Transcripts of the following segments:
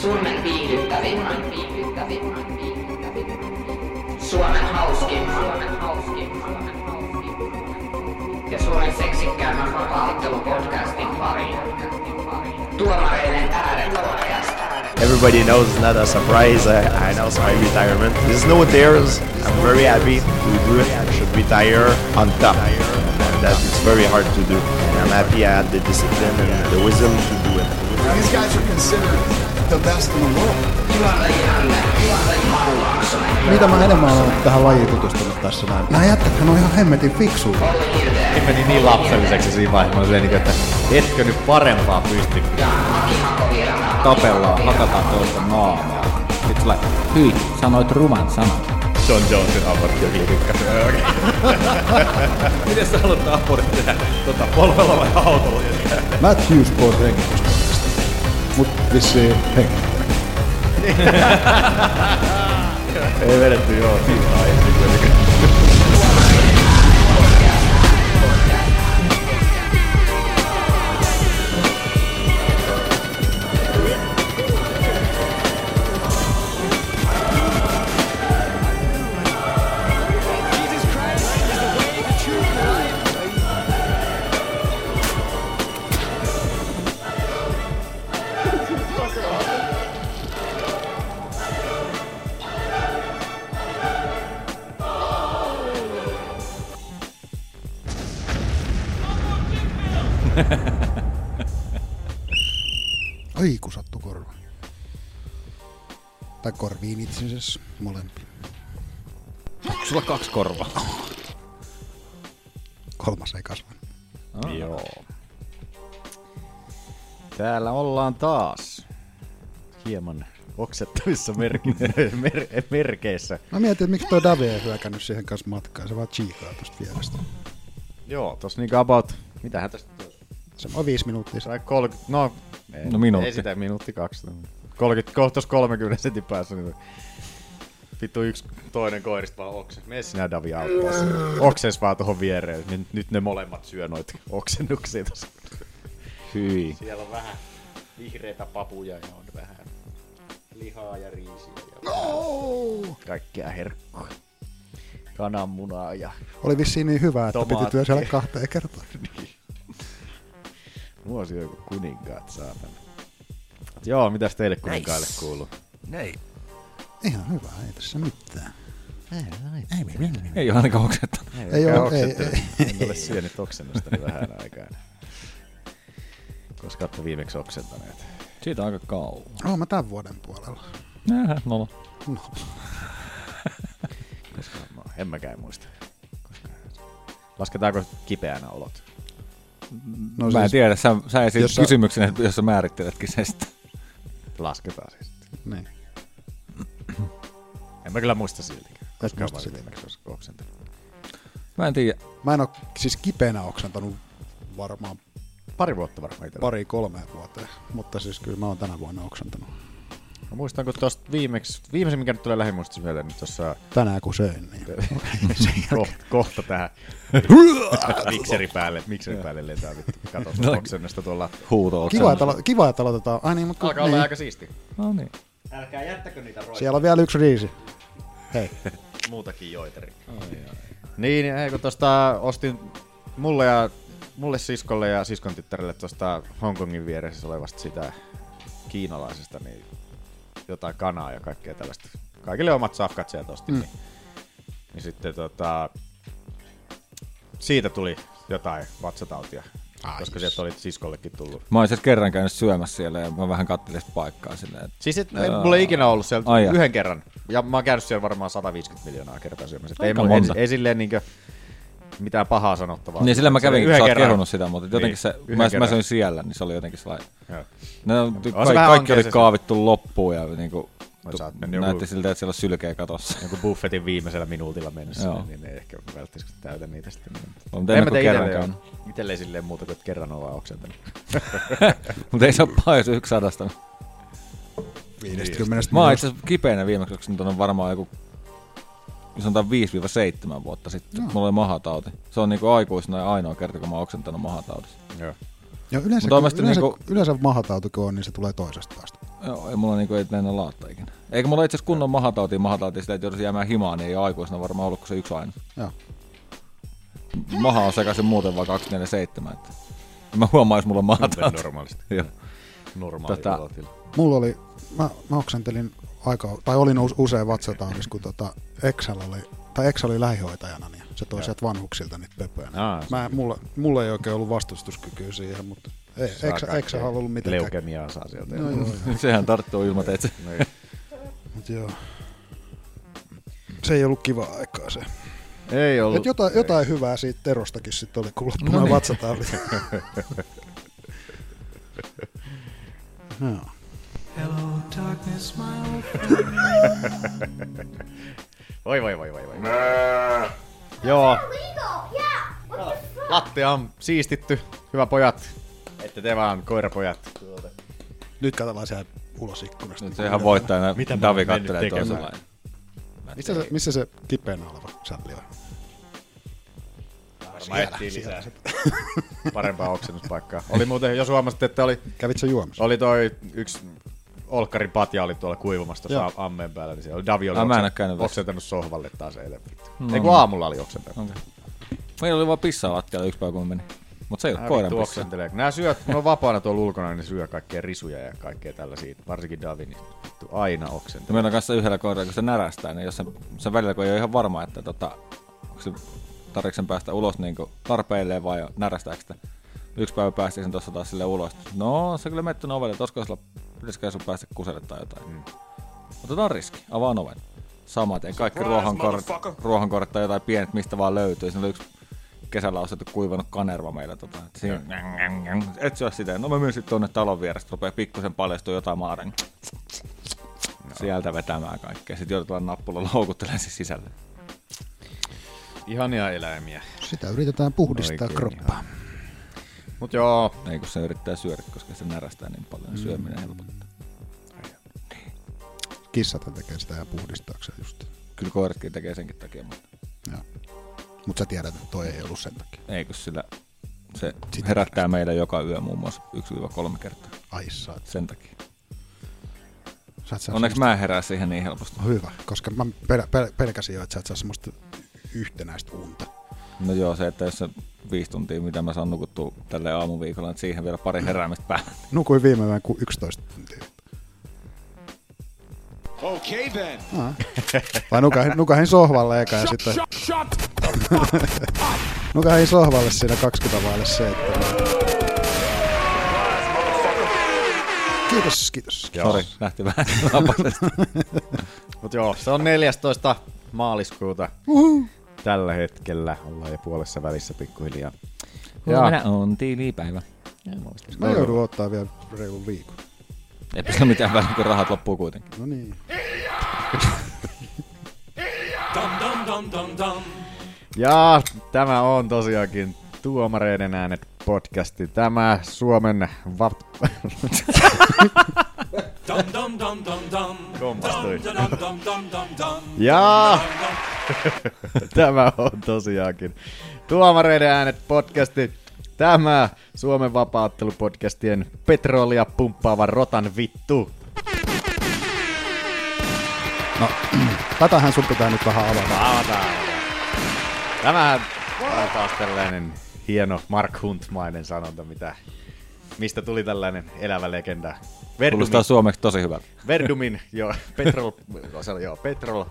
Suomen viihdyttävimmän, viihdyttävimmän, viihdyttävimmän. Suomen hauskin, Suomen hauskin, Suomen hauskin. Ja Suomen seksikkäimmän pahoittelupodcastin pariin. Tuomareiden ääret podcast. Everybody knows it's not a surprise. I, I announced my retirement. There's no tears. I'm very happy to do it. I should retire on top. That is very hard to do. And I'm happy I had the discipline and the wisdom to do it. These guys are considered the best in the world. Mitä mä enemmän olen tähän lajiin tutustunut tässä näin. Nämä jätkäthän on ihan hemmetin fiksu. Se meni niin lapselliseksi siinä vaiheessa, mä olin silleen niinku, että etkö nyt parempaa pysty tapellaan, hakataan toista naamaa. Sitten sillä hyi, sanoit ruman sanan. John Jonesin ammattijoki hyökkäsi. Miten sä haluat naapurit tehdä? Tota, polvella vai autolla? Matt Hughes pois hengityskoneesta. Mut vissiin henki. Ei vedetty joo. Ai kun sattu korva. Tai korviin itse asiassa molempi. Sulla kaksi korvaa. Kolmas ei kasva. Ah. Joo. Täällä ollaan taas. Hieman oksettavissa merki- mer- merkeissä. Mä mietin, että miksi toi Davi ei hyökännyt siihen kanssa matkaan. Se vaan chiikaa tosta vierestä. Joo, tossa niinku about, mitähän tästä Se on viisi minuuttia. Tai 30, no, ei, No minuutti. ei sitä minuutti kaksi. 30, kohtas 30 sentin päässä. Niin vittu yksi toinen koirista vaan oksen. Mene sinä Davi auttaa. Oksens vaan tuohon viereen. Nyt, nyt ne molemmat syö noita oksennuksia tossa. Hyi. Siellä on vähän vihreitä papuja ja on vähän lihaa ja riisiä. Ja No. Oh! Kaikkea herkkua. Kananmunaa ja Oli vissiin niin hyvä, että Tomaatti. piti työsellä kahteen kertaan. nuosio joku kuninkaat saatana. Joo, mitäs teille kuninkaille kuuluu? Ihan hyvä, ei tässä mitään. Ei, ei, ei, Ei ole ainakaan oksettanut. ei, ei, oo- ei, oksentanut. ei, En ole syönyt oksennustani vähän aikaa. enää. Koska olette viimeksi oksentaneet? Siitä on aika kauan. Oon mä tän vuoden puolella. Nähä, no. No, Koska mä, No, en mäkään muista. Koska- Lasketaanko kipeänä olot? no siis Mä en tiedä, sä, sä esit jos jos sä- kysymyksen, että jos sä määritteletkin sen sitä. Lasketaan siis. Niin. En mä kyllä muista siltikään. muista Koska mä olin siltikään. viimeksi os- oksentanut. Mä en tiedä. Mä en oo siis kipeänä oksentanut varmaan Pari vuotta varmaan itsellä. pari kolmeen vuoteen, mutta siis kyllä mä oon tänä vuonna oksentanut. Mä muistan, kun tosta viimeksi, viimeisen mikä nyt tulee lähimuistissa mieleen, niin tossa Tänään kun söin, niin kohta, kohta tähän mikseri päälle, mikseri päälle lentää vittu. Kato No. sun oksennusta tuolla. Huuto kiva, että, alo- kiva, että aloitetaan. Ai niin, mutta kun, Alkaa olla niin. aika siisti. No niin. Älkää jättäkö niitä roikkuja. Siellä on vielä yksi riisi. Hei, muutakin joiteri. Niin, ei, kun tosta ostin mulle ja mulle siskolle ja siskon tyttärelle tuosta Hongkongin vieressä olevasta sitä kiinalaisesta, niin jotain kanaa ja kaikkea tällaista. Kaikille omat safkat sieltä ostin. Mm. Niin, niin sitten tota, siitä tuli jotain vatsatautia, Ai koska sieltä oli siskollekin tullut. Mä oon siis kerran käynyt syömässä siellä ja mä vähän kattelin sitä paikkaa silleen. Että... Siis et, ei, mulla ei ikinä ollut siellä Ai jaa. yhden kerran. Ja mä oon käynyt siellä varmaan 150 miljoonaa kertaa syömässä. Et Ei, Aika mulla, ei, monta. ei silleen niinkö mitään pahaa sanottavaa. Niin sillä mä Silleen kävin, kun yhden sä oot kerran. kehunut sitä, mutta jotenkin Niin, niin, se, yhden mä, mä kerran. söin siellä, niin se oli jotenkin sellainen. Joo. No, se ty, kaikki, vähän kaikki ankea oli se- kaavittu loppuun ja niinku, No, tu, sä oot mennyt joku- näytti siltä, että siellä on sylkeä katossa. Joku buffetin viimeisellä minuutilla mennessä, Joo. niin ei ehkä välttämättä täytä niitä sitten. No, mutta en mä tiedä kerran itelle- käynyt. Itelle ei silleen muuta kuin, että kerran on vaan oksentanut. Mutta ei se ole paha, jos yksi sadasta. 50 Mä oon itse asiassa kipeänä viimeksi, koska nyt on varmaan joku sanotaan 5-7 vuotta sitten. No. Mulla oli mahatauti. Se on niinku aikuisena ja ainoa kerta, kun mä oon oksentanut mahataudissa. Joo. Ja yleensä, Mutta kun, on mä sitten yleensä, niinku... niinku- yleensä mahatauti kun on, niin se tulee toisesta päästä. Joo, ei mulla niinku ei mennä laatta ikinä. Eikä mulla itse asiassa kunnon mahatautia, mahatautia sitä, että jouduisi jäämään himaan, niin ei ole aikuisena varmaan ollut kuin se yksi aina. Joo. Maha on sekaisin muuten vaan 247. Että. Mä huomaan, jos mulla on mahatauti. normaalisti. Joo. Normaali Tota- tota... ilotila. Mulla oli, mä, mä oksentelin aika, tai olin us- usein vatsataudissa, kun tota Excel oli, tai Excel oli lähihoitajana, niin se toi sieltä vanhuksilta niitä pöpöjä. Aa, Mä, mulla, mulla ei oikein ollut vastustuskykyä siihen, mutta ei, saa Excel, kaikkea. Excel ollut mitenkään. Leukemiaa saa sieltä. No joo, joo. Sehän tarttuu ilmateitse. Niin. Mut joo. Se ei ollut kiva aikaa se. Ei ollut. Et jotain, jotain hyvää siitä Terostakin sitten oli, kun loppumaan no niin. vatsataudit. no. Voi voi voi voi voi. Joo. Lattia on siistitty. Hyvä pojat. Ette te vaan koirapojat. Tuota, Nyt katsellaan sieltä ulos ikkunasta. Nyt se ihan voittajana Mitä mä Davi oon mennyt kattelee tekemään? toisella. Missä se, missä se kipeänä oleva sälli on? Varmaan etsii lisää parempaa oksennuspaikkaa. Oli muuten, jos huomasitte, että oli, Kävit sä juomassa? oli toi yksi Olkkarin patja oli tuolla kuivumassa tuossa ammeen päällä, niin se oli Davi oli Ai, mä en oksen- oo käynyt vessassa. oksentanut sohvalle taas eilen. No, Ei kun aamulla oli oksentanut. Okei. Meillä oli vaan pissaa lattialla yksi päivä, kun mä menin. Mut se ei ole Nää koiran vittu pissaa. oksentelee. Kun nää syöt, kun ne on vapaana tuolla ulkona, niin ne syö kaikkea risuja ja kaikkea tällaisia. Varsinkin Davi, niin vittu aina oksentelee. Ja meillä on kanssa yhdellä koiralla, kun se närästää, niin jos se, se välillä kun ei ole ihan varma, että tota, onko se tarvitseeko sen päästä ulos niin tarpeilleen vai närästääkö sitä. Yksi päivä päästiin sen tuossa taas sille ulos. No, se kyllä menet tuonne ovelle, että olisiko sulla pitäisikö sun päästä kuselle tai jotain. Mm. Otetaan riski, avaan oven. Samat, ei kaikki ruohonkorret, ruohonkorret tai jotain pienet, mistä vaan löytyy. Siinä oli yksi kesällä ostettu kuivannut kanerva meillä. Tota, että siinä, et syö sitä. No mä myyn sitten tuonne talon vierestä, rupeaa pikkusen paljastua jotain maata. Niin sieltä vetämään kaikkea. Sitten joudutaan nappulla loukuttelemaan se sisälle. Ihania eläimiä. No, Sitä yritetään puhdistaa Oikein kroppaa. Mut joo, Ei kun se yrittää syödä, koska se närästää niin paljon. Mm. Syöminen helpottaa. Kissathan tekee sitä ja puhdistaakseen just. Kyllä koiratkin tekee senkin takia, mutta Mutta sä tiedät, että toi ei ollut sen takia. ei kun sillä se herättää meillä joka yö muun muassa 1-3 kertaa Ai saat. sen takia. Sä et saa Onneksi mä en herää siihen niin helposti. Hyvä, koska mä pel- pel- pelkäsin jo, että sä et saa semmoista yhtenäistä unta. No joo, se, että jos se viisi tuntia, mitä mä saan nukuttua tälle aamuviikolla, että siihen vielä pari heräämistä päälle. Nukuin viime yön kuin 11 tuntia. Okay then. Vai nukahin, nukahin sohvalle eka ja sitten... nukahin sohvalle siinä 20 vaille se, että... Kiitos, kiitos. Joo. Sori, lähti vähän lapasesta. mut joo, se on 14. maaliskuuta. Tällä hetkellä ollaan jo puolessa välissä pikkuhiljaa. Huomenna on tiilipäivä. Mä joudun ottaa vielä reilun viikon. Eipä se mitään väliä, kun rahat loppuu kuitenkin. No niin. Ja tämä on tosiaankin Tuomareiden äänet podcasti. Tämä Suomen vat... Kompastuin. Ja tämä on tosiaankin Tuomareiden äänet podcasti. Tämä Suomen vapaattelupodcastien petrolia pumppaava rotan vittu. Tätähän sun pitää nyt vähän avata. Avataan. Tämähän on taas tällainen hieno Mark Huntmainen sanonta, mitä, mistä tuli tällainen elävä legenda. Kuulostaa Verdumin, suomeksi tosi hyvältä. Verdumin joo, Petrol, no, se oli, joo, Petrol.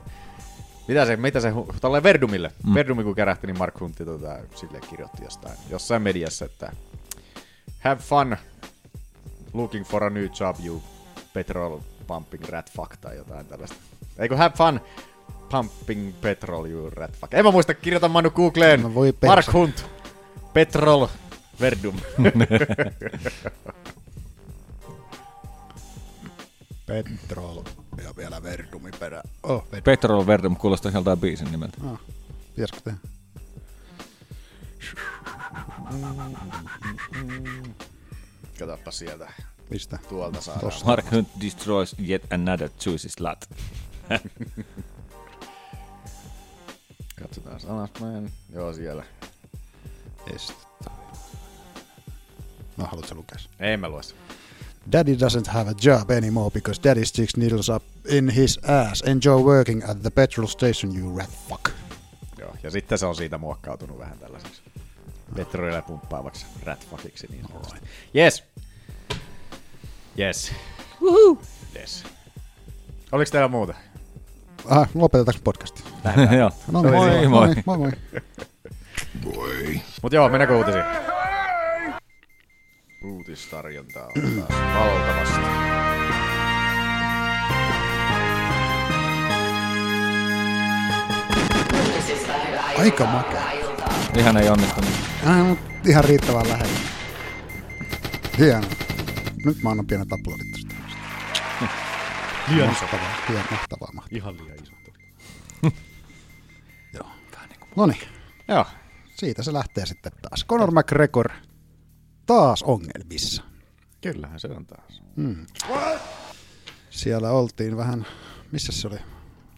Mitä se, mitä se, hu- tolleen Verdumille. Mm. Verdumi kun kärähti, niin Mark Huntti tota, sille kirjoitti jostain, jossain mediassa, että Have fun looking for a new job, you petrol pumping rat fuck tai jotain tällaista. Eikö have fun pumping petrol, you rat fuck. En mä muista, kirjoita Manu Googleen. No voi perse. Mark Hunt, petrol, verdum. Petrol ja vielä verdumi perä. Oh, ved- Petrol Verdum kuulostaa joltain biisin nimeltä. Ah, tiesitkö te? Katoppa sieltä. Mistä? Tuolta saadaan. Tosta. Mark Hunt destroys yet another juicy slut. Katsotaan alaspäin. Joo, siellä. Est- No, haluatko lukea sen? Ei mä luo sitä. Daddy doesn't have a job anymore because daddy sticks needles up in his ass. Enjoy working at the petrol station, you rat fuck. Joo. Ja sitten se on siitä muokkautunut vähän tällaiseksi petrolilla pumppaavaksi ratfuckiksi niin sanotusti. Yes. Yes. Woohoo. Yes. Oliko teillä muuta? Ah, lopetetaanko podcast? Joo. No, Moi, moi. moi. moi, moi. Mut joo, mennäänkö uutisiin? Uutistarjontaa on taas valtavasti. Aika makea. Ihan ei onnistunut. Äh, mut ihan riittävän lähellä. Hieno. Nyt mä annan pienet aplodit tästä. Hieno. Mahtavaa, hieno, mahtavaa, mahtavaa. Ihan liian iso. Noniin, Joo. siitä se lähtee sitten taas. Conor McGregor taas ongelmissa. Kyllähän se on taas. Siellä oltiin vähän, missä se oli?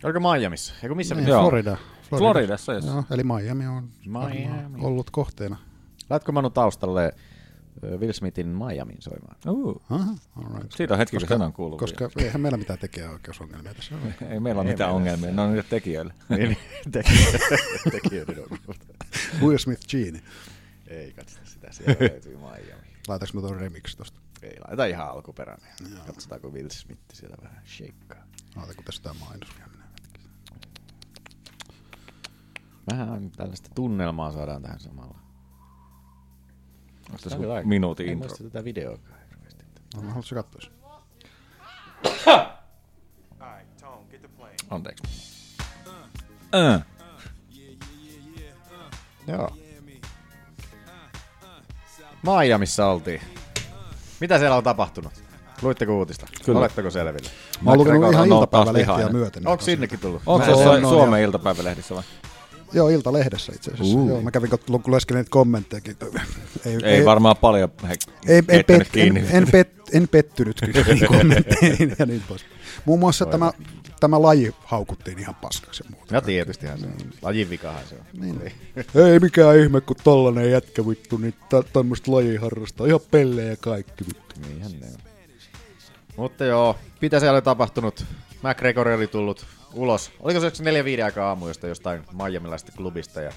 Oliko Miamiissa? Eiku missä? Niin, Niin. Joo. Florida. Floridassa, jos. Joo, eli Miami on Miami. Miami. ollut kohteena. Laitko Manu taustalle ö, Will Smithin Miamiin soimaan? Uh, Aha, all right. siitä on hetki, kun sen on kuullut. Ah. Koska eihän meillä mitään tekijä oikeusongelmia tässä ole. Ei meillä ole mitään ongelmia, ne on niitä tekijöillä. Niin, tekijöiden, tekijöiden ongelmat. Will Smith Genie. Ei katsota sitä, siellä löytyy Miami. Laitaks mä tuon remix tosta? Ei laita ihan alkuperäinen. Katsotaanko Will Smith siellä vähän sheikkaa. Laita kun tässä tää mainos vielä menee. Vähän tällaista tunnelmaa saadaan tähän samalla. Onko tässä minuutin En intro? muista tätä videoakaan hirveästi. No, mä haluaisin katsoa sen. Anteeksi. Äh. Joo. Miamiissa oltiin. Mitä siellä on tapahtunut? Luitteko uutista? Kyllä. Oletteko selville? Mä oon lukenut ihan niin on ollut taas iltapäivälehtiä lihainen. myöten. Onko sinnekin tullut? Onko se on, jossain on, Suomen iltapäivälehdissä vai? Joo, Iltalehdessä itse asiassa. Uh. Joo, mä kävin katsomaan, leskelin niitä kommenttejakin. Ei, Ei, varmaan paljon he Ei, ei heittänyt pet, en, en, pet, en pettynyt kyllä niihin kommentteihin ja niin pois. Muun muassa tämä, tämä laji haukuttiin ihan paskaksi ja muuta. No tietystihän se on. Lajin vikahan se on. Niin. Ei mikään ihme, kun tollanen jätkä vittu, niin tä- tämmöistä lajia harrastaa. Ihan pellejä kaikki vittu. Niinhän ne on. niin. Mutta joo, mitä siellä oli tapahtunut? McGregor oli tullut ulos. Oliko se 4 5 aikaa aamuista jostain Miamilaisesta klubista? Ja...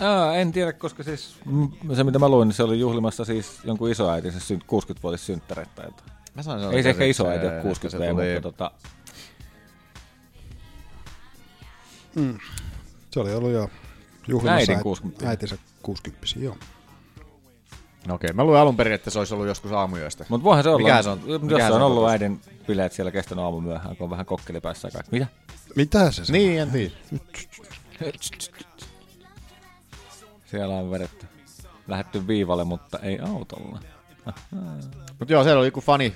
Aa, Öö, en tiedä, koska siis mm, se mitä mä luin, niin se oli juhlimassa siis jonkun isoäitinsä synt- 60-vuotissynttärettä. jotain. Mä sain Ei No, se ehkä isoäiti ole 60 mutta tota, Se oli ollut jo juhlimassa Äidin äit- 60. äitinsä 60 joo. No okei, mä luin alun perin, että se olisi ollut joskus aamuyöstä. Mutta voihan se olla, Mikähän se on- jos mikähän se se on on ollut totuus? äidin bileet siellä kestänyt aamu myöhään, kun on vähän kokkeli päässä ja kaikki. Mitä? Mitä se sanoi? Niin, en tiedä. Siellä on vedetty, lähetty viivalle, mutta ei autolla. Mutta joo, siellä oli joku fani,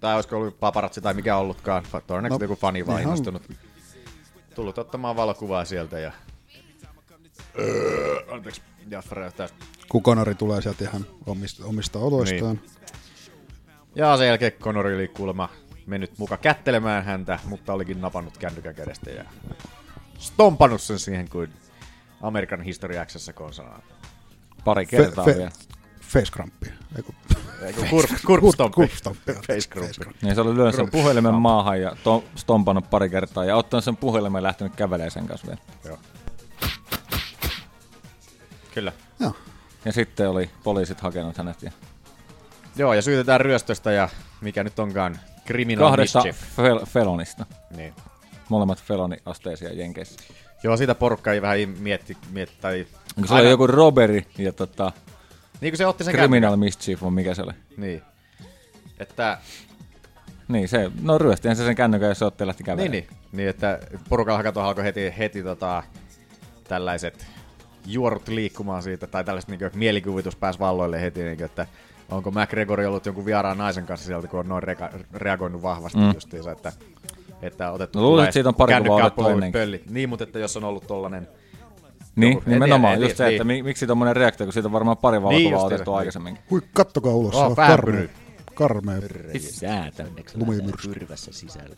tai olisiko ollut paparazzi tai mikä ollutkaan, fa- todennäköisesti No, joku fani vaan ihan- innostunut. Tullut ottamaan valokuvaa sieltä ja... Öö, anteeksi, Jaffra johtaa. Kun Konori tulee sieltä ihan omista, omista oloistaan. Niin. Ja sen jälkeen Conor oli kuulemma mennyt muka kättelemään häntä, mutta olikin napannut kännykän kädestä ja stompannut sen siihen kuin Amerikan History X konsanaan. Pari kertaa fe- vielä. Facekramppi. Eiku, Eikö kurp, kurpstompi? kurpstompi. Facegrumpi. Niin se oli lyönyt sen puhelimen maahan ja to- stompannut pari kertaa ja ottanut sen puhelimen ja lähtenyt kävelemään sen kanssa vielä. Joo. Kyllä. Joo. Ja sitten oli poliisit hakenut hänet ja Joo, ja syytetään ryöstöstä ja mikä nyt onkaan criminal kahdesta mischief. fel- felonista. Niin. Molemmat feloniasteisia Jenkeissä. Joo, siitä porukka ei vähän im- mietti, mietti tai... Onko se oli joku Roberi ja tota, Niin kuin se otti sen Criminal Mischief on mikä se oli. kännykän. Niin. Että, Niin se, no ryöstihän se sen kännykän, jos se otti ja lähti niin, kävelemään. niin, niin, että porukalla kato alkoi heti, heti tota, tällaiset juorut liikkumaan siitä, tai tällaiset niin mielikuvitus pääsi valloille heti, niin kuin, että onko McGregor ollut jonkun vieraan naisen kanssa sieltä, kun on noin reka- reagoinut vahvasti mm. justiinsa, että, että otettu No luulisin, tulee että siitä on pari kännykkä kuvaa otettu pullolle ennenkin. pölli. Niin, mutta että jos on ollut tollanen Niin, Joku- en nimenomaan. tiedä, en just tiedä, se, että mi- miksi tommonen reaktio, kun siitä on varmaan pari Niin, valokuvaa just otettu se. aikaisemmin. Hui, kattokaa ulos. Oh, Oh, pää karmea, pyryy. karmea lumimyrsky. tyrvässä sisällä.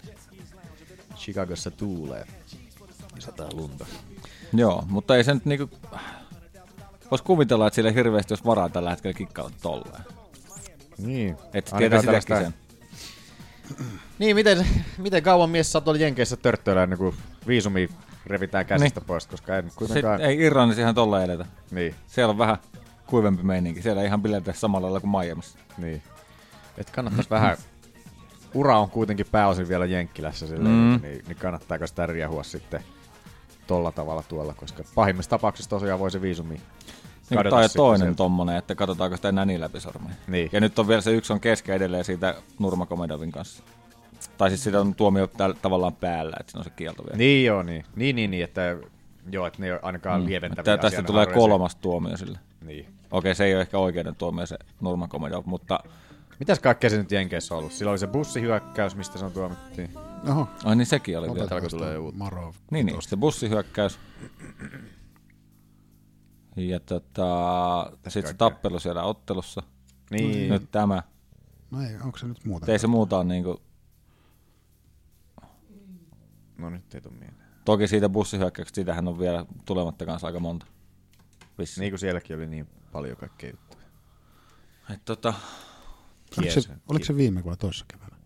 Chicagossa tuulee. Ja sataa lunta. Joo, mutta ei se nyt niinku... Vois kuvitella, että sille hirveästi jos varaa tällä hetkellä kikkailla tolleen. Niin. Et sä tiedä Ainakaan sitäkin sen. tällaista- Niin, miten, miten kauan mies saa tuolla Jenkeissä törttöillä ennen kuin viisumi revitään käsistä niin. pois, koska en kuitenkaan... Sitten, ei Irlannissa ihan tolla eletä. Niin, Siellä on vähän kuivempi meininki. Siellä ei ihan biletä samalla lailla kuin Miamiissa. niin. Et kannattaisi vähän... Ura on kuitenkin pääosin vielä Jenkkilässä, silleen, mm. niin, niin, kannattaako sitä riehua sitten tolla tavalla tuolla, koska pahimmissa tapauksissa tosiaan voi se viisumi Niin, kadota tai sitten toinen sieltä. tommonen, että katsotaanko sitä enää niin läpi sormia. Niin. Ja nyt on vielä se yksi on kesken edelleen siitä Nurmakomedovin kanssa. Tai siis sitä on tuomio täällä, tavallaan päällä, että siinä on se kielto vielä. Niin joo, niin. Niin, niin, niin että joo, että ne ei ole ainakaan mm. lieventäviä Tää, tästä asian tulee haluaisi- kolmas tuomio sille. Niin. Okei, se ei ole ehkä oikeuden tuomio se Nurmakomedov, mutta... Mitäs kaikkea se nyt Jenkeissä on ollut? Sillä oli se bussihyökkäys, mistä se on tuomittiin. Oho, Ai niin sekin oli vielä. otetaan tulee tulee Marov. Niin, niin, se bussihyökkäys. Ja tota, sitten se tappelu siellä ottelussa. Niin. Nyt tämä. No ei, onko se nyt muuten? Ei se muuta on niinku, No nyt ei tule mieleen. toki siitä bussihyökkäyksestä, sitähän on vielä tulematta kanssa aika monta. Vissi. Niin kuin sielläkin oli niin paljon kaikkea juttuja. Et tota, oliko, se, oliko se viime vai toissa keväänä?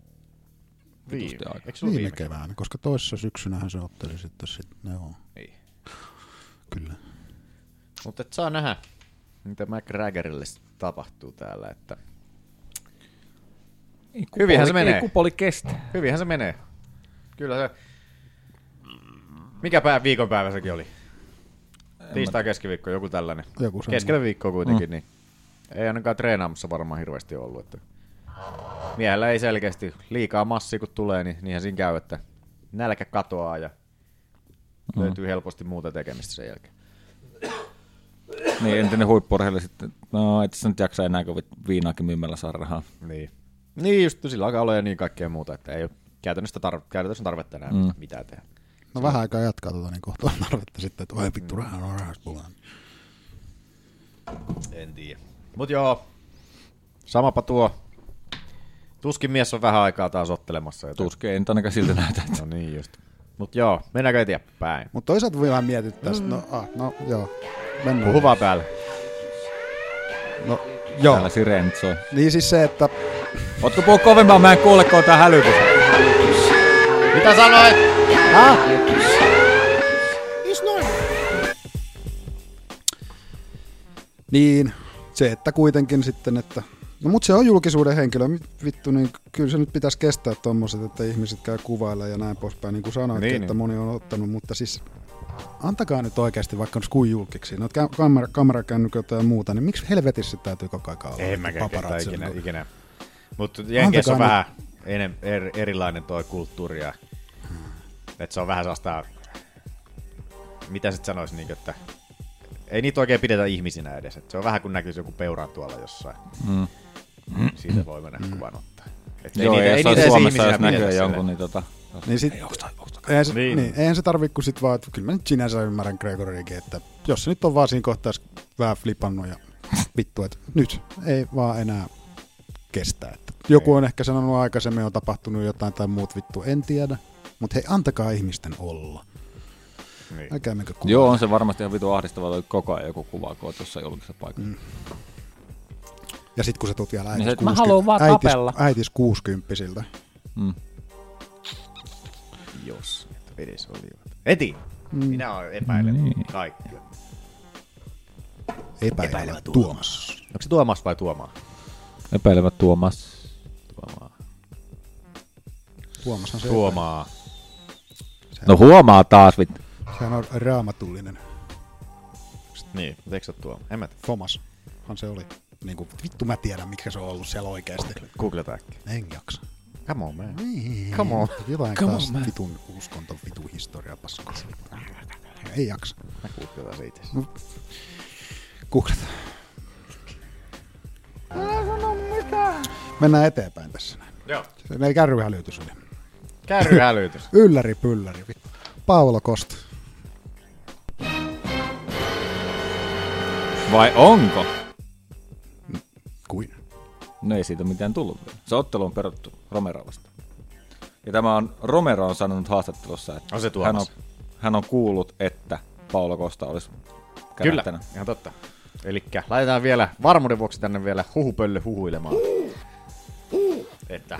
Viime. aika. Niin. Eikö se Viime, viime ollut viime? keväänä, koska toissa syksynähän se otteli sitten. Sit, joo, Niin. kyllä. Mutta et saa nähdä, mitä McGregorille sit tapahtuu täällä. Että... ei Hyvinhän se menee. Ei kupoli kestä. Hyvinhän se menee. Kyllä se... Mikä päivä, viikonpäivä sekin oli? Tiistai, keskiviikko, joku tällainen. Joku semmoinen. Keskellä viikkoa kuitenkin, mm. niin ei ainakaan treenaamassa varmaan hirveästi ollut. Että miehellä ei selkeästi liikaa massia kun tulee, niin niinhän siinä käy, että nälkä katoaa ja mm. löytyy helposti muuta tekemistä sen jälkeen. Niin, entinen huippurheilija sitten, no et sä nyt jaksa enää, kun vi- viinaakin myymällä saa rahaa. Niin. Niin just, sillä alkaa olla ja niin kaikkea muuta, että ei ole käytännössä, tar- käytännössä tarvetta enää mm. mitään tehdä. No vähän aikaa jatkaa tuota, niin kohta on tarvetta sitten, että oi Mm. vittu, rahaa on rahasta pulaa. En tiedä. Mut joo, samapa tuo. Tuskin mies on vähän aikaa taas ottelemassa. Joten... Tuskin ei nyt ainakaan siltä näytä. että- No niin just. Mut joo, mennäänkö eteenpäin? Mutta toisaalta voi vähän miettiä tästä, no, ah, no joo, mennään. Mm. Puhu vaan päälle. No, joo, Täällä sireenit soi. niin siis se, että Ootko puhua kovempaa? Mä en kuule, kun on tää hälytys. Mitä sanoit? Niin, se, että kuitenkin sitten, että... No mut se on julkisuuden henkilö, mit- vittu, niin kyllä se nyt pitäisi kestää tommoset, että ihmiset käy kuvailla ja näin poispäin, niin kuin sanoitkin, Niin, niin, että niin. moni on ottanut, mutta siis antakaa nyt oikeasti vaikka nyt kuin julkiksi, no kä- kamera, kamerakännyköitä ja muuta, niin miksi helvetissä täytyy koko ajan olla? En mä kertaa paparazzi? ikinä. ikinä. Mutta Jenkeissä on vähän Antakaa enem, er, erilainen toi kulttuuri. Ja, Hmm. et se on vähän sellaista, mitä sit sanois, niin, että ei niitä oikein pidetä ihmisinä edes. Et se on vähän kuin näkyisi joku peura tuolla jossain. Mm. Siitä voi Hmm. mennä mm. kuvan ottaa. Et Hmm. Joo, ei, ei jos olisi edes Suomessa, jos ihmisinä näkyy pidetä jonkun, silleen. niin tota... Niin sit, eihän, se, niin. Niin, eihän se tarvi kuin sit vaan, että kyllä mä nyt sinänsä ymmärrän Gregoriakin, että jos se nyt on vaan siinä kohtaa vähän flipannut ja vittu, että nyt ei vaan enää kestä. Että joku on ehkä sanonut aikaisemmin, on tapahtunut jotain tai muut vittu, en tiedä. Mutta hei, antakaa ihmisten olla. Niin. Älkää menkö kukaan. Joo, on se varmasti ihan vitu ahdistavaa, toi koko ajan joku kuva, kun oot jossain julkisessa paikassa. Mm. Ja sit kun sä tulet vielä äitis, Niin se, niin että mä haluan vaan äitis, tapella. äitis 60 Jos edes olivat. Eti! Hmm. Mm. Minä oon epäilen niin. kaikkia. epäilevä Tuomas. Onko se Tuomas vai Tuomaa? Epäilevä Tuomas. Tuomaa. Tuomas on se, Tuomaa. No huomaa taas, vittu. sehän on raamatullinen. Niin, mutta eikö se ole Tuomaa? En mä tiedä. Thomas. Han se oli. Niin kuin, vittu mä tiedän, mikä se on ollut siellä oikeasti. Googletaan äkkiä. En jaksa. Come on, man. Come on. Jotain Come taas on, vitun uskonto, vitun historia paska. Ei jaksa. Mä googletaan se itse. Googletaan. Mennään eteenpäin tässä näin. Joo. Se- Ei kärryhälytys oli. Kärryhälytys. Ylläri pylläri. vittu. Paolo Kosta. Vai onko? Kuin? No ei siitä mitään tullut vielä. Se ottelu on peruttu Romero vasta. Ja tämä on, Romero on sanonut haastattelussa, että On se hän, on, Tuomas. hän on kuullut, että Paolo Kosta olisi Kyllä, kärähtänä. ihan totta. Eli laitetaan vielä varmuuden vuoksi tänne vielä huhupöllö huhuilemaan. Että.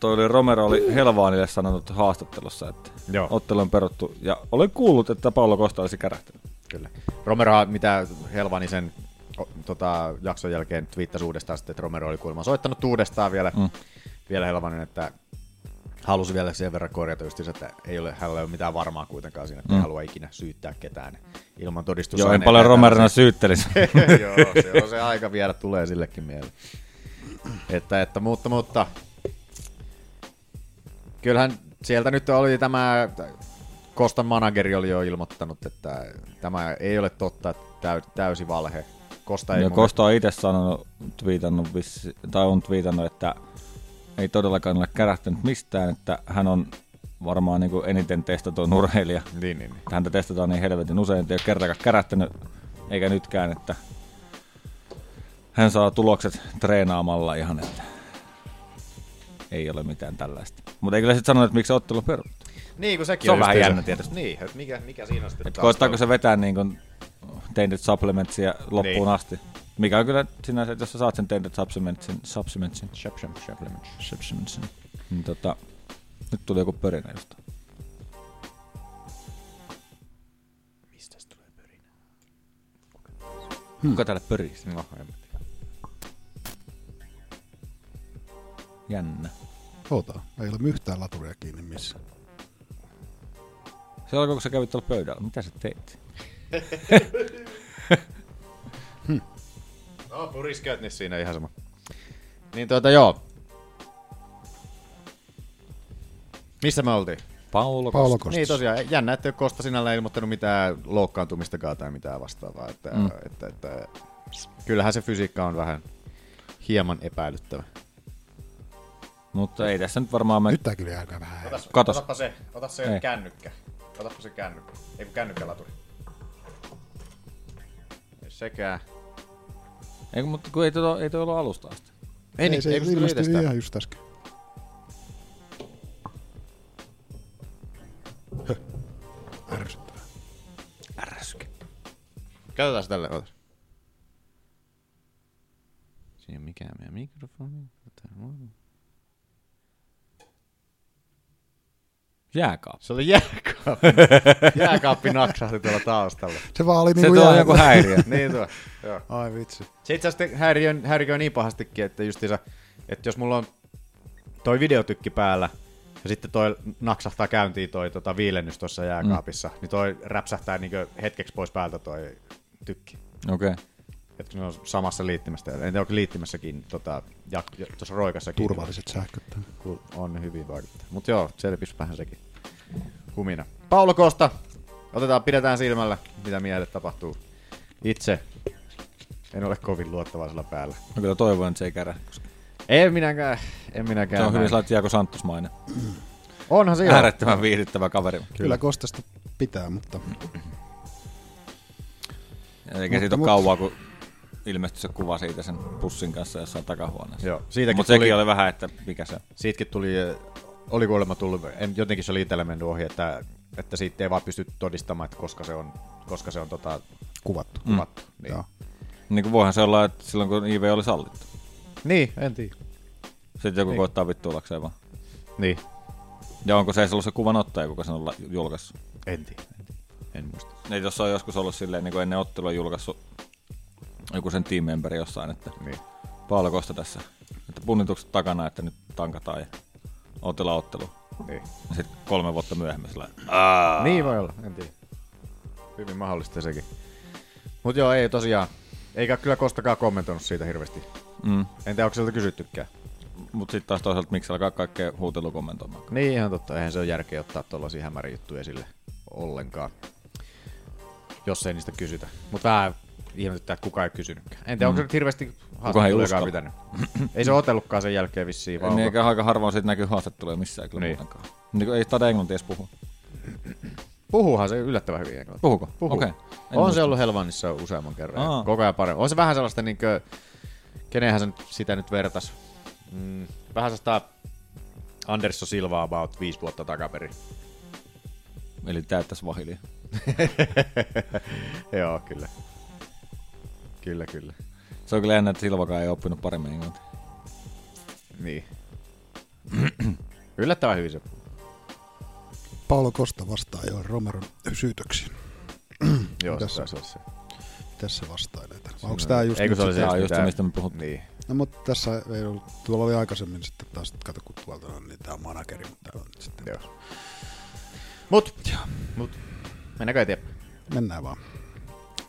Toi oli Romero oli Helvaanille sanonut haastattelussa, että Joo. ottelu on peruttu. Ja olen kuullut, että Paolo Kosta olisi kärähtänyt. Kyllä. Romero, mitä Helvani sen o, tota, jakson jälkeen twiittasi uudestaan, sitten, että Romero oli kuulemma soittanut uudestaan vielä, mm. vielä Helvanin, että halusi vielä sen verran korjata just, että ei ole, hänellä ei ole mitään varmaa kuitenkaan siinä, että mm. ei halua ikinä syyttää ketään ilman todistusta. Joo, en paljon Romerona syyttelisi. Joo, se on se aika vielä, tulee sillekin mieleen. Että, että, mutta, mutta kyllähän sieltä nyt oli tämä, Kostan manageri oli jo ilmoittanut, että tämä ei ole totta, että täy- täysi valhe. Kosta ei ja mulle- Kosta on itse sanonut, twiitannut vissi, tai on twiitannut, että ei todellakaan ole kärähtänyt mistään, että hän on varmaan niin kuin eniten testatun urheilija. Niin, niin, niin. Että Häntä testataan niin helvetin usein, että ei ole kertaakaan kärähtänyt, eikä nytkään, että hän saa tulokset treenaamalla ihan, että ei ole mitään tällaista. Mutta ei kyllä sitten sanonut, että miksi ottelu peru. Niin, kun sekin Se on vähän justiinsa- jännä tietysti. Niin, että mikä, mikä siinä on sitten Että taas koittaako toi- se vetää niin kuin tainted supplementsia loppuun Niin. niin. asti. Mikä on kyllä sinänsä, että jos sä saat sen tainted supplementsin, supplementsin, supplementsin, supplementsin, niin tota, nyt tuli joku pörinä jostain. Mistä tulee pörinä? Kuka täällä pörisi? No, en Hmm. mä tiedä. Jännä. Oota, ei ole yhtään laturia kiinni missään. Se alkoi, kun sä kävit tuolla pöydällä. Mitä sä teit? No, puriskeet, niin siinä ihan sama. Niin tuota, joo. Missä me oltiin? Paolo, Paolo Kosta. Kostas. Niin tosiaan, jännä, että Kosta sinällä ilmoittanut mitään loukkaantumistakaan tai mitään vastaavaa. Että, mm. että, että, kyllähän se fysiikka on vähän hieman epäilyttävä. Mutta ei tässä nyt varmaan me... Nyt tää kyllä jää vähän. Katos. Otapa se, ota se Ei. kännykkä. Otapa se kännykkä. Ei kun kännykkälaturi. Ei sekään. Ei, kun- mutta kun ei tuo, ei tuo ollut alusta asti. Ei, niin, se ei pysty ilmestyi itsestään. ihan just äsken. Höh. Ärsyttävää. Katsotaan se tälle, otas. Siinä on mikään meidän mikrofoni. Jääkaappi. Se oli jääkaappi. jääkaappi naksahti tuolla taustalla. Se vaan oli Se niinku tuo on jää. joku häiriö. niin tuo. Joo. Ai vitsi. Se itse asiassa häiriö, häiriö niin pahastikin, että justiinsa, että jos mulla on toi videotykki päällä, ja sitten toi naksahtaa käyntiin toi tota, viilennys tuossa jääkaapissa, mm. niin toi räpsähtää niinkö hetkeksi pois päältä toi tykki. Okei. Okay. Että kun ne on samassa liittimässä, en tiedä onko liittimässäkin tota, ja, ja, tuossa roikassakin. Turvalliset sähköt. tänne. Kun on hyvin vaikuttaa. Mutta joo, selvisi vähän sekin humina. Paulo Kosta, otetaan, pidetään silmällä, mitä miehelle tapahtuu. Itse en ole kovin luottavaisella päällä. Mä kyllä toivon, että se ei kärä. koska En minäkään, en minäkään. Se on hyvin näin. sellainen Jaako Santtusmainen. Onhan se joo. Äärettömän viihdyttävä kaveri. Kyllä Kostasta pitää, mutta Eikä siitä Mutta- ole kauaa, kun ilmestyi se kuva siitä sen pussin kanssa jossain takahuoneessa. Joo, siitäkin Mutta sekin tuli- oli vähän, että mikä se on. Siitäkin tuli, äh, oli kuulemma tullut, en, jotenkin se oli itsellä mennyt ohi, että, että siitä ei vaan pysty todistamaan, että koska se on, koska se on tota, kuvattu. kuvattu. Mm. Niin. Joo. Niin kuin voihan se olla, että silloin kun IV oli sallittu. niin, en tiedä. Sitten joku koittaa vittuulakseen vaan. Niin, Ja onko se edes ollut se kuvanottaja, kuka sen on la- julkaissut? en tiedä. En, tiedä. en muista. Ei tuossa on joskus ollut silleen, niin kuin ennen ottelua julkaissut joku sen tiimimemberi jossain, että Niin. Paolo Kosta tässä. Että punnitukset takana, että nyt tankataan ja otellaan ottelu. Niin. Sitten kolme vuotta myöhemmin sillä Niin voi olla, en tiedä. Hyvin mahdollista sekin. Mut joo, ei tosiaan. Eikä kyllä Kostakaan kommentoinut siitä hirveästi. mm. En tiedä, onko siltä kysyttykään. Mutta sitten taas toisaalta, miksi alkaa kaikkea huutelu kommentoimaan. Niin ihan totta, eihän se ole järkeä ottaa tollasia hämäriä juttuja esille ollenkaan. Jos ei niistä kysytä. Mut vähän ihmetyttää, että kukaan ei kysynytkään. En tiedä, mm. onko se nyt hirveästi haastattelujakaan uskalla. pitänyt. ei se otellutkaan sen jälkeen vissiin, vaan Niin, onko- eikä aika harvoin siitä näkyy haastatteluja missään kyllä Niin. niin. muutenkaan. Niin, kuin ei taida englantia edes puhua. puhuuhan se yllättävän hyvin englantia. Puhuko? Puhuu. Okei. Okay. En On muista. se ollut Helvannissa useamman kerran. Aa. Aa. Koko ajan paremmin. On se vähän sellaista, niin kuin, kenenhän se nyt sitä nyt vertas. Mm, vähän sellaista Andersso Silva about viisi vuotta takaperin. Eli täyttäisi vahilia. Joo, kyllä. Kyllä, kyllä. Se on kyllä jännä, että Silvakaan ei oppinut paremmin englantia. Niin. Yllättävän hyvin se Paolo Kosta vastaa jo Romeron syytöksiin. Joo, se Tässä. taisi olla se. Tässä vastailee. tähän. Vai Onko tämä just Eikö nyt se oli sitten- se, Tää on just se, mitä- mistä me puhuttiin. Niin. No mutta tässä ei ollut, tuolla oli aikaisemmin sitten taas, kato kun tuolta on, niin tämä on manageri, mutta täällä on nyt sitten. Joo. Mut, mut. Mennäänkö eteenpäin? Mennään vaan.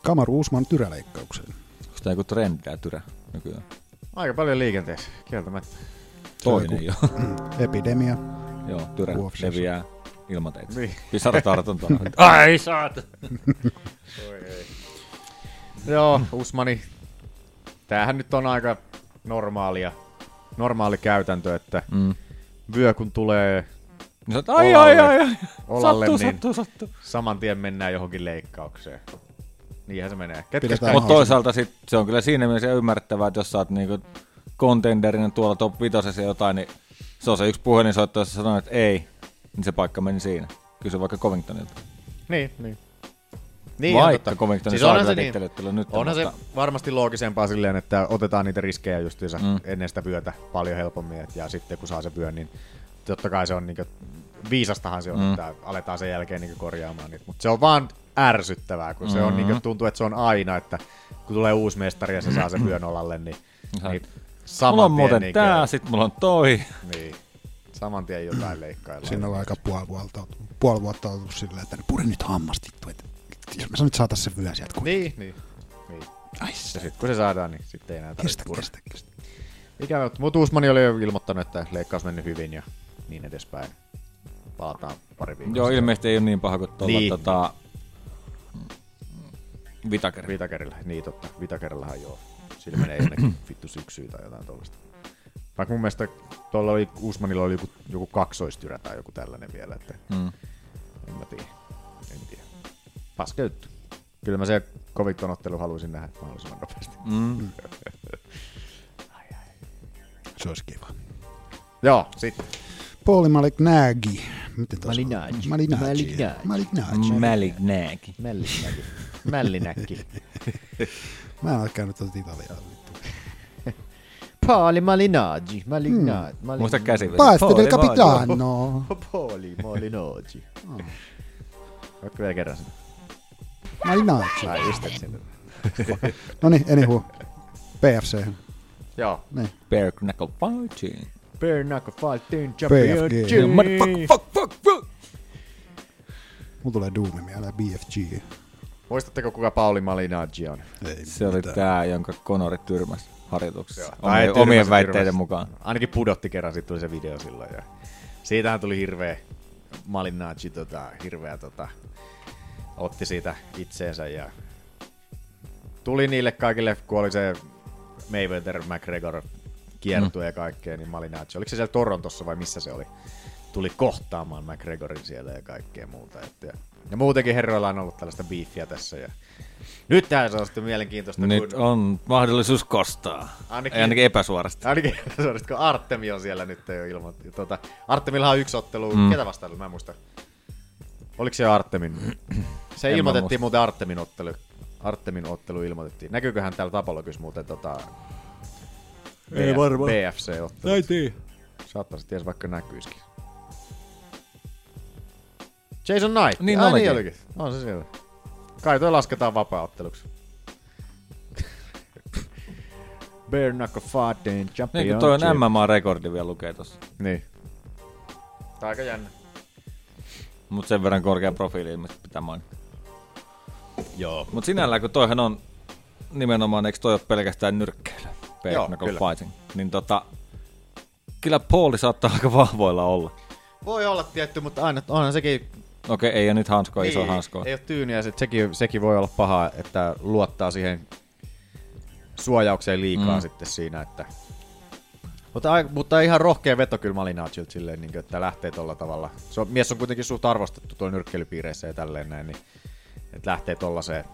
Kamaru Uusman tyräleikkaukseen. Onko tämä joku trendi tää tyrä nykyään? Aika paljon liikenteessä, kieltämättä. Toinen jo. Epidemia. Joo, tyrä UFC. leviää ilmateitse. Niin. Pisaratartunta. Ai saat! Joo, Usmani. Tämähän nyt on aika normaalia. Normaali käytäntö, että Mm. vyö kun tulee Niin sä oot, ai, ai, ai, ai. olalle, sattuu, niin sattuu, sattuu. saman tien mennään johonkin leikkaukseen. Niinhän se menee. Ketkä Pidetään sitä Mutta Mutta toisaalta sit, se on kyllä siinä mielessä ymmärrettävää, että jos sä oot niinku kontenderinen tuolla top vitosessa jotain, niin se on se yksi puhelinsoitto, jossa sanoo, että ei, niin se paikka meni siinä. Kysy vaikka Covingtonilta. Niin, niin. Niin, vaikka totta. Covington siis onhan saa se kyllä niin. niin. nyt. Onhan se mutta varmasti loogisempaa silleen, että otetaan niitä riskejä justiinsa Mm. mm. ennen sitä vyötä paljon helpommin. Et, ja sitten kun saa se vyön, niin totta kai se on niinku, viisastahan se on, Mm. mm. että aletaan sen jälkeen niinku korjaamaan niitä. Mutta se on vaan ärsyttävää, kun mm. se on niinku, tuntuu, että se on aina, että kun tulee uusi mestari ja se saa sen vyön olalle, niin, Sä- niin Mm. Mulla saman on muuten tien, niin niinku, tää, sit mulla on toi. niin, saman tien jotain leikkaillaan. Mm. Siinä on aika puoli vuotta, puoli vuotta oltu silleen, että pure nyt hammasta vittu. Että, jos mä sanon, että saataisiin se vyö sieltä. Kun... Niin, niin. niin. Ai, Ja sitten kun se saadaan, niin sitten ei enää tarvitse kestä, purra. kestä, kestä. Ikävä, mutta mut Usmani oli jo ilmoittanut, että leikkaus mennyt hyvin ja niin edespäin. Palataan pari viikkoa. Joo, ilmeisesti ei ole niin paha kuin tuolla niin. Niin. tota... Vitakeri. Vitakerilla, niin totta. Vitakerillahan joo. Sillä menee jonnekin vittu syksyyn tai jotain tuollaista. Vaikka mun mielestä tuolla oli, Usmanilla oli joku, joku kaksoistyrä tai joku tällainen vielä, että Mm. en mä tiedä. En tiedä. Paska juttu. Kyllä mä se Covington ottelu haluaisin nähdä mahdollisimman nopeasti. Mm. Se olisi kiva. Joo, sitten. Pauli Malik Nagy. Miten tuossa? Malinagi. Malik Nagy. Malinagi. Malik Nagy. Mm. Malik Nääki. Mällinäki. Mällinäki. Mä en ole käynyt tuota Italiaa. vittu. Pauli Malinagi. Malinagi. Muista käsi. Paiste del Capitano. Poli, moli, noji. Hmm. Vaikka vielä kerran sen. Malik Nagy. Ai just, et sinne. No niin, anywho. PFC. Joo. Niin. Bare knuckle fighting. Bare knuckle fighting BFG. championship. Motherfuck, fuck, fuck, fuck. Mulla tulee Doomi mieleen BFG. Muistatteko kuka Pauli Malinagi on? Ei Se oli tää, jonka Konori tyrmäs harjoituksessa. Tai Omien, tyrmäsi omien tyrmäsi. väitteiden mukaan. Ainakin pudotti kerran, sitten tuli se video silloin. Ja siitähän tuli hirveä Malinagi, tota, hirveä tota, otti siitä itseensä ja tuli niille kaikille, kun oli se Mayweather McGregor kiertue Mm. ja kaikkea, niin Malinacci, oliko se siellä Torontossa vai missä se oli, tuli kohtaamaan McGregorin siellä ja kaikkea muuta. Et, ja, ja muutenkin herroilla on ollut tällaista biifiä tässä ja nyt tähän se on sitten mielenkiintoista, No Nyt kun on mahdollisuus kostaa. Ainakin, Ainakin- ainakin epäsuorasti. Ainakin suorista, kun Artemi on siellä nyt jo ilmoitti. Tuota, Artemillahan on yksi ottelu. Mm. Ketä vastaan oli? Mä en muista. Oliko se Artemin? Se En mä muista. ilmoitettiin muuten Artemin ottelu. Artemin ottelu ilmoitettiin. Näkyyköhän täällä Tapologys muuten tota... Ei BF- varmaan. BFC-ottelu. tiedä. Saattaisi ties vaikka näkyisikin. Jason Knight. Niin Ai, olikin. niin olikin. On se siellä. Kai toi lasketaan vapaaotteluksi. Bare knuckle fighting champion. Niin kun toi on MMA-rekordi vielä lukee tossa. Niin. Tää on aika jännä. Mut sen verran korkea profiili ilmeisesti pitää mainita. Joo. Mut sinällään kun toihan on nimenomaan, eikö toi ole pelkästään nyrkkeily? Bare Joo, knuckle kyllä. fighting. Niin tota, kyllä Pauli saattaa aika vahvoilla olla. Voi olla tietty, mutta aina, onhan sekin... Okei, ei ole nyt hanskoa, iso hanskoa. Niin. Ei ole tyyniä, se, sekin, sekin voi olla paha, että luottaa siihen suojaukseen liikaa Mm. mm. sitten siinä, että... Mutta, ai- mutta ihan rohkea veto kyllä Malinacilta silleen, niin kuin, että lähtee tolla tavalla. Se on, mies on kuitenkin suht arvostettu tuolla nyrkkeilypiireissä ja tälleen näin, niin että lähtee tollaiseen,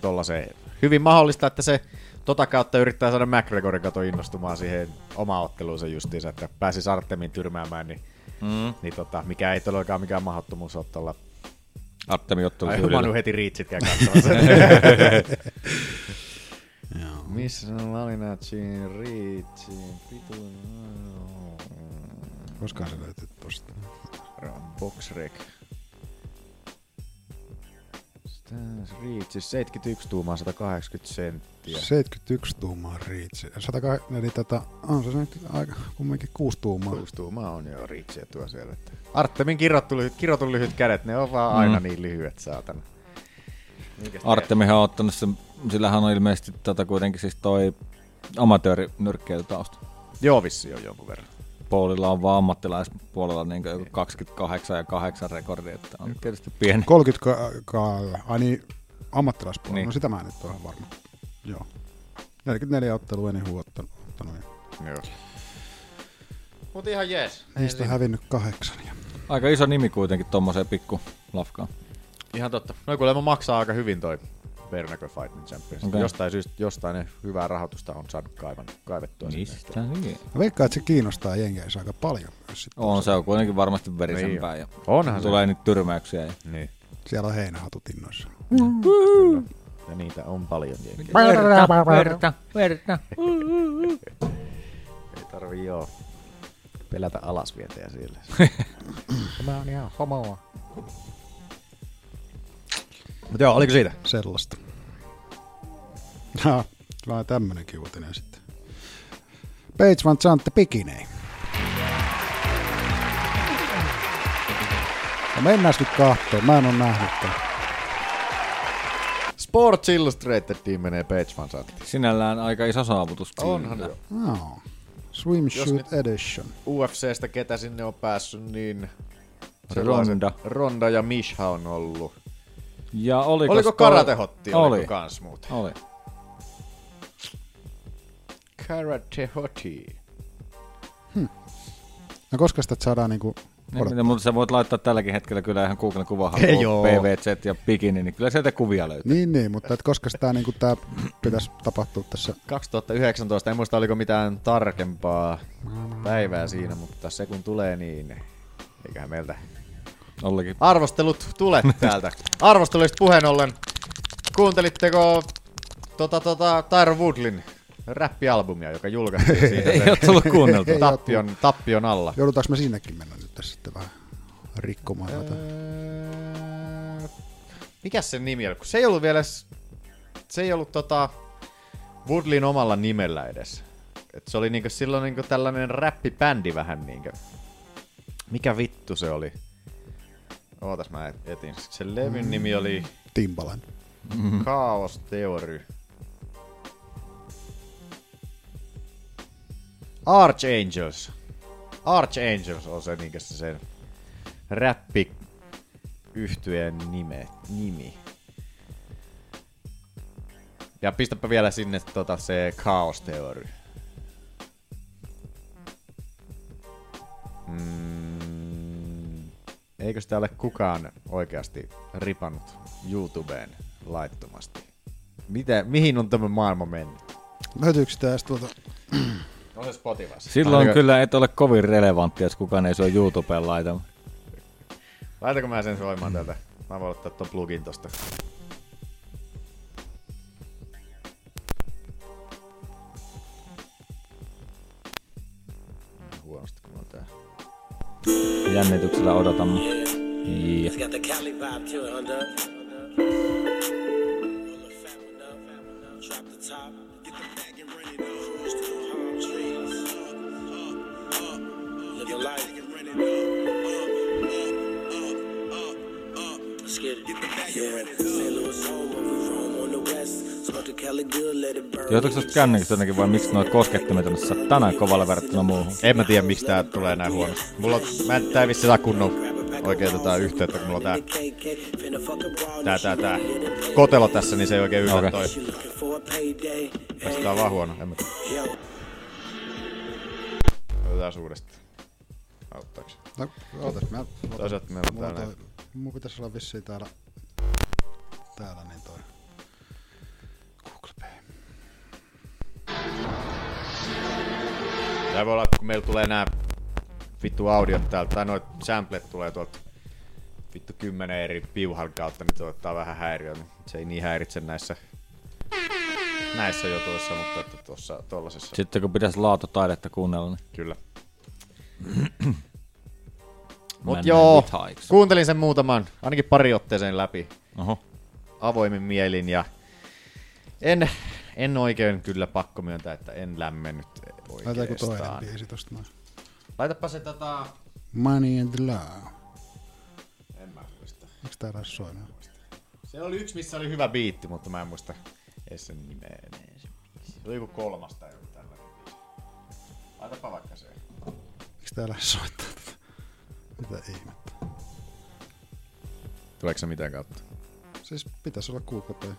tollaiseen. Hyvin mahdollista, että se tota kautta yrittää saada McGregorin kato innostumaan siihen omaan otteluunsa justiinsa, että pääsi Artemin tyrmäämään, niin, Mm. niin tota, mikä ei todellakaan mikään mahdottomuus ole tuolla. Artemi ottelu Ai tyylillä. Manu heti riitsit käy katsomassa. Missä on Malinacin riitsin? Pitu. Koskaan se löytyy tosta. Box Rec. Stans Reaches, 71 tuumaa 180 senttiä. 71 tuumaa riitsi. 108, eli tota, on se nyt aika kumminkin 6 tuumaa. 6 tuumaa on jo Reachia tuo siellä. että- Artemin kirottu, lyhyt, kirotun lyhyt kädet, ne on vaan aina niin lyhyet, saatana. Artemihan on ottanut sen, sillähän on ilmeisesti tota kuitenkin siis toi amatöörinyrkkeilytausta. Joo, vissi jo jonkun verran. Paulilla on vaan ammattilaispuolella niin joku 28 ja 8 rekordi, että on tietysti pieni. 30 ka- ka- ai niin, ammattilaispuolella. Niin. Niin. No sitä mä en nyt ole ihan varma. Joo. 44 ottelua ennen huottanut. ottanut ja Joo. Mut ihan jees. Niistä on hävinnyt kahdeksan. Ja... Aika iso nimi kuitenkin tommoseen pikku lafkaan. Ihan totta. No kuulemma maksaa aika hyvin toi Bernacle Fighting Champions. Okei. Okay. Jostain syystä, jostain ne hyvää rahoitusta on saanut kaivan, kaivettua Mistä niin? Mä veikkaan, että se kiinnostaa jenkeissä aika paljon myös. Sit. On, se on kuitenkin varmasti verisempää. Niin Ja Onhan se. tulee niitä tyrmäyksiä. Ja... Niin. Siellä on heinähatut innoissa. Ja niitä on paljon jengiä. Verta, verta, verta. Ei tarvii joo pelätä alasvientejä siellä. Tämä on ihan homoa. Mutta joo, oliko siitä? Sellaista. Ja, vaan tämmönenkin uutinen sitten. Page Van Zantte Pikinei. No mennään nyt kahteen. Mä en ole nähnyt tätä. Sports Illustrated Team menee Page Van Zandt. Sinällään aika iso saavutus. Onhan kyllä. joo. No. Swimsuit nyt- Edition. UFCstä ketä sinne on päässyt, niin... Ronda. sellaiset- Ronda ja Misha on ollut. Ja oliko, Oliko karatehotti? Oli. Oliko kans muuta? Oli. Karatehotti. No koska sitä saadaan niinku... Niin, mitä, mutta sä voit laittaa tälläkin hetkellä kyllä ihan Googlen kuvahan Ei joo. PVZ ja bikini, niin kyllä sieltä kuvia löytyy. Niin, niin, mutta et koska sitä niinku tää pitäisi tapahtua tässä 2019, en muista oliko mitään tarkempaa päivää siinä, mutta se kun tulee, niin eiköhän meiltä Niin. Ollikin. arvostelut tule täältä. Arvosteluista puheen ollen, kuuntelitteko tota, tota, Tyron Woodlin räppialbumia, joka julkaistiin siitä Ei sen ole tullut kuunneltu. Ei oo tappion, tappion alla? Joudutaanko me sinnekin mennä nyt tässä sitten vähän rikkomaan tätä? Öö, Mikäs sen nimi oli? Kun se ei ollut vielä... s- Se ei ollut tota... Woodlin omalla nimellä edes. Et se oli niinku silloin niinku tällainen räppibändi vähän niinkö. Mikä vittu se oli? Ootas mä et- etin. Sen levyn nimi oli Timbalan. Kaos Theory. Archangels. Archangels on se niinkä se sen räppi yhtyeen nime, nimi. Ja pistäpä vielä sinne tota se Chaos Theory. Mm, eikös täällä kukaan oikeasti ripannut YouTubeen laittomasti? Miten, mihin on tämä maailma mennyt? Löytyykö sitä edes tuolta? On se Spotifyssa. Silloin Laitako- kyllä et ole kovin relevantti, jos kukaan ei sua YouTubeen laita. Laitako mä sen soimaan täältä? Mä voin ottaa ton plugin tosta. Huonosti kun on tää. Jännityksellä odotamme. Yeah. It's got the Cali vibe to it, huh, Doug? Drop the top, get the bag and run it up. Cruise to the palm trees. Live your life. Let's get it. Yeah, St. Louis home, but we roam on the west. Smoke the Cali good, let it burn. Johtuuko se kännykästä jotenkin vai miksi nuo koskettimet on satana kovalla verrattuna muuhun? En mä tiedä miksi tää tulee näin huonosti. Mulla on, mä en tää ei vissi saa kunnon oikein tota yhteyttä, kun mulla on tää, tää, tää, tää kotelo tässä, niin se ei oikein yllä Okei. okay. toi. Looking for a payday. Tää on vaan huono, en mä tiedä. Yo. Otetaan uudestaan. Auttaako se? No, ootas, mä... otan- Toisaalta meillä on mulla täällä- toi- Mun pitäisi olla vissiin täällä... Täällä niin toi... Google Pay. Tää voi olla, että kun meillä tulee nää vittu audiot täältä, tai noit samplet tulee tuolta vittu kymmenen eri piuhan kautta, niin tuottaa vähän häiriötä. Se ei niin häiritse näissä näissä jutuissa, mutta että tuossa tollasessa Sitten kun pitäisi laatutaidetta kuunnella, niin kyllä. Mut Man joo, with hikes. kuuntelin sen muutaman, ainakin pari otteeseen läpi, Oho. avoimin mielin ja en, en oikein kyllä pakko myöntää, että en lämmennyt Laitetaanko toinen oikeastaan. biisi tosta noin? Laitapa se tota... Money and Love. En mä muista. Eikö tää taas soinut? Se oli yksi, missä oli hyvä biitti, mutta mä en muista edes sen nimeä. enää. Se oli joku kolmas tai joku tällainen. biisi. Laitapa vaikka se. Eikö täällä soittaa tätä? Mitä ihmettä? Tuleeko se mitään kautta? Siis pitäisi olla kuukauteen.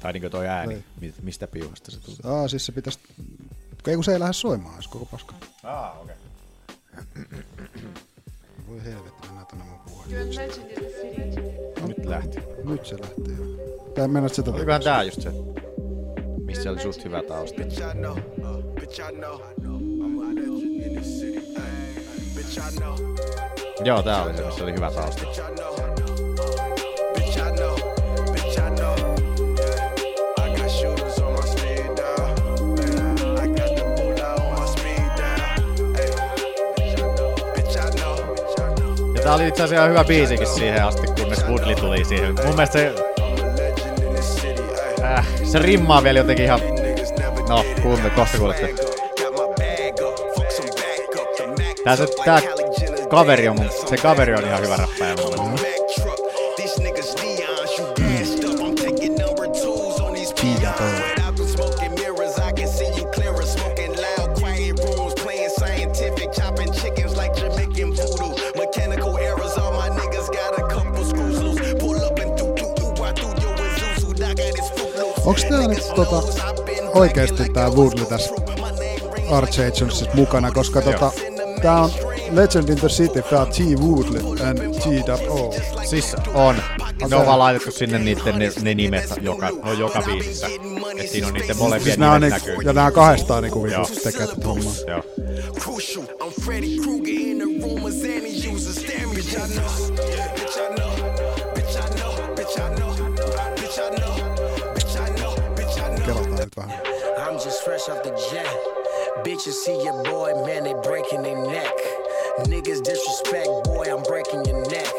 Tai niinkö toi ääni? Ei. Mi- Mistä piuhasta se tuli? Aa, siis se pitäisi... Ei kun se ei lähde soimaan edes koko paska. Ah, okei. Okay. Voi helvetti, mennään tonne mun puhelimeen. No Nyt lähti. Nyt se lähtee jo. Tai mennään se tätä. Olikohan tää just se? Missä oli just hyvä tausta. Bitch, I know. Uh, bitch, I know. I'm a legend in the city. Ay, bitch, I know. Joo, tää oli se, missä oli hyvä tausta. Bitch, I know. Bitch, I know. Bitch, I know. Yeah. I got shooters on my speed dial. Ay, I got the moolah on my speed dial. Ay, bitch, I know. Bitch, I know. Ja tää oli itse asiassa ihan hyvä biisikin siihen asti, kunnes Woodley tuli siihen. Mun mielestä se, I'm a legend in the city. Ay. äh, se rimmaa vielä jotenkin ihan... No, kuumme, kohta kuulette. Tää, se, tää kaveri on mun, se kaveri on ihan hyvä rappaja rappaja mulle. mulle. Mechanical errors, all my niggas got a couple screws loose. Pull up and do do do, I do your Azuzu, dog got his foot loose. Onks tää nyt tota, oikeesti tää Woodley tässä R.J. Jonesissa mukana, koska tota, tää on Legend in the City, tää on T. Woodley and G.O. Siis on. Ne on vaan laitettu sinne niitten ne, ne nimet joka, no joka biisissä. Et siinä on niitten molempien Siis siis nää on nimet niinku, niinku, näkyy. ja nää on kahdestaan niinku vitus Joo. tekee tätä hommaa. Joo. Crucial, I'm Freddy Krueger in the room as any user staring. Bitch, I know, yeah, bitch, I know, bitch, I know, bitch, I know, bitch, I know, bitch, I know, bitch, I know. Kelataan nyt vähän. I'm just fresh off the jet. Bitches see your boy, man, they breaking their neck. Niggas disrespect, boy, I'm breaking your neck.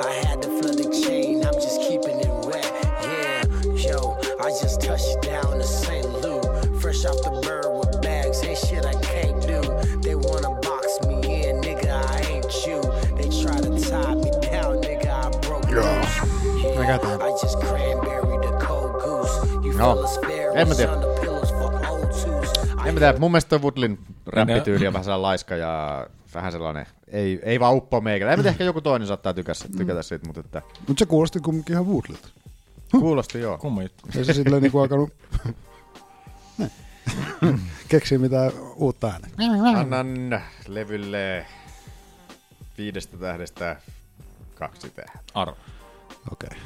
I had to flood the chain, I'm just keeping it wet. Yeah, yo, I just touched down in St. Louis. Fresh off the bird with bags, ain't shit I can't do. They wanna box me in, nigga, I ain't you. They try to tie me down, nigga, I broke loose. Yeah, I got that. I just cranberry the cold goose. You No, fellas fair en mä tiedä. En En mä mä tiedä, mun mielestä toi Woodlin räppityyli on vähän sellainen laiska ja vähän sellainen, ei, ei vaan uppo meikällä. En mä tiedä, ehkä joku toinen saattaa tykätä, tykätä siitä, mutta että, Mut se kuulosti kumminkin ihan Woodleylta. kuulosti joo. Kumma juttu. Ei se silleen niinku alkanut keksiä mitään uutta ääntä. Annan levylle viidestä tähdestä kaksi tähteä. Arvo. Okei.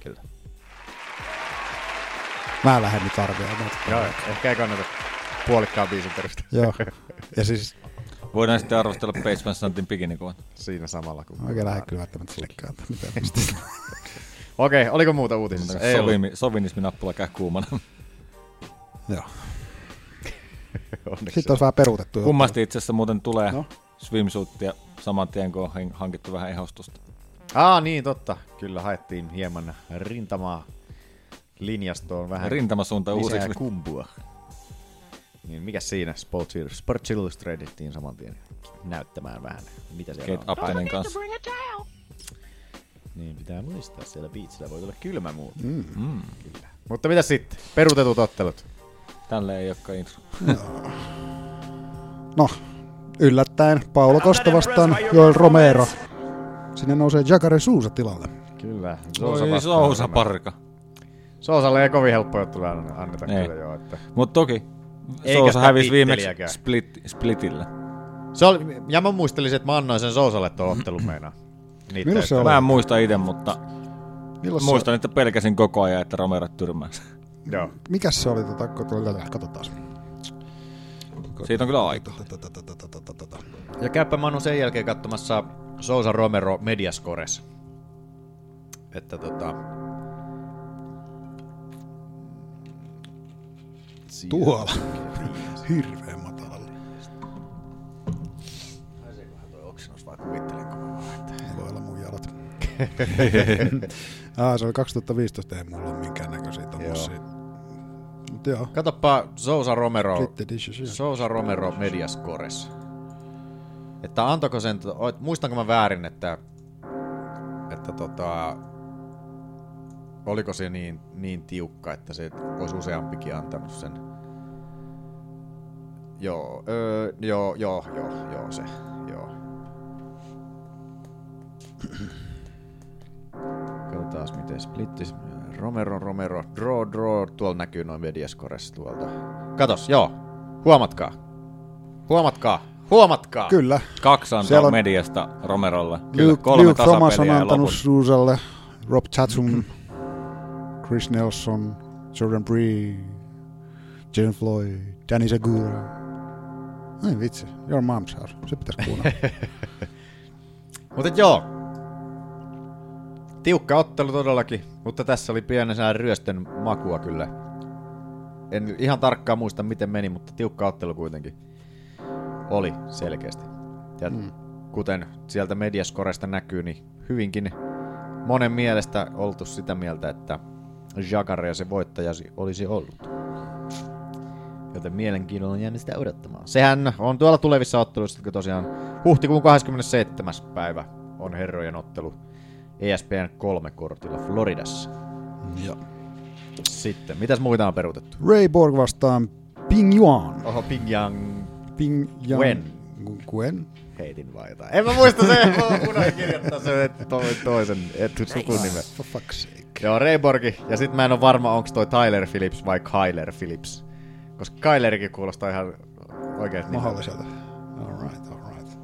Kyllä. Mä lähden nyt arvioimaan. Joo, ehkä ei kannata puolikkaan biisin perusteella. Joo. Ja siis Voidaan sitten arvostella Page Van Santin bikinikuvat. Siinä samalla kuin... oikein lähde kyllä välttämättä sillekään. että mitä mistä. Okei, oliko muuta uutisissa? Ei ollut. Sovimi, sovinisminappula käy kuumana. Joo. Onneksi. Sitten on vähän peruutettu. jo. Kummasti itse asiassa muuten tulee No. no. swimsuittia saman tien, kun on hen- hankittu vähän ehostusta. Aa, niin totta. Kyllä haettiin hieman rintamaa linjastoon vähän Rintamasuunta lisää uusiksi. kumpua. Niin mikä siinä? Sports, Ill- Sports Illustratedtiin saman tien näyttämään vähän, mitä siellä Kate on. Aptenen kanssa. Niin pitää muistaa, siellä biitsillä voi tulla kylmä muu. Mm. Mm. Kyllä. Mutta mitä sitten? Peruutetut ottelut. Tälle ei olekaan intro. No, yllättäen Paolo Kosta vastaan Joel Romero. Sinne nousee Jagare Suusa tilalle. Kyllä. Oi, vastaan. sousa parka. Sousalle ei kovin helppo juttu anneta Ei. kyllä joo. Että. Mutta toki, Eikä Sousa sitä hävisi viimeksi titteliäkään. split, splitillä. Se oli, ja mä muistelisin, että mä annoin sen Sousalle tuon ottelun meinaa. Niitä Milloin se ei- oli? Mä en muista itse, mutta Milloin se, muistan, että pelkäsin koko ajan, että Romero tyrmää. sen. Joo. mikäs se oli? Tota, katsotaan. Siitä on kyllä aika. Ja käypä Manu sen jälkeen katsomassa Sousa Romero Mediascores. Että tota... Tuolla. Hirveän matalalla. Oksennus vai kuvittelen. Ah, se oli 2015, ei mulla ole minkäännäköisiä tommosia. Mut joo, Katoppa Sousa Romero. Split Edition. So. Sousa Romero Mediascores. Että antako sen, oit- muistanko mä väärin, että, että tota, oliko se niin, niin tiukka, että se olisi useampikin antanut sen. Joo, öö, joo, joo, joo, joo, se, joo. Katsotaan miten splittis. Romero, Romero, draw, draw. Tuolla näkyy noin mediascores tuolta. Katos, joo. Huomatkaa. Huomatkaa. Huomatkaa. Kyllä. Kaksi Siellä antaa on- mediasta Romerolle. Kyllä, Luke, kolme Luke Thomas on tasapeliä ja antanut lopun. Suusalle, Rob Tatum, Chris Nelson, Jordan Bree, Jen Floyd, Danny Segura. Ei vitsi, Your Mom's House. Se pitäisi kuunnella. Mutta joo. Tiukka ottelu todellakin, mutta tässä oli pienen ryöstön makua kyllä. En ihan tarkkaan muista miten meni, mutta tiukka ottelu kuitenkin oli selkeästi. Ja mm. kuten sieltä mediaskoresta näkyy, niin hyvinkin monen mielestä oltu sitä mieltä, että Jacare se voittajasi olisi ollut. Joten mielenkiinnolla jäämme sitä odottamaan. Sehän on tuolla tulevissa otteluissa, jotka tosiaan huhtikuun 27. päivä on herrojen ottelu E ESPN kolme kortilla Floridassa. Joo. Sitten, mitäs muita on peruutettu? Ray Borg vastaan Ping Yuan. Oho, Pingyang Ping Yuan. Gwen. Gwen. heitin vai jotain. En mä muista se, mä unohdin kirjoittaa sen et- to, toisen et, sukunimen. For fuck's sake. Joo, Rayborgi. Ja sit mä en ole varma, onko toi Tyler Phillips vai Kyler Phillips. Koska Kylerikin kuulostaa ihan niin oikein Mahdolliselta. All right, all right.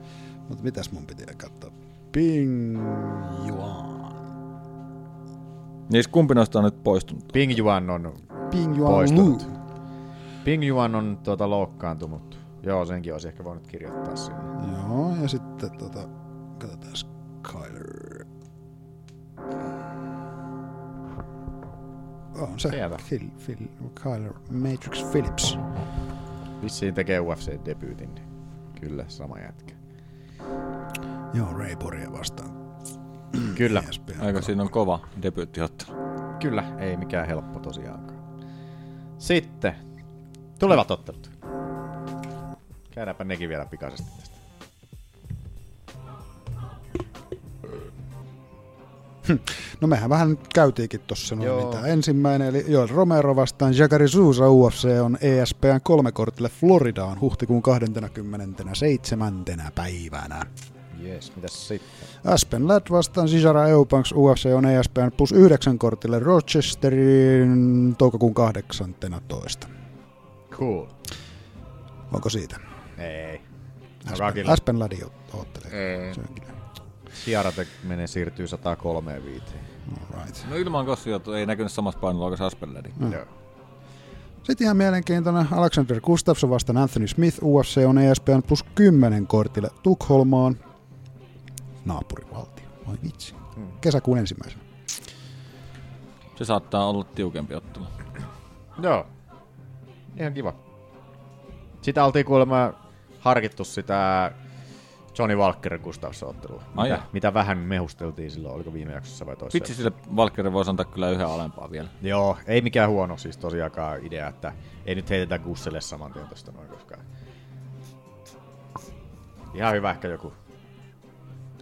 Mutta mitäs mun piti katsoa? Ping Yuan. Niissä Niin kumpi noista on nyt poistunut? Ping Juan on Ping Yuan Lu. poistunut. Ping Juan on tuota, loukkaantunut. Joo, senkin olisi ehkä voinut kirjoittaa sinne. Joo, ja sitten tota, katsotaan Kyler. On se. Sieltä. Phil, Phil, Kyler Matrix Phillips. Vissiin tekee UFC-debyytin. niin Kyllä, sama jätkä. Joo, Ray Boria vastaan. Kyllä. ESPN. Aika siinä on kova debyyttiottelu. Kyllä, ei mikään helppo tosiaankaan. Sitten, tulevat ottelut. Käydäänpä nekin vielä pikaisesti tästä. No mehän vähän nyt käytiinkin tuossa noin Joo. mitä. Ensimmäinen, eli Joel Romero vastaan Jacari Sousa UFC on E ESPN kolme kortille Floridaan huhtikuun 27. päivänä. Jees, mitäs sitten? Aspen Ladd vastaan Cesara Eubanks UFC on E ESPN plus 9 kortille Rochesterin toukokuun 18. Cool. Onko siitä? Ei. Aspen, Rockilla. Aspen Laddi oottelee. Se on kyllä. Ciara te- menee siirtyy 103 viiteen. All right. No ilman kossiota ei näkynyt samassa painoluokassa Aspelleri. Mm. Joo. Sitten ihan mielenkiintoinen Alexander Gustafsson vastaan Anthony Smith UFC on E ESPN plus 10 kortille Tukholmaan. Naapurivaltio. Voi vitsi. Hmm. Kesäkuun ensimmäisenä. Se saattaa olla tiukempi ottelu. Joo. Ihan kiva. Sitä oltiin kuulemma harkittu sitä Johnny Walker Gustafsson ottelua. Ai Mitä, jaa. mitä, vähän mehusteltiin silloin, oliko viime jaksossa vai toisessa? Vitsi sille Valkyrie voisi antaa kyllä yhden alempaa vielä. Joo, ei mikään huono siis tosiaankaan idea, että ei nyt heitetä Gusselle saman tien tosta noin koskaan. Ihan hyvä ehkä joku.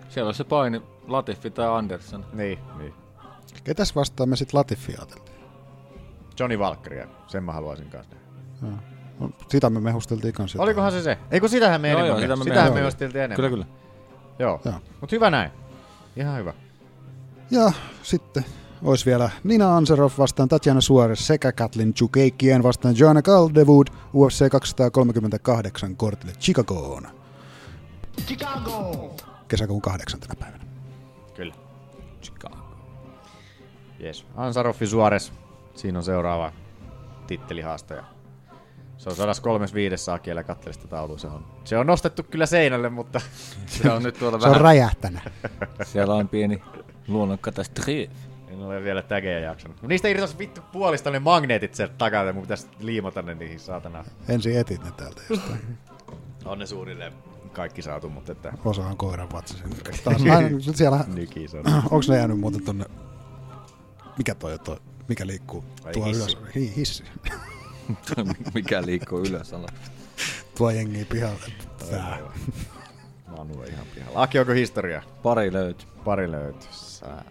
Siellä on se paini Latifi tai Anderson. Niin, niin. Ketäs vastaan me sitten Latifia ajateltiin? Johnny Walkeria, sen mä haluaisin kanssa nähdä. No, Sitä me mehusteltiin kanssa. Olikohan se se? Ei kun sitähän me Joo, enemmän. joo, sitä me sitähän me meinaan. osteltiin enemmän. Kyllä, kyllä. Joo. Joo. Mut hyvä näin. Ihan hyvä. Ja sitten olisi vielä Nina Anserov vastaan Tatjana Suores sekä Katlin Chukeikkien vastaan Joanna Caldewood UFC 238 kortille Chicagoon. Chicago! Kesäkuun kahdeksantena päivänä. Kyllä. Chicago. Jes. Ansaroffi Suores. Siinä on seuraava tittelihaastaja. Se on 135 saa kielä kattelista taulua. Se on, se on nostettu kyllä seinälle, mutta Se on nyt tuolla Se on vähän. räjähtänä. Siellä on pieni luonnonkatastrofi. En ole vielä tägejä jaksanut. Mut Niistä irtos vittu puolista ne magneetit sieltä takaa, mun pitäisi liimata ne niihin saatana. Ensin etit ne täältä jostain. On ne suunnilleen kaikki saatu, mutta että Osa on koiran vatsa sen. Taas Niin. aina, siellä, nyki se on. onks ne jäänyt muuten tonne, mikä toi on toi, mikä liikkuu Ai tuo hissi. ylös, hi, hissi, Mikä liikkuu ylös alla. tuo jengi pihalle. Tää. Manu on ihan pihalla. Aki, onko historia? Pari löytyy. Pari löytyy. Sää.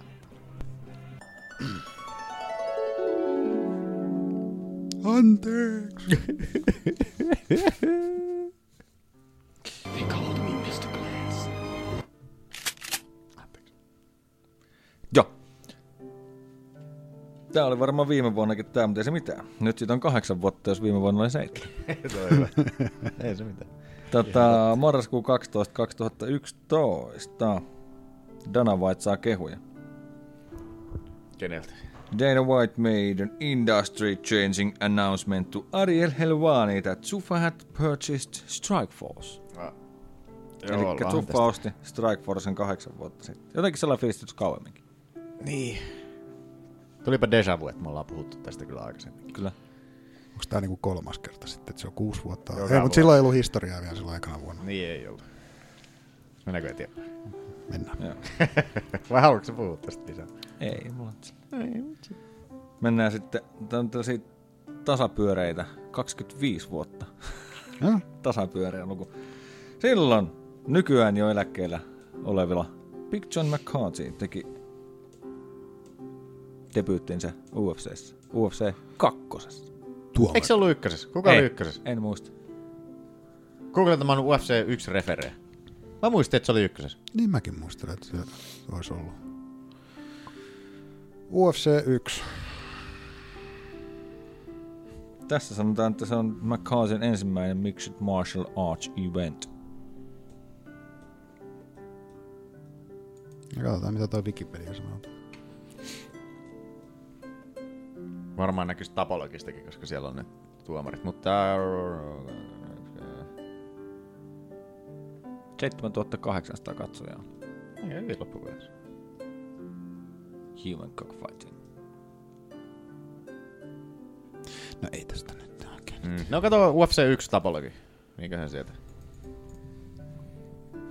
Anteeksi. Joo. Tää oli varmaan viime vuonnakin tää, mutta ei se mitään. Nyt siitä on kahdeksan vuotta, jos viime vuonna oli seitsemän. Se on hyvä. Ei se mitään. Tota, marraskuu 12, 2011. Dana White saa kehuja. Keneltä? Dana White made an industry changing announcement to Ariel Helwani that Zuffa had purchased Strikeforce. Eli ollaan Zuffa osti Strikeforcen kahdeksan vuotta sitten. Jotenkin sellainen fiilis kauemminkin. Niin. Tulipa deja vu, että me ollaan puhuttu tästä kyllä aikaisemmin. Kyllä. Onks tää niinku kolmas kerta sitten, että se on kuusi vuotta? Joka Ei, vuosi. mutta silloin ei ollut historiaa vielä silloin aikana vuonna. Niin ei ollut. Mennäänkö eteenpäin? Mennään. Vai haluatko sä puhua tästä lisää? Ei, mulla on sillä. Mennään sitten, tää on tällaisia tasapyöreitä, 25 vuotta. Joo. Tasapyöreä luku. Silloin nykyään jo eläkkeellä olevilla Big John McCarthy teki debyyttinsä UFCssä. UFC kakkosessa. Tuomo. Eikö se ollut ykkösessä? Kuka oli ykkösessä? En muista. Googletaan UFC 1 referee. Mä muistin, että se oli ykkösessä. Niin mäkin muistelen, että se olisi ollut. UFC 1. Tässä sanotaan, että se on McCarthyn ensimmäinen Mixed Martial Arts Event. Ja katsotaan, mitä toi Wikipedia sanoo. Varmaan näkyisi tapologistakin, koska siellä on ne tuomarit, mutta... äh, 7800 katsojaa. Ei, Ei loppupeleissä. Human Cockfighting. No ei tästä nyt oikein. Mm. No kato UFC 1 tapologi. Niinköhän sieltä.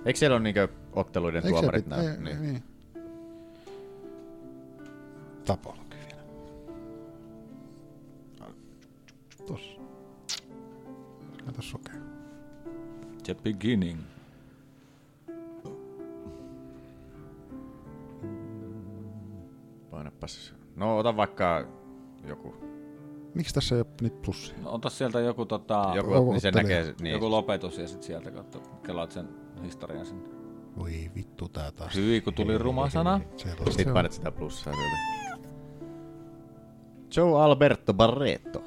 Eikö siellä ole niinkö otteluiden Eikö se tuomarit pitää? näy? Ei, Niin. niin. niin. Tapologi vielä. Tossa. Kato sokea. The Beginning. Painapas. No ota vaikka joku. Miksi tässä ei ole nyt plussia? No, ota sieltä joku, tota, joku, Joku, niin se ottelija. näkee. Niin. joku lopetus ja sitten sieltä kautta kelaat sen historian sinne. Voi vittu tää taas. Hyvin, kun tuli ruma sana. Sellaista se Sitten on. painat sitä plussaa sieltä. Joe Alberto Barreto.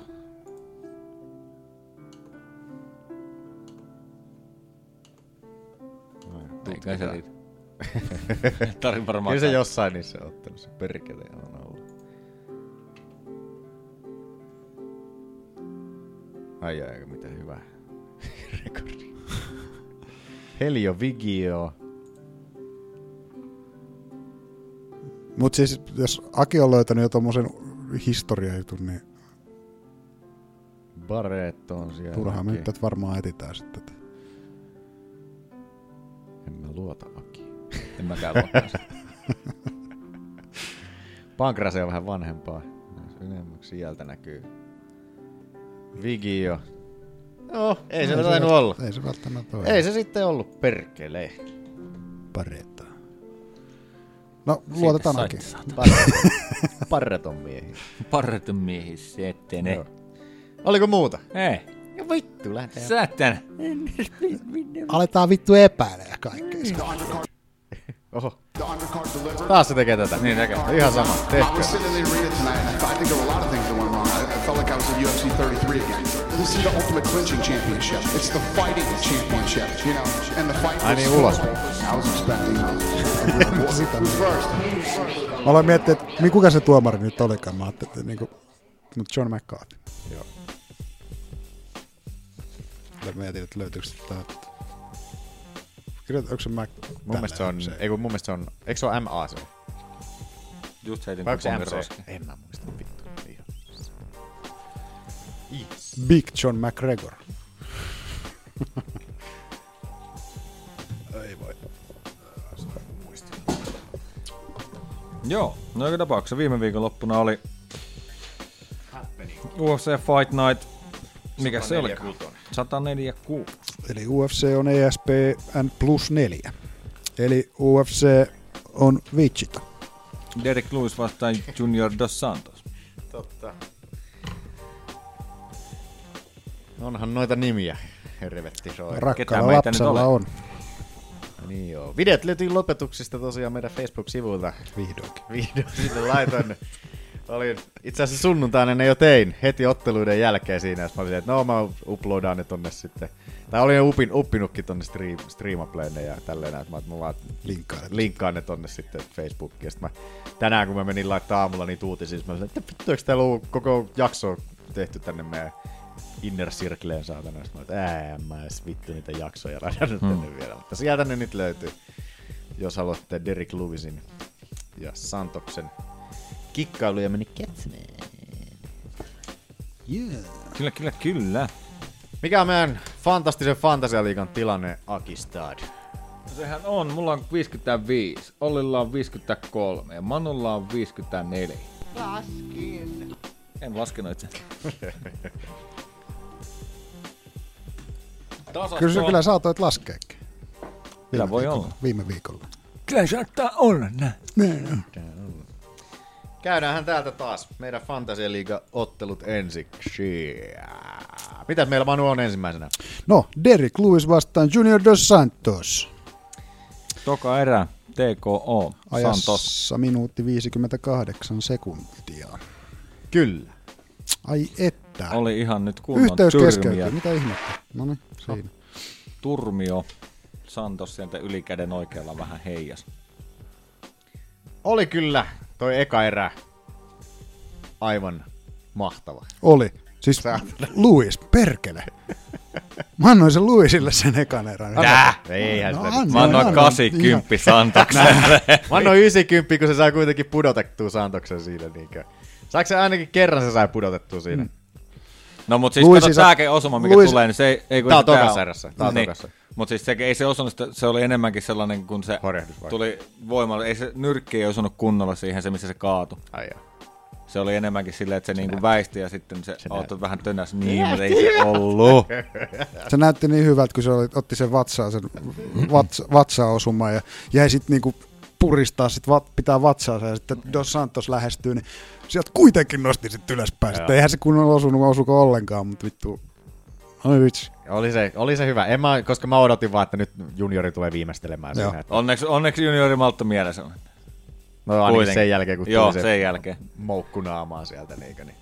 Eikä se riitä. Tarin varmaan. Kyllä se jossain niissä ottelussa perkele on ollut. Ai ai, mitä hyvää rekordi. Helio Vigio. Mut siis, jos Aki on löytänyt jo tommosen historiajutun, niin Barreto on siellä. turhaan me Aki. nyt tätä varmaan etitään sitten. että- En mä luota Aki. En mäkään luottaa sen. Pankrase on vähän vanhempaa. Jos Ylemmäksi sieltä näkyy. Vigio. No, ei se tainnut olla. Ei se välttämättä ole. Ei se sitten ollut perkele. Pareta. No, luotetaan Aki. Barreton miehi. Parretun miehis, settene. Joo. Oliko muuta? Hei, No vittu, lähtee. sätän. Aletaan vittu epäilemään kaikkea. Oho. Taas se tekee tätä. Niin tekee. Ihan sama. Tehkö. was sitting in the arena tonight, and I, thought, I think there were a lot of things that went wrong. I, I felt like I was at UFC 33 again. This is the Ultimate Clinching Championship. It's the fighting championship, you know, and the fight. Ai was- niin, ulos. I was expecting a, a real who's first. Mä aloin miettiä, että mi- kuka se tuomari nyt olikaan. Mä ajattelin, että niinku, mut John McCarthy. Joo. Tai mietin, että löytyykö sitä. Kirjoita, onko se Mac? Mun mielestä se on, ei kun mun mielestä se on, eikö se ole MA se? Just heitin Vai onko se MC? kupongiroski. En mä muista vittu. Ihan. Big John McGregor. Ei voi. Joo, no joka tapauksessa viime viikon loppuna oli UFC Fight Night. Mikä se oli? 146. Eli UFC on E ESPN plus neljä. Eli UFC on Vichita. Derek Lewis vastaan Junior Dos Santos. Totta. Onhan noita nimiä, hervetti soi. Ketään Rakkaalla meitä nyt lapsella ole. on. Niin joo. Videot löytyy lopetuksesta tosiaan meidän Facebook-sivuilta. Vihdoinkin. Vihdoin sinne laitoin. Olin itse asiassa sunnuntaina ne jo tein heti otteluiden jälkeen siinä, jos mä olin, että no mä uploadaan ne tonne sitten. Tai olin jo upin, uppinutkin tonne stream, streamaplayne ja tälleen, että mä, että mä vaan Linkkaan. linkkaan ne tonne sitten Facebookiin. Ja sit mä, tänään kun mä menin laittaa aamulla niitä uutisia, sit mä olin, että vittu, eikö täällä ollut koko jakso tehty tänne meidän Inner Circleen saatana. Sitten mä olin, että ää, en mä edes vittu niitä jaksoja ladannut tänne vielä. Mutta sieltä ne nyt löytyy, jos haluatte Derek Lewisin ja Santoksen kikkailuja meni ketsimeen. Kyllä, kyllä, kyllä. Mikä on meidän fantastisen fantasialiikan tilanne, Akistad? Sehän on, mulla on 55, Ollilla on 53 ja Manulla on 54. Laskin. En laskenut itse. Tasasta Kyllä, sä- on. kyllä saatoit laskeekin. Kyllä voi viikolla. olla. Viime viikolla. Kyllä saattaa olla näin. Käydäänhän täältä taas meidän fantasialiiga ottelut ensiksi. Mitäs meillä Manu on ensimmäisenä? No, Derek Lewis vastaan Junior Dos Santos. Toka erä, TKO, Santos. Ajassa minuutti 58 sekuntia. Kyllä. Ai että. Oli ihan nyt kunnon Yhteys tyrmiä. keskeytyy. Mitä ihmettä? No niin, siinä. Turmio. Santos sieltä ylikäden oikealla vähän heijas. Oli kyllä toi eka erä aivan mahtava. Oli. Siis Luis, perkele. Mä annoin sen Luisille sen ekan erän. Tää! Eihän No sitä anna. nyt. Mä annoin annoin 80 Santokselle. Mä annoin 90, kun se sai kuitenkin pudotettua Santoksen siinä. Niinkö. Saatko se ainakin kerran se sai pudotettua siinä? Mm. No mut siis Luis kato isä- tääkin osuma, mikä Luis- tulee, niin se ei... ei kun Tää on se- tokassa erässä, tää on niin. tokassa. Mut siis se, ei se osunut, sitä- se oli enemmänkin sellainen, kun se Horjahdus vai? tuli voimalla. Ei se nyrkki ei osunut kunnolla siihen, se missä se kaatui. Ai jaa. Se oli enemmänkin silleen, että se, niinku väisti ja sitten se, auto vähän tönäs niin, Näytti mutta ei se ollut. Se näytti niin hyvältä, kun se oli, otti sen vatsaa, sen vats, vatsaosuman ja jäi sitten niinku puristaa, sit vat, pitää vatsaa ja sitten Dos Santos lähestyy, niin sieltä kuitenkin nosti sitten ylöspäin. Sitten eihän se kunnolla osunut, osuko ollenkaan, mutta vittu. Ai vitsi. Oli se, oli se hyvä, en mä, koska mä odotin vaan, että nyt juniori tulee viimeistelemään Joo. siinä. Että, Onneksi, onneksi juniori maltto mielessä on. no ainakin Kuitenkin. sen jälkeen, kun Joo, tuli se sen jälkeen. moukkunaamaa sieltä. Niinkö, niin.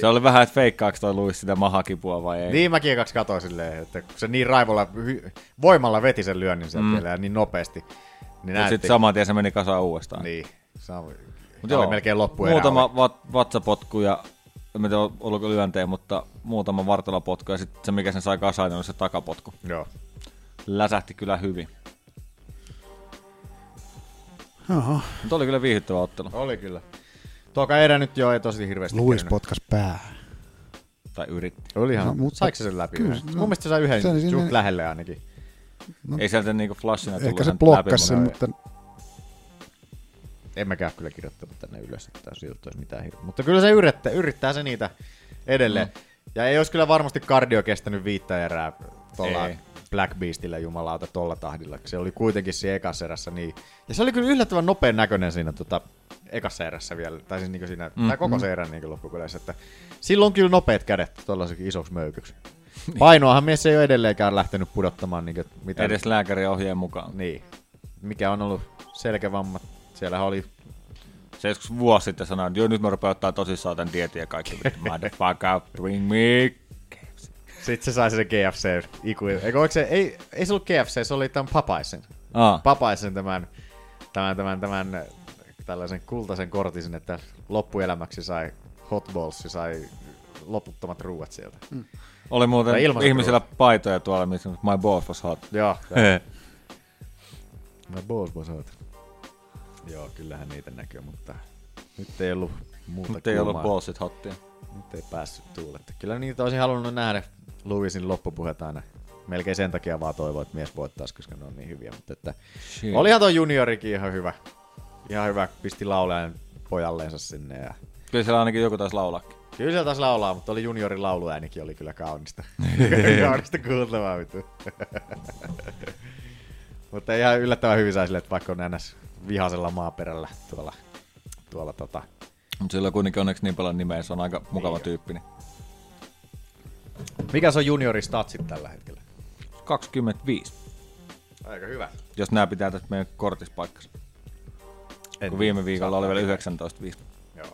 Se oli vähän, että feikkaako toi Luis sitä mahakipua vai ei. niin mäkin kaksi katsoin silleen, että kun se niin raivolla, hy- voimalla veti sen lyönnin sieltä vielä ja niin nopeasti. Niin Mm. Ja näytti. sitten saman tien se meni kasaan uudestaan. Niin, sama, Mut Mut oli melkein loppuerä. oli. Muutama vat, vatsapotku ja en mä tiedä oliko lyöntejä, mutta muutama vartalopotku ja sitten se mikä sen sai kasaan niin oli se takapotku. Joo. Läsähti kyllä hyvin. Oho, Mutta oli kyllä viihdyttävä ottelu. Oli kyllä. Toka erä nyt jo ei tosi hirveästi Luis käynyt. potkas päähän. Tai yritti. Olihan, no, No, mutta mutta- saiko se sen läpi? kyllä, Kyllä, no. Mun mielestä se sai yhden Se oli just siinä- lähelle ainakin. Ei sieltä niinku flashina tullut No. Ehkä se sen läpi, blokkasi sen, mutta- mutta En mäkään kyllä kirjoittanut tänne ylös, että jos siltä olisi mitään hirveä. Mutta kyllä se yrittää, yrittää se niitä edelleen. Mm. Ja ei olisi kyllä varmasti kardio kestänyt viittä erää tuolla Ei. Black Beastillä jumalauta tuolla tahdilla. Se oli kuitenkin siinä ekassa erässä niin. Ja se oli kyllä yllättävän nopean näköinen siinä tota, ekassa erässä vielä. Tai siis niin siinä, mm. tai koko se erä niin loppupeleissä. Että sillä on kyllä nopeat kädet tuollaiseksi isoksi möykyksi. Niin. Painoahan mies ei ole edelleenkään lähtenyt pudottamaan niin mitä Edes lääkärin ohjeen mukaan. Niin. Mikä on ollut selkävamma. Siellähän oli Se joskus vuosi sitten sanoi, että joo, nyt mä rupean ottaa tosissaan tämän dietin ja kaikki. Motherfucker, bring me. Sitten se sai sen KFC. Iku, eikö, oliko se, ei, ei se ollut KFC, se oli tämän Papaisen. Aa, Papaisen tämän, tämän, tämän, tämän äh, tällaisen kultaisen kortisen, että loppuelämäksi sai hotballsi, sai loputtomat ruuat sieltä. Mm. oli muuten Tai ilmaiset ihmisillä paitoja tuolla, missä my boss was hot. Joo. Heh. Mä boss boss hot. Joo, kyllähän niitä näkyy, mutta nyt ei ollut muuta Mutta ei ollut kulmaa. bossit hottia. Nyt ei päässyt tuuletta. Kyllä niitä olisin halunnut nähdä Luisin loppupuhet aina Melkein sen takia vaan toivoo, että mies voittaisi, koska ne on niin hyviä. Mutta että Shit. Niin. olihan tuo juniorikin ihan hyvä. Ihan hyvä, pisti laulajan pojalleensa sinne. Ja... Kyllä siellä ainakin joku taisi laulaakin. Kyllä se taas laulaa, mutta oli juniorin lauluäänikin oli kyllä kaunista. kaunista kuultavaa vittu. mutta ihan yllättävän hyvin sai sille, että vaikka on ns vihasella maaperällä tuolla, tuolla tota, Mutta sillä on kuitenkin onneksi niin paljon nimeä, se on aika mukava tyyppi. Niin. Mikä se on junioristatsit tällä hetkellä? 25, Aika hyvä. jos nämä pitää tässä meidän kortispaikassa. En Kun viime viikolla oli vielä 19.5. Joo.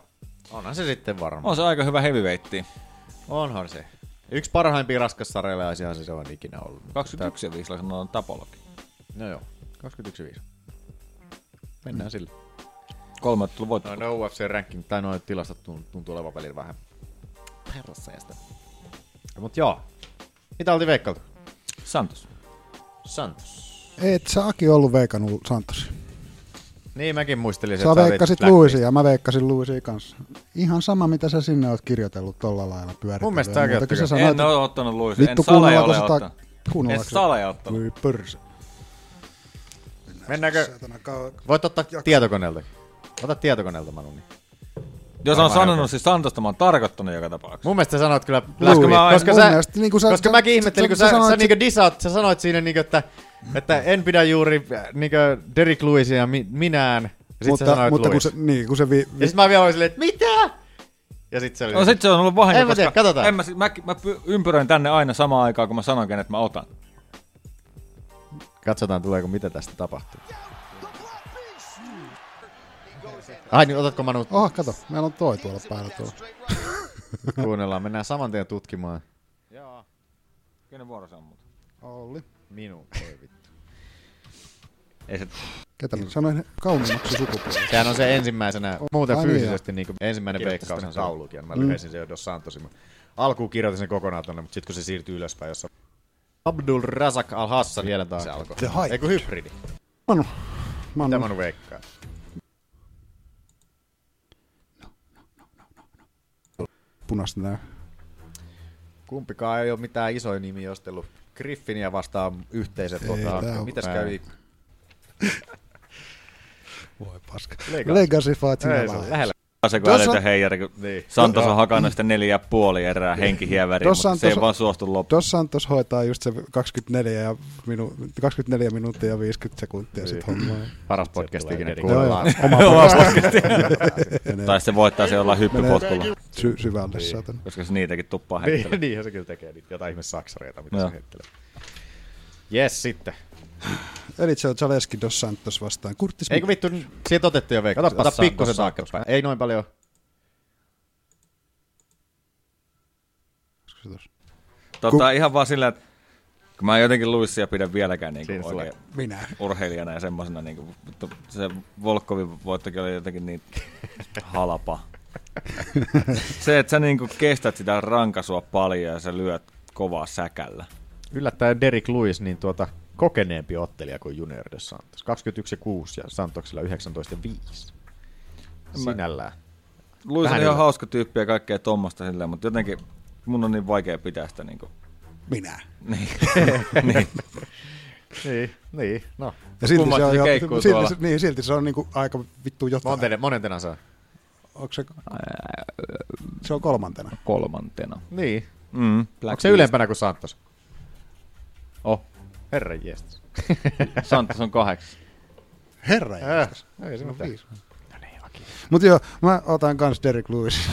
Onhan se sitten varmaan. On se aika hyvä heavyweightti. Onhan se. Yksi parhaimpia raskassarjalaisia se on ikinä ollut. 21 ja 5 on tapologi. No joo, 21.5. Mennään sille. Kolme tullut voittaa. No, no UFC ranking, tai noin tilastot tuntuu, tuntuu olevan välillä vähän perseestä. Mut joo. Mitä oltiin veikkailtu? Santos. Santos. Et sä Aki ollut veikannut Santosi. Niin mäkin muistelin, Sä että olit veikkasit Black- Luisia ja mä veikkasin Luisia kanssa. Ihan sama, mitä sä sinne oot kirjoitellut tolla lailla pyörittelyä. Mun mielestä säkin oot sä Sanoit, sanoit, en ole ottanut luisi. En vittu Sale kuunnellaanko ole sä sitä... ottanut. En Kuunnellaanko Sale ottanut. Voi pörsä. Mennäänkö? Saatana kau- Voit ottaa tietokoneelta. Ota tietokoneelta Manu. Niin. Jos on Varmaan sanonut siis Santosta, mä oon tarkoittanut joka tapauksessa. Mun mielestä sä sanoit kyllä Koska mä- koska, mun sä, mielestä niinku sä- koska sä- mäkin ihmettelin, sä- kun sä sä, sä, sanoit, sä että- niinku disaat, sä sanoit siinä niinku, että, että en pidä juuri äh, niinku Derek Lewisia mi, minään. Ja sit mutta, sä Mutta, sanoit mutta kun Lewis. se, niin, kun se vi, Ja vi, sit mä vielä olin silleen, että mitä? Ja sit se oli... No sit se on ollut vahinko, En mä tiedä, koska katsotaan. En mä, mä, mä py- ympyröin tänne aina samaan aikaan, kun mä sanon, kenet mä otan. Katsotaan tuleeko mitä tästä tapahtuu. Ai niin, otatko Manu? Oh, kato, meillä on toi tuolla päällä tuolla. Kuunnellaan, mennään saman tien tutkimaan. Kenen vuoro se on muuten? Olli. Minun, ei vittu. Ketä mä sanoin kauniimmaksi sukupuolella? Sehän on se ensimmäisenä, muuten Ai niin, fyysisesti niin kuin ensimmäinen Kirjoitti veikkaus on Mm. sitä. taulukin. Mä lyhensin sen jo Dos Santosin. Mä Alkuun kirjoitin sen kokonaan tonne, mutta sitten kun se siirtyi ylöspäin, jossa Abdul Razak Al Hassan vielä taas. Se alkoi. The Hybrid. Eiku hybridi. Manu. Mitä Manu. Manu veikkaa? Punasta nää. Kumpikaan ei ole mitään isoja nimiä ostellut. Griffinia vastaan yhteiset tää tota, on- mitäs kävi? Voi paska. Leikkaa. Legacy Fight Ei, siinä se on vaiheessa. lähellä. Se kun Tuossa- älytön heijari, kun Niin. Santos on hakannut sitä neljä ja puoli erää henkihieveriä, Tuossa on mutta se ei tuossa- vaan suostu loppuun. Dos Santos hoitaa just se 24, ja minu, 24 minuuttia ja 50 sekuntia sit hommaa. Paras podcast Niin. ikinä Joo, joo. kuullaan. Oma Tai se voittaa se jollain hyppypotkulla, sy- syvälle saatana. koska se niitäkin tuppaa niin, heittelemään. niinhän se kyllä tekee niitä jotain ihme saksareita, mitä Joo. se heittelee. Jes, sitten. Eli se on Zaleski Dos Santos vastaan. Kurttis Eikö vittu, siitä otettiin jo veikkaus. Otapa Ota Santos, pikkusen Santos. taaksepäin. Ei noin paljon. Tota, ihan vaan sillä, että kun mä en jotenkin Luissia pidä vieläkään niin Siinä kuin tulee. oikein Minä. urheilijana ja semmoisena. Niin kuin, vittu, se Volkovin voittokin oli jotenkin niin halpa. se, että sä niin kuin kestät sitä rankasua paljon ja sä lyöt kovaa säkällä. Yllättäen Derek Lewis, niin tuota, kokeneempi ottelija kuin Junior de Santos. 21 ja 6 ja Santoksella 19 ja 5. Sinällään. Luis on Vähän ihan yllättä- hauska tyyppi ja kaikkea tuommoista silleen, mutta jotenkin mun on niin vaikea pitää sitä niin kuin, Minä. niin, Niin, niin, no. Ja silti Kummat se on, se jo, keikkuu silti, tuolla. se, niin, silti se on niinku aika vittu jotain. Montena, monentena saa. Onko se, se on kolmantena. kolmantena. Niin. Mm, Onko se ylempänä kuin Santos? Oh, Herran jestas. Santos on kahdeksan. Herra äh, No Ei se mitään. No niin, Mutta joo, mä otan kans Derek Lewis.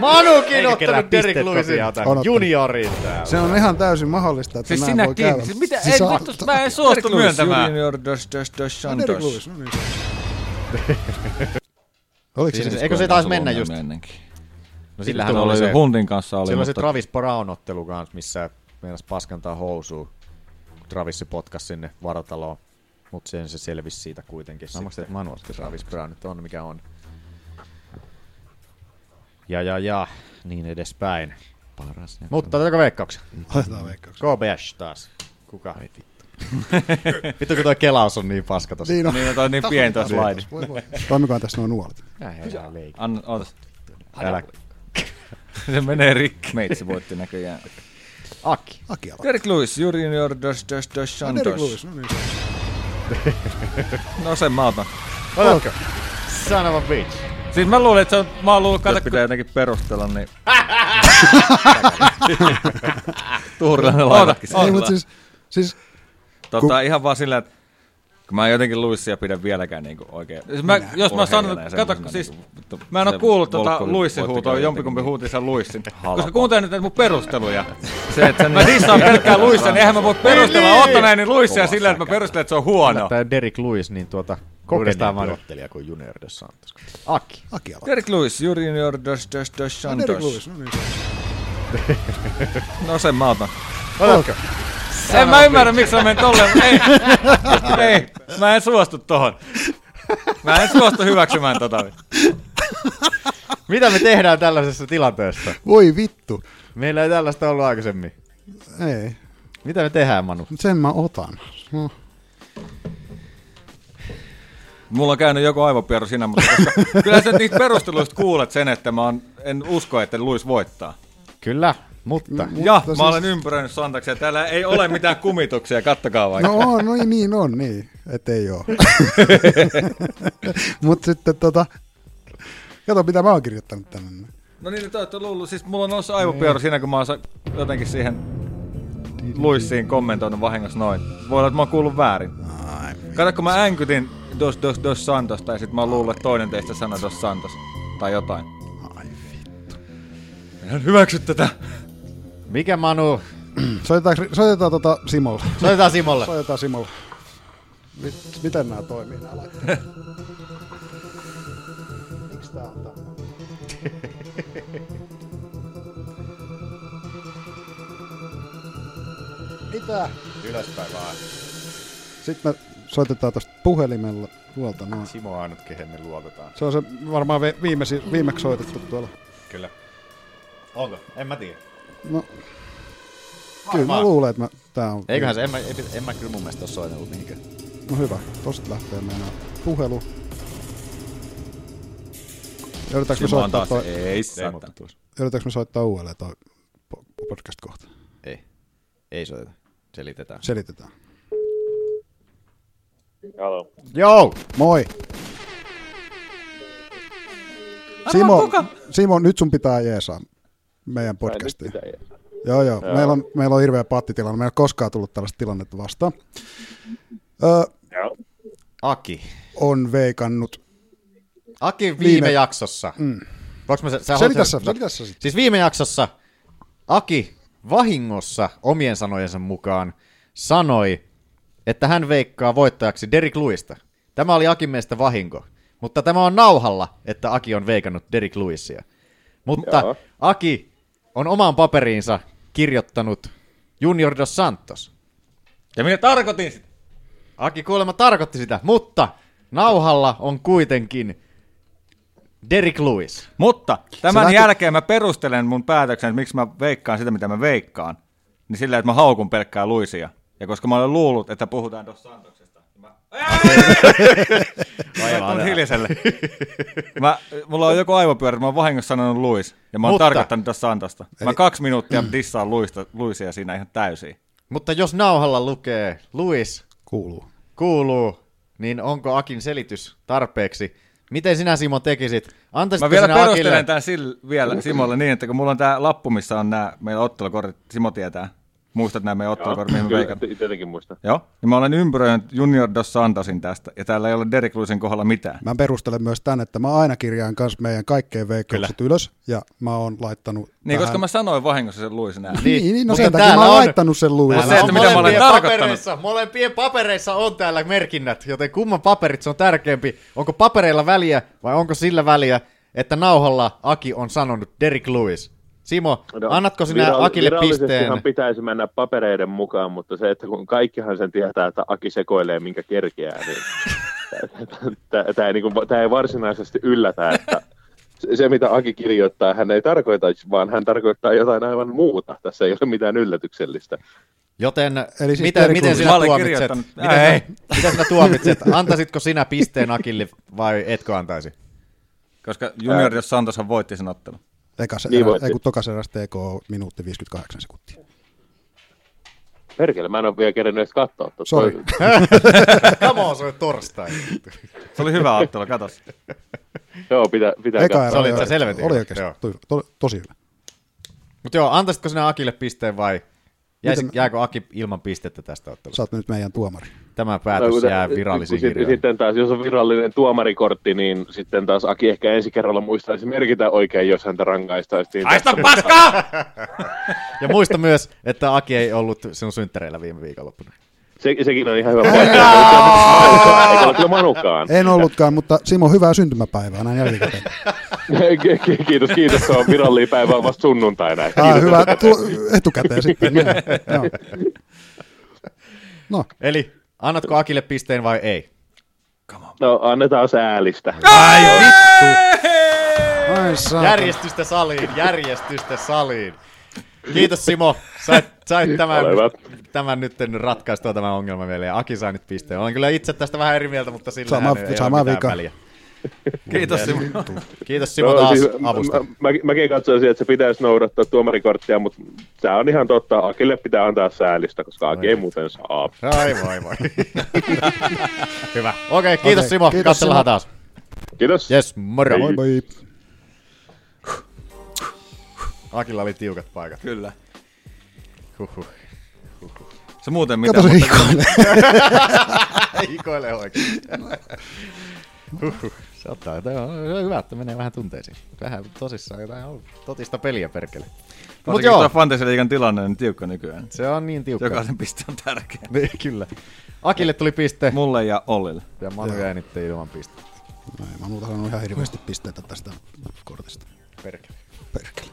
Manukin Eikä kerää ottanut Derek pisteet Lewisin kotiin, On ottanut. juniorin No täällä. Se on ihan täysin mahdollista, että Siis näin voi sinäkin, käydä. siis mitä, Siis ei, sä- vittu, mä en suostu myöntämään. Junior dos, dos, dos, Derek Lewis, no niin. Oliko se Siis- se? Eikö se taisi mennä just- Ennenkin. No Sillähän oli se Hundin kanssa oli, Silloin mutta se Travis Brown-ottelu kanssa, missä meinas paskantaa housuun, kun Travis se potkas sinne vartaloon. Mutta sen se selvisi siitä kuitenkin. Sitten Manu Travis Brown nyt on mikä on. Ja ja ja, niin edespäin. Paras. Mutta otetaanko veikkauksia? Otetaan veikkauksia. KBS taas. Kuka? Ei vittu. vittu kun toi kelaus on niin paska tossa. Niin on. niin, toi on niin pieni toi slide. Voi voi. Toimikohan tässä nuo nuolet? Älä leikki. Anna, ootas. Älä. Se menee rikki. Meitsi voitti näköjään. Aki. Aki aloittaa. Derek Lewis, Junior Dos Dos Dos No, Derek Lewis, Santos. no niin. No sen mä otan. Otatko? Son of a bitch. Siis mä luulin, että se on, mä oon luullut, kato, Jos kun- pitää jotenkin perustella, niin... Tuurilainen laivatkin Ei, sillä. mutta siis, siis Tota, ihan vaan sillä, että kun mä en jotenkin Luissia pidä vieläkään niinku oikein. Siis mä, jos mä sanon, urheilijana ja kato, semmoisena siis niinku, mä en oo se kuullut tota Volkov Luissin voitti huutoa, kyllä jompikumpi jotenkin. niin huutin Luissin. Halpa. Koska kuuntele nyt näitä mun perusteluja. Se, että mä dissaan pelkkää Luissia, niin eihän mä voi perustella niin. Otta näin Luissia Kova sillä, että mä perustelen, että se on huono. Tämä Derek Lewis, niin tuota, uudestaan vaan ottelija kuin Junior Dos Santos. Aki. Aki aloittaa. Derek Lewis, Junior Dos Dos Dos No, Derek Lewis, Santos. no niin. No sen mä otan. Otatko? En mä ymmärrä, miksi mä menen tolleen. Ei, ei, mä en suostu tohon. Mä en suostu hyväksymään tota. Mitä me tehdään tällaisessa tilanteessa? Voi vittu. Meillä ei tällaista ollut aikaisemmin. Ei, Mitä me tehdään, Manu? Mut sen mä otan. No, Mulla on käynyt joku aivopieru sinä, mutta koska, kyllä sä niistä perusteluista kuulet sen, että mä on, en usko, että Luis voittaa. Kyllä, mutta... ja siis- mä olen ympäröinyt Santaksia. Täällä ei ole mitään kumituksia, kattokaa vaikka. no on, no niin on, niin. Et ei oo. Mut sitten tota, kato mitä mä oon kirjoittanut tänne. No niin, te olette luullut. Siis mulla on noussut aivopieru siinä, kun mä oon sa- jotenkin siihen Luissiin kommentoinut vahingossa noin. Voi olla, että mä oon kuullut väärin. Kato, kun mä änkytin Dos Dos Dos Santosta ja sit mä oon luullut, että toinen teistä sanoi Dos Santos. Tai jotain. Ai vittu. Hyväksy tätä. Mikä Manu? Soitetaan, soitetaan tota Simolla. Soitetaan Simolle. Soitetaan Simolla. Mit- Miten nämä toimii nämä lait? Miks tää on tämmönen? Mitä? Ylöspäin vaan. Sitten me soitetaan tosta puhelimella tuolta noin. Simo on ainut, kehen me luotetaan. Se on se varmaan vi- viimesi, viimeksi soitettu tuolla. Kyllä. Onko? En mä tiedä. No, kyllä mä luulen, että mä, tää on... Eiköhän se, en mä, en, en mä kyllä mun mielestä ole soitellut mihinkään. No hyvä, tosta lähtee meinaa puhelu. Joudutaanko me, Simo on soittaa taas. E. toi, Ei saattaa. joudutaanko me soittaa uudelleen toi po- podcast kohta? Ei. Ei soiteta. Selitetään. Selitetään. Joo! Moi! Simo, Simo, nyt sun pitää jeesaa meidän podcastiin. Joo, joo. Meillä on, meillä on hirveä pattitilanne. Meillä ei ole koskaan tullut tällaista tilannetta vastaan. Ö, Aki. on veikannut. Aki viime, Viime- jaksossa. Mm. Voinko mä, sä, sä Selitä haluat- sä, selitä sä sit. Siis viime jaksossa Aki vahingossa omien sanojensa mukaan sanoi, että hän veikkaa voittajaksi Derek Luista. Tämä oli Akin mielestä vahinko, mutta tämä on nauhalla, että Aki on veikannut Derek Luisia. Mutta Joo. Aki on omaan paperiinsa kirjoittanut Junior Dos Santos. Ja minä tarkoitin sitä. Aki kuulemma tarkoitti sitä, mutta nauhalla on kuitenkin Derek Lewis. Mutta tämän lähti- jälkeen mä perustelen mun päätöksen, että miksi mä veikkaan sitä, mitä mä veikkaan. Niin sillä, että mä haukun pelkkää luisia. Ja koska mä olen luullut, että puhutaan Dos Santoksesta, niin mä... Aivan hiljaiselle. Mä, mulla on joku aivopyörä, mä oon vahingossa sanonut Luis, ja mä oon Mutta- tarkoittanut Dos Santosta. Mä kaksi minuuttia dissaan Luista, Luisia siinä ihan täysin. Mutta jos nauhalla lukee Lewis Kuuluu. kuuluu, niin onko Akin selitys tarpeeksi? Miten sinä Simo tekisit? Antaisitko Mä vielä sinä perustelen Akille? tämän sille, vielä Simolle niin, että kun mulla on tää lappu, missä on nämä meidän ottelukortit, Simo tietää. Muistat nämä meidän ottelukortit, mihin me veikannut. Tietenkin muista. Joo, ja mä olen ympäröinyt Junior Dos Santosin tästä, ja täällä ei ole Derek Luisin kohdalla mitään. Mä perustelen myös tämän, että mä aina kirjaan kanssa meidän kaikkien veikkaukset ylös, ja mä oon laittanut Niin, tähän- koska mä sanoin vahingossa sen Luisin ääni. Niin, niin, no mutta sen takia mä täällä oon on- laittanut sen luulle. Täällä se, että on mitä mä olen molempien tarkoittanut. papereissa, molempien papereissa on täällä merkinnät, joten kumman paperit se on tärkeämpi? Onko papereilla väliä vai onko sillä väliä, että nauhalla Aki on sanonut Derek Lewis? Simo, no, annatko sinä Akille pisteen? Virallisestihan pitäisi mennä papereiden mukaan, mutta se, että kun kaikkihan sen tietää, että Aki sekoilee minkä kerkeää, niin tämä ei, niinku, tää ei varsinaisesti yllätä, että se- se, mitä Aki kirjoittaa, hän ei tarkoita, vaan hän tarkoittaa jotain aivan muuta. Tässä ei ole mitään yllätyksellistä. Joten Eli siis miten, Derek miten Lewis. Mä sinä olen tuomitset? kirjoittanut. Miten, Ei. sinä, mitä sinä tuomitset? Antaisitko sinä pisteen Akille vai etkö antaisi? Koska Junior Dos Santoshan voitti sen ottelun. Eka se, Niin niin voitti. ei kun tokas eräs TK on minuutti 58 sekuntia. Perkele, mä en ole vielä kerennyt edes katsoa. tuota. Sori. Come on, se oli torstai. Se oli hyvä ottelu, katos. Joo, pitää, pitää Eka Se oli erä itse selvetin oli hyvä, oikeasti joo. to, to, tosi hyvä. Mutta joo, antaisitko sinä Akille pisteen vai jäis, Miten- jääkö Aki ilman pistettä tästä ottelusta? Sä oot nyt meidän tuomari. Tämä päätös kun- jää virallisiin kun sit- kirjoihin. Sitten taas, jos on virallinen tuomarikortti, niin sitten taas Aki ehkä ensi kerralla muistaisi merkitä oikein, jos häntä rangaistaisiin. Haista paskaa! Ja muista myös, että Aki ei ollut sinun synttäreillä viime viikonloppuna. Se, sekin on ihan hyvä pointti. Eikä ole kyllä Manukaan. En ollutkaan, mutta Simo, hyvää syntymäpäivää näin jälkikäteen. Ki- ki- kiitos, kiitos. Se on virallinen päivä on vasta sunnuntaina. Ah, Kiitos. hyvä, tu, etukäteen sitten. Niin. Joo. No, Eli annatko Akille pisteen vai ei? No, annetaan säälistä. ai saa. Järjestystä saliin, järjestystä saliin. Kiitos Simo, sait, sait tämän, Ole hyvä. tämän nyt ratkaistua tämän ongelman meille ja Aki sai nyt pisteen. Olen kyllä itse tästä vähän eri mieltä, mutta sillä Sama- sama, ei sama ole vika. mitään väliä. Kiitos Simo. Kiitos Simo taas No, siis mä, avusta. mä, mäkin katsoisin, että se pitäisi noudattaa tuomarikorttia, mutta tämä on ihan totta. Akille pitää antaa säälistä, koska Aki ei muuten saa. Ai voi voi. Hyvä. Okei, okay, kiitos Okei, Simo. kiitos, Katsellaan Simo. taas. Kiitos. Yes, moro. Moi. Moi moi. Akilla oli tiukat paikat. Kyllä. Huhhuh. Se muuten mitä, Kato se ikoinen. Ikoilee oikein. Huhhuh. Se ottaa, tämä on se on hyvä, että menee vähän tunteisiin. Vähän tosissaan jotain on totista peliä perkele. Mut Mutta joo. joo, Tuo Fantasy-liigan tilanne on niin tiukka nykyään. se on niin tiukka. Jokaisen piste on tärkeä. Niin, Kyllä. Akille tuli piste. Mulle ja Ollille. Ja Manu jäi nyt ilman pistettä. No ei, mä muuta saanut ihan hirveästi pisteitä tästä kortista. Perkele. Perkele.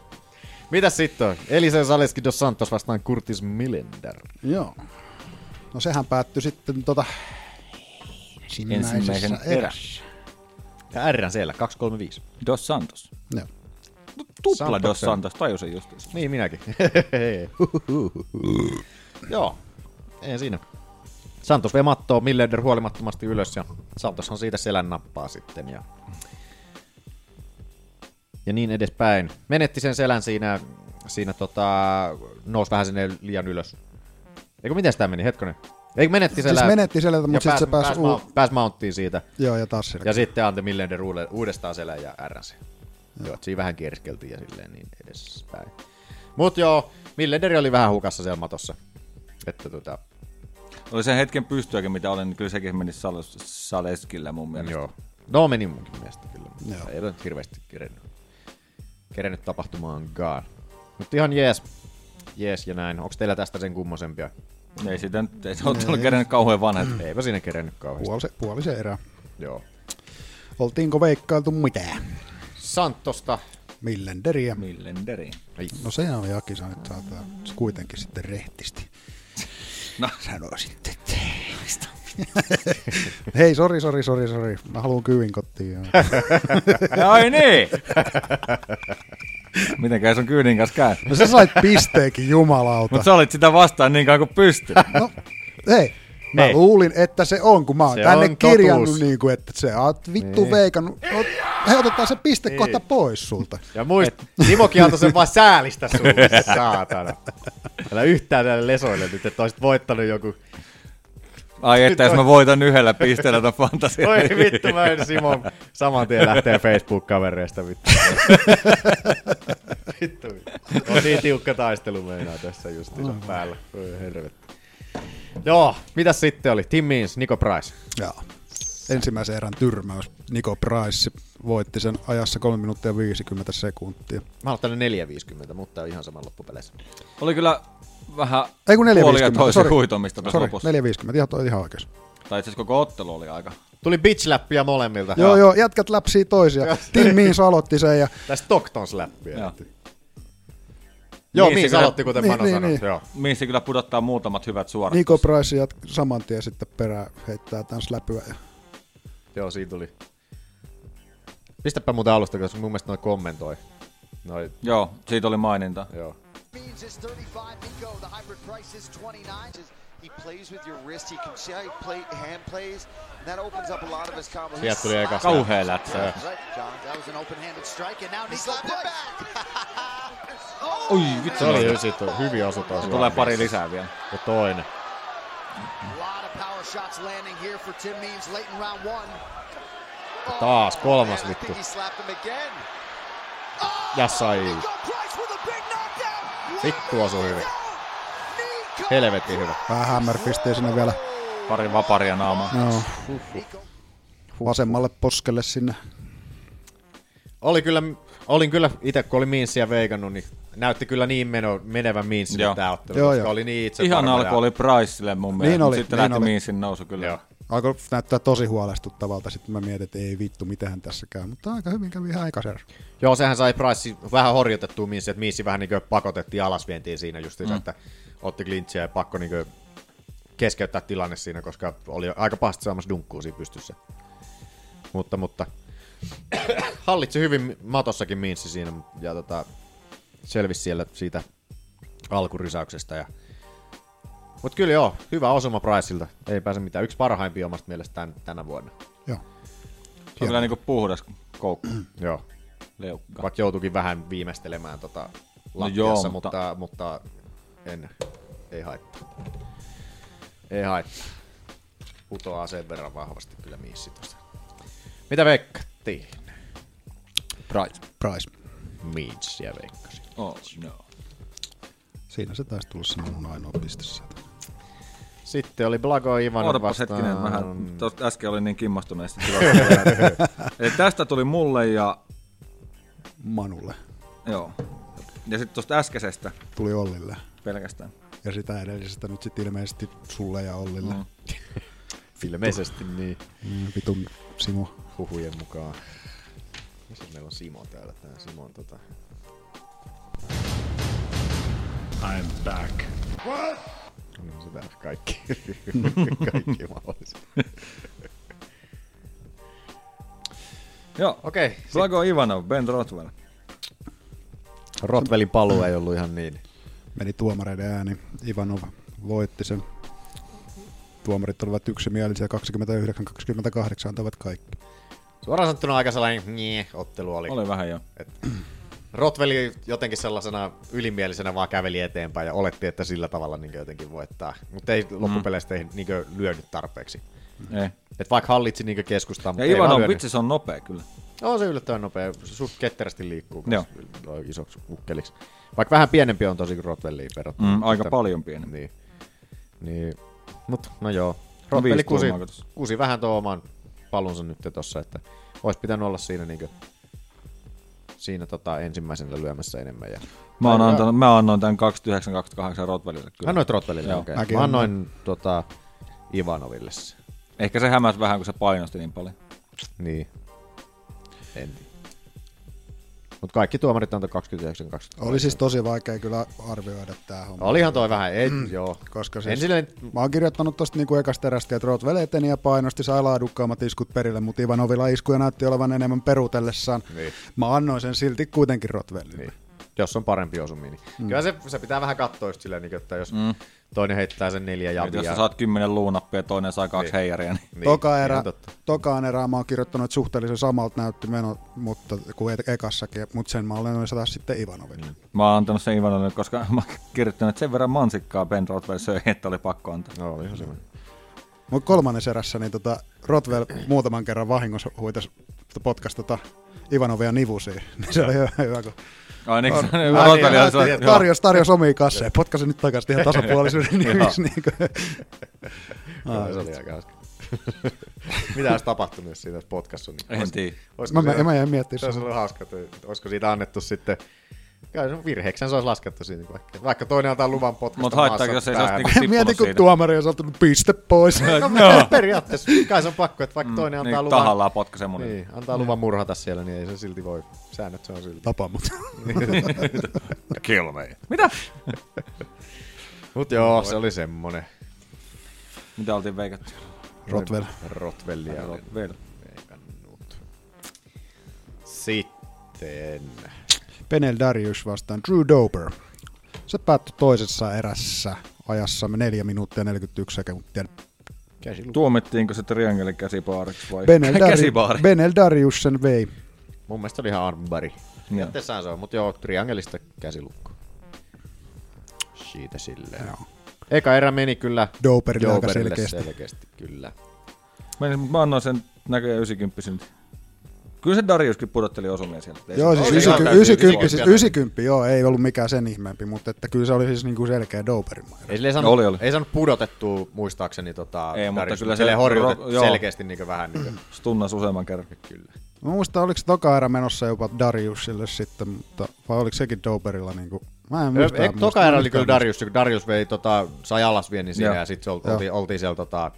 Mitäs sitten on? Elise Saleski dos Santos vastaan Curtis Millender. Joo. No sehän päättyi sitten tota ensimmäisessä Ensimmäisen erässä. Ja R siellä, 235. Dos Santos. Joo. Tupla Santoksen. Dos Santos, tajusin just. Niin minäkin. Joo, ei siinä. Santos vei mattoa Millender huolimattomasti ylös ja Santoshan siitä selän nappaa sitten. Ja, ja niin edespäin. Menetti sen selän siinä, siinä tota, nousi vähän sinne liian ylös. Eikö miten tämä meni, hetkonen? Eikö menetti selän? Siis menetti selältä, ja mutta sitten se pääs, pääsi pääs, uu... ma- pääs mounttiin siitä. Joo, ja taas selkä. Ja sitten antoi Millender uule- uudestaan selän ja RNC. Joo, et siinä vähän kierskeltiin ja silleen niin edespäin. Mut joo, Millender oli vähän hukassa siellä matossa. Että tota, Oli sen hetken pystyäkin, mitä olin, niin kyllä sekin meni Salos- Saleskille mun mielestä. joo. No meni munkin mielestä kyllä. Joo. Joo. Ei ole nyt hirveästi kerennyt, kerennyt tapahtumaankaan. Mutta ihan jees. Jees ja näin. Onko teillä tästä sen kummosempia? Ei sitä nyt, ei se ottanut kerran kauhean vanhat. Eipä siinä kerennyt kauheasti. Puolise, puolise erä. Joo. Oltiinko veikkailtu mitään? Santosta. Millenderiä. Millenderi. No se on jakisa nyt saattaa kuitenkin sitten rehtisti. No. Sano sitten teistä. Hei, sori, sori, sori, sori. Mä haluan kyvin kotiin. Ai niin! Mitenkäs on kyydin kanssa käy? No sä sait pisteenkin, jumalauta. Mutta sä olit sitä vastaan niin kauan kuin pystyt. No, hei. Mä Hei. luulin, että se on, kun mä oon Niin. Se tänne on totuus. kirjannut, niin kuin, että se oot vittu Niin. niin. veikannut. Oot, he otetaan se piste niin. kohta pois sulta. Ja muist, Timokin antoi sen vaan säälistä sulle, saatana. Älä yhtään näille lesoille nyt, että olisit voittanut joku Ai että jos mä voitan yhdellä pisteellä ton fantasia. Oi vittu, mä en Simon saman tien lähtee Facebook-kavereista vittu. vittu. On niin tiukka taistelu meinaa tässä justiinsa päällä. Oi helvetti. Joo, mitäs sitten oli? Tim Means, Nico Price. Joo. Ensimmäisen erän tyrmäys. Niko Price voitti sen ajassa 3 minuuttia 50 sekuntia. Mä oon tänne 4.50, mutta ihan sama loppupeleissä. Oli kyllä vähän Ei kun 4.50. puolia toisen sorry. huitomista tässä Sorry, lopussa. 4.50. Ihan, toi- ihan oikeus. Tai itse asiassa koko ottelu oli aika. Tuli bitch-läppiä molemmilta. Joo, joo, jätkät läpsii toisia. Tim Means aloitti sen ja Tai Stockton-läppiä. Joo, Joo. joo Niin, Means se kyllä- aloitti, kuten Niin, Manu niin, sanoi. niin. Joo. Missä kyllä pudottaa muutamat hyvät suorat. Niko Price jat- saman tien sitten perään heittää tämän läpyä. Ja... Joo, siinä tuli. Pistäpä muuten alusta, koska mun mielestä noi kommentoi. Noi, Joo, siitä oli maininta. joo. Means is 35. Nico, the hybrid price is 29. He plays with your wrist. He can see how he play hand plays, and that opens up a lot of his combos. Sieltä tuli eka slap. Kauhea lätsä. Right, John. That was an open-handed strike, and now Nico slapped it back. Oi, vittu. Se oli hyvin, sit- hyvin osu taas. Tulee pari lisää vielä. Ja toinen. Power shots landing here for Tim Means late in round one. Oh, Taas kolmas I vittu. think he slapped him again. Ja sai. Vittu osu hyvin. Helvetti hyvä. Vähän hämärpistee sinne vielä Pari vaparia naamaa. Joo. vasemmalle poskelle sinne. Oli kyllä, olin kyllä itse, kun oli Miinsiä veikannut, niin näytti kyllä niin meno, menevän Miinsille Joo. tämä ottelu, Joo, koska joo. oli niin itse Ihan varma alku ja- oli Priceille mun mielestä, Niin niin oli, sitten niin lähti oli. Miinsin nousu kyllä. Joo. Alkoi näyttää tosi huolestuttavalta. Sitten mä mietin, että ei vittu, mitähän tässä käy. Mutta aika hyvin kävi ihan aikaisen. Joo, sehän sai Price vähän horjutettua Miinsiä, että Miinsi vähän niin kuin pakotettiin alasvientiin siinä just, mm. Mm. että otti klintsiä ja pakko niin kuin keskeyttää tilanne siinä, koska oli aika pahasti saamassa dunkkuu siinä pystyssä. Mutta, mutta hallitsi hyvin matossakin Miinsi siinä ja tota, selvisi siellä siitä alkurysäyksestä. Ja... Mutta kyllä joo, hyvä osuma Priceilta. Ei pääse mitään. Yksi parhaimpia omasta mielestään tänä vuonna. Se on kyllä niinku puhdas koukku. Joo. Leukka. Vaikka joutuikin vähän viimeistelemään tota lattiassa, joo, mutta... mutta... en, ei haittaa. Ei haittaa. Putoaa sen verran vahvasti kyllä miissi tosta. Mitä veikkattiin? Price. Price. Means ja veikkasi. Oh, no. Siinä se taisi tulla sinne mun ainoa piste sieltä. Sitten oli Blago Ivanov Ootapas vastaan. hetkinen, mä tuosta äsken olin niin kimmastuneesti. tilastoja. Eli tästä tuli mulle ja... Manulle. Joo. Ja sitten tuosta äskeisestä Tuli Ollille. pelkästään. Ja sitä edellisestä nyt sitten ilmeisesti sulle ja Ollille. Mm. Ilmeisesti niin. Mm, Vitun Simo. Huhujen mukaan. Missä meillä on Simo täällä? Tää Simo on tota... I'm back. What? Onhan se täällä kaikki. kaikki mahdolliset. Joo. Okei. Okay, Blago Ivanov, Ben Rothwell. Rotvelin paluu ei ollut ihan niin. Meni tuomareiden ääni. Ivanov voitti sen. Tuomarit olivat yksimielisiä. 29-28 antoivat kaikki. Suoraan sanottuna aika sellainen nye, ottelu oli. Oli vähän joo. Et, Rotveli jotenkin sellaisena ylimielisenä vaan käveli eteenpäin ja oletti, että sillä tavalla niin jotenkin voittaa. Mutta ei Mm. loppupeleistä ei niin lyönyt tarpeeksi. Ei. Et vaikka hallitsi niin keskustaa, mutta Ja ei vaan Ivanov lyönyt. vitsi, se on nopea kyllä. On No, se yllättävän nopea. Suht ketterästi liikkuu Joo. Joo. isoksi ukkeliksi. Vaikka vähän pienempi on tosi kuin Rotwelliin verrattuna. Mm, aika Mutta- paljon pienempi. Niin. niin. Mut, no joo. No Rottwell viisi kusi, tuomaa tossa. kusi vähän tuo oman palunsa nyt tossa, että olisi pitänyt olla siinä niinkö siinä tota ensimmäisenä lyömässä enemmän. Ja... Mä, oon Ai, antanut, mä annoin tämän 29-28 Rothwellille kyllä. Annoit Rottwellille, Joo. okei. Okay. Mä annoin tota, Ivanoville se. Ehkä se hämäsi vähän, kun se painosti niin paljon. Niin. En Mut kaikki tuomarit antoi 29-20. Oli siis tosi vaikea kyllä arvioida tämä homma. Olihan toi vähän, ei, joo. Koska En siis, silleen- Mä oon kirjoittanut tosta niinku ekasta erästä, että Rothwell eteni ja painosti, sai laadukkaammat iskut perille, mutta Ivanovilla iskuja näytti olevan enemmän peruutellessaan. Niin. Mä annoin sen silti kuitenkin Rothwellille. Niin. Jos on parempi osumi, niin mm. kyllä se, se pitää vähän katsoa just silleen, niin, että jos mm. Mm. toinen heittää sen neljä Ja jabia. jos sä saat 10 luunappia ja toinen saa kaksi heijaria, niin... Niin, Toka erä, tokaan erään mä oon kirjoittanut, että suhteellisen samalta näytti meno, mutta kuin e- ekassakin, mutta sen mä olen noin satas sitten Ivanoville. Mm. Mä oon antanut sen Ivanoville, koska mä oon kirjoittanut, että sen verran mansikkaa Ben Rothwell söi, että oli pakko antaa. No, oli ihan se. Mutta kolmannessa erässä niin tota, Rotwell muutaman kerran vahingossa huitas potkas tota Ivanovia nivusiin. Niin se oli hyvä, hyvä kun Ai niin, Tar- se oli- Rotwell oli sellainen- tarjosi- tarjosi, tarjosi omiin kasseen. Potkasi nyt takaisin ihan tasapuolisuuden Joo. nimissä. niin kuin. Ah, Joo, se oli aika hauska. Mitä olisi tapahtunut, jos siitä olisi potkassu? Niin En tiedä. olisiko Mä- siitä- mä jäin miettimään Se olisi samaa. ollut hauska, että olisiko siitä annettu sitten Kai se virheeksän se olisi laskettu siitä, vaikka, vaikka toinen antaa luvan potkasta Mut haittaako, maassa jos ei se olisi päähän. niinku tippunut Mieti, kun tuomari on saattanut piste pois. No, Mm, periaatteessa. Kai se on pakko, että vaikka toinen antaa niin, luvan... tahallaan potkaisee monille. Niin, antaa luvan murhata siellä, niin ei se silti voi. Säännöt se on silti. Tapa mut. Kill me. Mitä? Mut joo, se oli semmonen. Mitä oltiin veikattu? Rottwell. Rotwellia. Rottwell. Veikannut. Sitten. Penel Darius vastaan Drew Dober. Se päättyi toisessa erässä ajassa 4 minuuttia 41 sekuntia. Tuomittiinko se triangeli käsipaariksi vai Benel, Dari- käsipaari? Benel Darius sen vei. Mun mielestä oli ihan armbari. Jätteessään se on, mutta joo, triangelista käsilukko. Siitä silleen. Joo. Eka erä meni kyllä Doperille aika Doperille selkeästi. selkeästi. kyllä. Menin, mutta mä annoin sen näköjään 90 nyt. Kyllä se Dariuskin pudotteli osumia sieltä. Ei Joo, se- siis Ei se- 90, täytyy- 90, siis täytyy- 90 joo, ei ollut mikään sen ihmeempi, mutta että kyllä se oli siis niinku selkeä doperimainen. Ei, sille ei, saanut, No, Oli, oli. ei saanut pudotettua muistaakseni tota, Ei, mutta Darius, kyllä silleen se horjutettu ro- joo. selkeästi niin vähän. Niin kuin. Stunnas useamman kerran. Kyllä. Mä muistan, oliko se toka erä menossa jopa Dariusille sitten, mutta, vai oliko sekin doperilla niinku... Mä en muista. Ei, muista- toka erä oli muista- kyllä Darius, kun Darius vei, tota, sai alas viennin siinä Joo. ja sitten Joo. oltiin, oltiin siellä tota,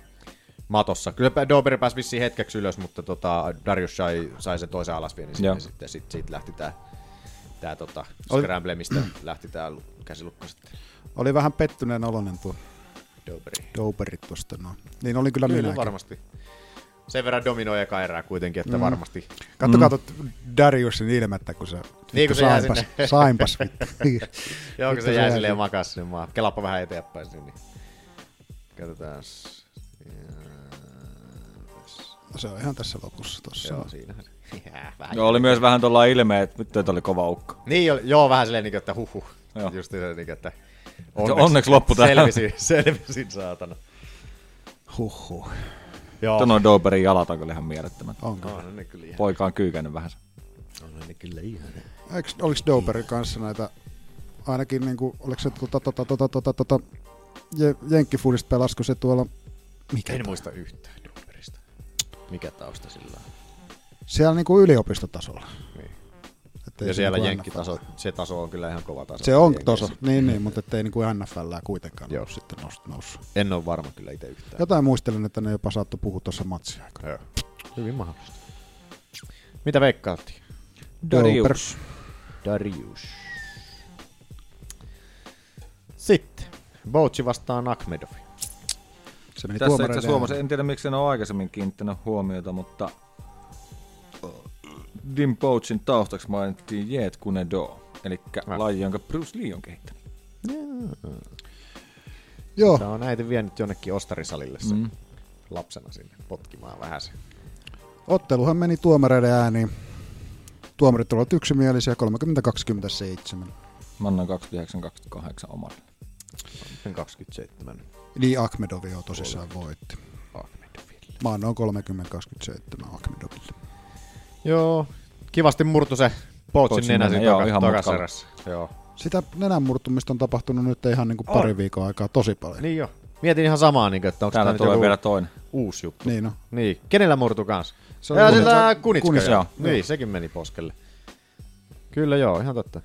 matossa. Kyllä pä- Doberi pääsi vissiin hetkeksi ylös, mutta tota, Darius sai, sai sen toisen alas viennin sinne Joo. ja sitten sit, siitä lähti tämä tää, tota, Oli- Scramble, mistä lähti tämä käsilukko sitten Oli vähän pettyneen olonen tuo Doberi. doperi tuosta noin. Niin oli kyllä, Kyllä minäkin. varmasti. Sen verran dominoi eka erää kuitenkin, että mm. varmasti. Kattokaa mm. Dariusin ilmettä, kun se, Niin kun se jää sainpas, sinne. sainpas. Joo, kun Vittu, se jää silleen makaa sinne maa. Kelappa vähän eteenpäin sinne. Niin. Katsotaan. Se on ihan tässä lopussa tossa. Joo, siinähän se. Jää, vähän Joo, oli myös vähän tuolla ilme, että vittu, että oli kova ukko. Niin, oli- joo, vähän silleen, niin kuin, että huhuh. Joo. Just se, niin kuin, että onneksi, onneksi loppu tähän. Selvisin, selvisin, saatana. Huhhuh. Joo. Tuo noin Doberin jalat on kyllä ihan mielettömät. On kyllä. On ne kyllä ihan. Poika on kyykännyt vähän. On ne kyllä ihan. Eiks, oliks Doperin kanssa näitä, ainakin niinku, oliks se tuota, tota, tota, tota, tota, Je- Jenkkifudista pelas, kun se tuolla, mikä en tää? muista yhtään Doberista. Mikä tausta sillä on? siellä niinku yliopistotasolla. Niin. Ettei ja se siellä niinku jenkkitaso, se taso on kyllä ihan kova taso. Se on Jenkeissä. taso, niin, niin, mutta ettei niinku NFLää kuitenkaan Joo. sitten noussut. noussut. En ole varma kyllä itse yhtään. Jotain muistelen, että ne jopa saattoi puhua tuossa matsia aikana. Joo. Hyvin mahdollista. Mitä veikkaaltiin? Darius. Darius. Sitten. Boutsi vastaan Akhmedovi. Se Tässä itse Suomessa, en tiedä miksi en ole aikaisemmin kiinnittänyt huomiota, mutta äh, Dim Poachin taustaksi mainittiin Jeet Kunedo, eli Ah. laji, jonka Bruce Lee on kehittänyt. Joo. Se on äiti vienyt jonnekin ostarisalille se Oh. Mm. mm. lapsena sinne potkimaan vähän se. Otteluhan meni tuomareiden ääniin. Tuomarit olivat yksimielisiä 30-27. Mä annan 29-28 omalle. 27. Niin Akhmedovi jo tosissaan voitti. Mä annoin 30-27 Akhmedoville. Joo. Kivasti murtu se Boutsin Boutsin nenä nenä, siinä joo, toka- ihan tokas mutkalla. erässä. Joo. Sitä nenän murtumista on tapahtunut nyt ihan niin kuin On. pari viikon aikaa tosi paljon. Niin joo. Mietin ihan samaa, niin, että onko Täällä tämä nyt tulee joku vielä toinen. Uusi juttu. Niin on. Niin. Kenellä murtu kanssa? Se Se on on ja Kunitska. sillä Kunitska. Kunitska, joo. joo. Niin, sekin meni poskelle. Kyllä joo, ihan totta.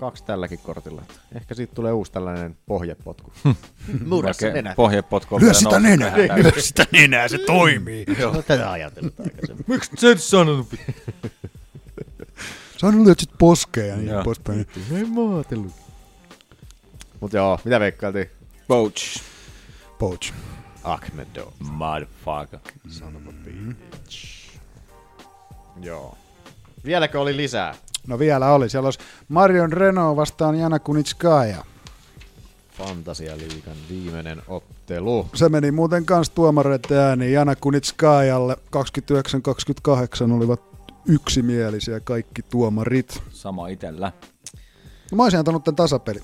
Kaksi tälläkin kortilla. että Ehkä siitä tulee uusi tällainen pohjepotku. Murra se Melkein nenä. pohjepotku on Lyö vielä sitä noussut nenää. tähän Mm. Lyö täysin. sitä nenää, se toimii. Joo. No, tätä ajatellut aikaisemmin. Miksi sä et sanonut? Sä on lyöt sit poskeen ja niin Joo. poispäin. Ei mä ajatellut. Mut joo, mitä veikkailtiin? Poach. Poach. Ahmedo. Motherfucker. Son of a bitch. Joo. Vieläkö oli lisää? No vielä oli. Siellä olisi Marion Renault vastaan Jana Kunitskaya. Fantasialiikan viimeinen ottelu. Se meni muuten kans tuomareiden ääni Jana Kunitskajalle. 29-28 olivat yksimielisiä kaikki tuomarit. Sama itellä. No mä olisin antanut tämän tasapeli.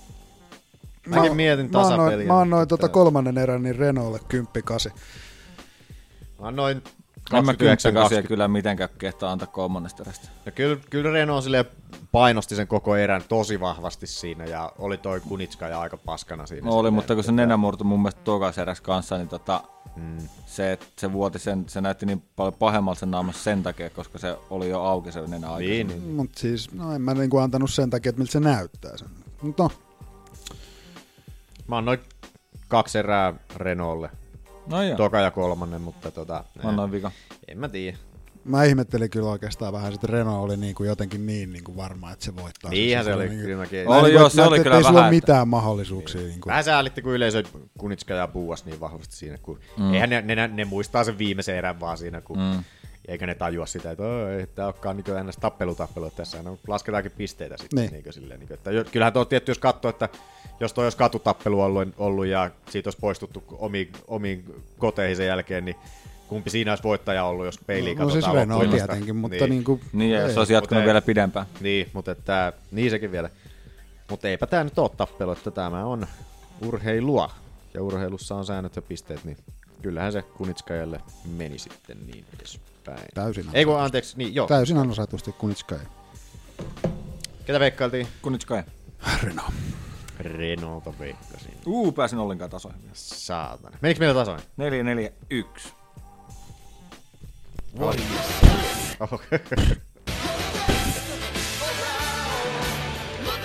Mäkin mietin Mä tasapeliä. annoin, mä annoin tuota kolmannen erän niin Renaultille 10 8. Mä annoin En mä 29 kasia kyllä mitenkään kehtaa antaa kolmannesta erästä. No kyllä, kyllä Renault sille painosti sen koko erän tosi vahvasti siinä ja oli toi Kunitska ja aika paskana siinä. No oli, sitten. mutta kun se nenä murtu mun mielestä tokas eräs kanssa, niin tota, mm. se, että se vuoti sen, se näytti niin paljon pahemmalta sen naamassa sen takia, koska se oli jo auki se nenä aikaisemmin. niin. Mut siis, no en mä niinku antanut sen takia, että miltä se näyttää sen. Mut no, Mä annoin kaksi erää Renaultlle. No joo. Toka ja kolmannen, mutta tota... Mä annoin vika. En mä tiedä. mä ihmettelin kyllä oikeastaan vähän, että Renault oli niinku jotenkin niin niinku varma, että se voittaa. sen. Niinhän se oli, niinku- kyllä mäkin- Niin. Näin Oli, niinku, joo, se oli näytti, kyllä ettei sillä vähän, ole että- mitään mahdollisuuksia. Niinku. Vähän säälitti, kun yleisö Kunitska ja puuas niin vahvasti siinä, kun Mm. mm. eihän ne, ne, ne, muistaa sen viimeisen erän vaan siinä, kun Mm. mm. eikä ne tajua sitä, että "Oi, ei tämä olekaan niin ennäs tappelutappelu, että tässä no, lasketaankin pisteitä sitten. Niin. Niin. Niin silleen, niin kuin, että, jo- kyllähän tuo tietty, jos katsoo, että jos toi olisi katutappelu ollut, ollut ja siitä olisi poistuttu omiin, omiin koteihin sen jälkeen, niin kumpi siinä olisi voittaja ollut, jos peiliin No, no siis katsotaan Renault loppuillasta. tietenkin, mutta niinku- Niin, ja jos No ei. olisi jatkunut Mutta ei- vielä pidempään. Niin, mutta että, niin sekin vielä. Mutta eipä tämä nyt ole tappelu, että tämä on urheilua. Ja urheilussa on säännöt ja pisteet, niin kyllähän se Kunitskajalle meni sitten niin edespäin. Täysin Ei kun ansaitusti. anteeksi, niin joo. Täysin ansaitusti Kunitskai. Ketä veikkailtiin? Kunitskaja. Renault. Renaulta veikkasin. Uu, pääsin ollenkaan tasoihin. Saatana. Menikö meillä tasoin? 4, 4, 1. Voi. Oho.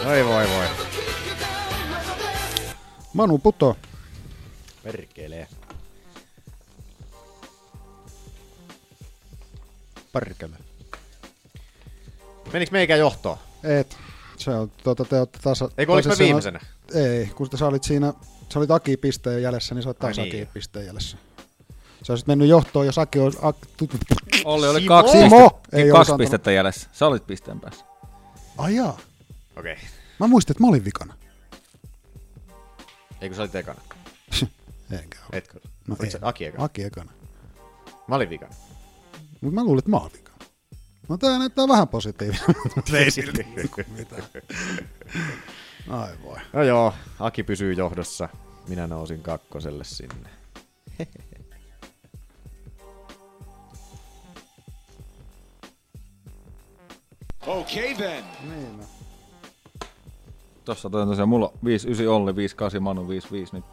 Oi voi voi. Manu puto. Perkelee. Perkele. Menikö meikä johtoon? Et. Se on, tuota, te olette tasa... Eikö oliks mä toisessa- viimeisenä? Ei, kun te, sä olit siinä, sä olit Aki pisteen jäljessä, niin sä olit taas Ai Aki niin. pisteen jäljessä. Sä olisit mennyt johtoon, jos Aki olisi... Ak... Olli oli Simo! kaksi, Simo! pistettä, Ei kaksi ollut pistettä jäljessä. Sä olit pisteen päässä. Ai jaa. Okei. Mä muistin, että mä olin vikana. Eikö sä olit ekana? Enkä ole. Etkö? No No, ei. Olit sä Aki ekana? Aki ekana. Mä olin vikana. Mutta mä luulin, että mä olin vikana. No tää näyttää vähän positiiviselta, mutta ei silti niinku mitään. Ai voi. No joo, Aki pysyy johdossa. Minä nousin kakkoselle sinne. Okay then. Tossa toi on tosiaan mulla on 5-9 Olli, 5-8 Manu, 5-5 nyt.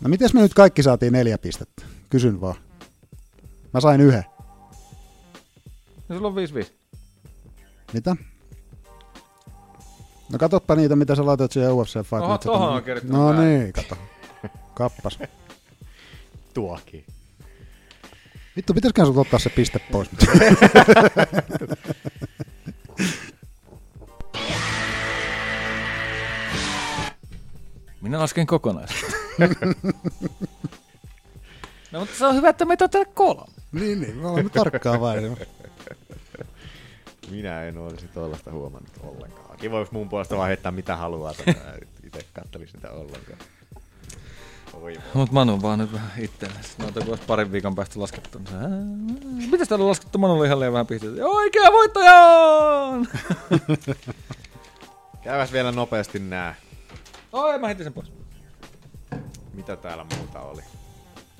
No mites me nyt kaikki saatiin neljä pistettä? Kysyn vaan. Mä sain yhden. Ja No sulla on 5-5. Mitä? No katoppa niitä, mitä sä laitoit siihen UFC Fight Oho, Night- tohon on kertynyt No väärin. niin, kato. Kappas. Tuoki. Vittu, pitäisikö sun ottaa se piste pois? Minä lasken kokonaisuutta. no mutta se on hyvä, että meitä on täällä kolme. niin, niin, me olemme tarkkaavaisia. Minä en olisi tuollaista huomannut ollenkaan. Aki voisi mun puolesta vaan heittää mitä haluaa. tänne. Mä Itse kattelis sitä ollenkaan. Oi voi. Mut Manu vaan nyt vähän itsellesi. Noita kun olisi parin viikon päästä laskettu. niin se, "Ää, Mitäs täällä on laskettu? Manu oli ihan liian vähän pisteitä. Oikea voittaja on! Käydäs vielä nopeasti nää. Oi, mä heitin sen pois. Mitä täällä muuta oli?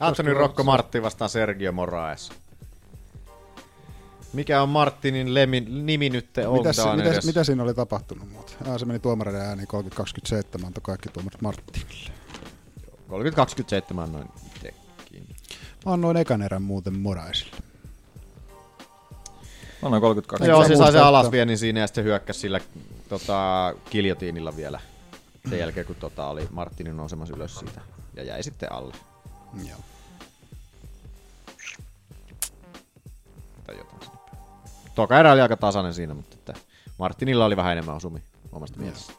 Antoni Rokko Martti vastaan Sergio Moraes. Mikä on Martinin lemi, nimi nyt Mitäs, onkaan mitäs, edes? mitä siinä oli tapahtunut muuten? Aa, se meni tuomareiden ääni 30-27, antoi kaikki tuomarit Marttinille. 30-27 annoin itsekin. Mä annoin ekan erän muuten Moraisille. Mä annoin 32. Joo, se sai se alasviennin niin siinä ja sitten se hyökkäsi sillä tota, kiljotiinilla vielä sen jälkeen, kun tota, oli Martinin nousemassa ylös siitä ja jäi sitten alle. Joo. Tai jotain sinne päin. Toka erä oli aika tasainen siinä, mutta että Martinilla oli vähän enemmän osumi omasta mielestä.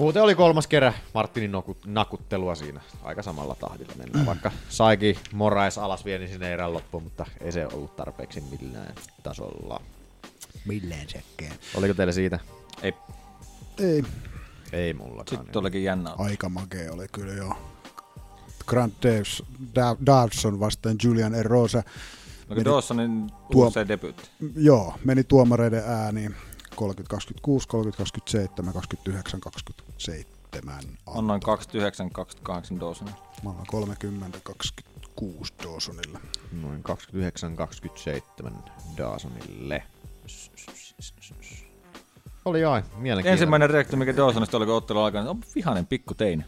Muuten oli kolmas kerä Martinin noku- nakuttelua siinä. Aika samalla tahdilla mennään, vaikka saikin Morais alas vieni sinne erään loppuun, mutta ei se ollut tarpeeksi millään tasolla. Millään sekkeen. Oliko teillä siitä? Ei. Ei. Ei mullakaan. Sitten olikin jännä. Aika makea oli kyllä joo. Grant Daves, Da- Dawson vastaan Julian Erosa. No kun Dawsonin tuo- UFC debyytti. Joo, meni tuomareiden ääniin 30-26, 30-27, 29-27. Annoin 29, 28 Dawsonin. Mä annan 30-26 Dawsonille. Noin 29-27 Dawsonille. Oli jai, mielenkiintoinen. Ensimmäinen reaktio, mikä Dawsonista oli, kun ottelu alkoi, niin on vihainen pikku teini.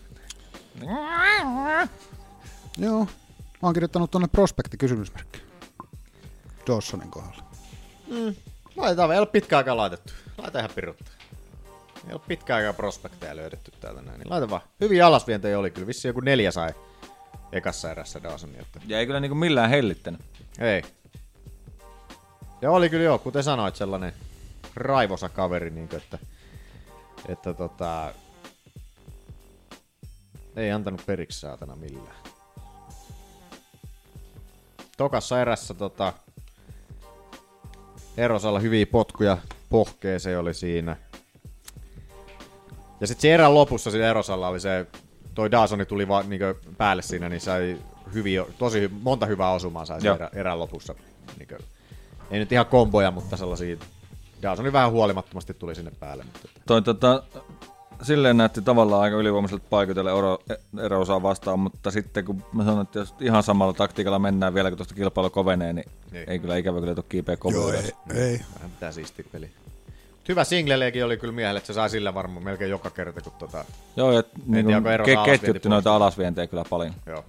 Joo, mä oon kirjoittanut tuonne prospekti kysymysmerkki. Dawsonin kohdalla. Mm. Laitetaan, ei ole pitkään aikaa laitettu. Laita ihan pirutta. Ei ole pitkään aikaa prospekteja löydetty täältä näin. Niin laita vaan. Hyviä alasvientejä oli kyllä. Vissiin joku neljä sai ekassa erässä Dawsonin. Että... Ja ei kyllä niinku millään hellittänyt. Ei. Ja oli kyllä joo, kuten sanoit, sellainen raivosa kaveri, niin kuin, että, että tota, ei antanut periksi saatana millään. Tokassa erässä tota, Erosalla hyviä potkuja pohkee se oli siinä. Ja sitten se erän lopussa niinku siinä Erosalla oli se, toi Dawsoni tuli vaan niinkö päälle siinä, niin sai hyviä, tosi hy- monta hyvää osumaa sai sen erä, erän lopussa. Niin kuin, ei nyt ihan komboja, mutta sellaisia... Dawsoni vähän huolimattomasti tuli sinne päälle. Mutta... Toi tota, silleen näytti tavallaan aika ylivoimaiselta paikutella ero, eroosaa vastaan, mutta sitten kun mä sanoin, että jos ihan samalla taktiikalla mennään vielä, kun tuosta kilpailu kovenee, niin ei, ei kyllä ikävä kyllä tule kiipeä Joo, kovin ei- ei. Vähän pitää siistiä peli. Hyvä singleleekin oli kyllä miehelle, että se sai sillä varmaan melkein joka kerta, kun tota... Joo, ja En niin tiedä, kuin, onko Eero ke- Saalas ketjutti vienti noita alasvientejä kyllä paljon. Joo.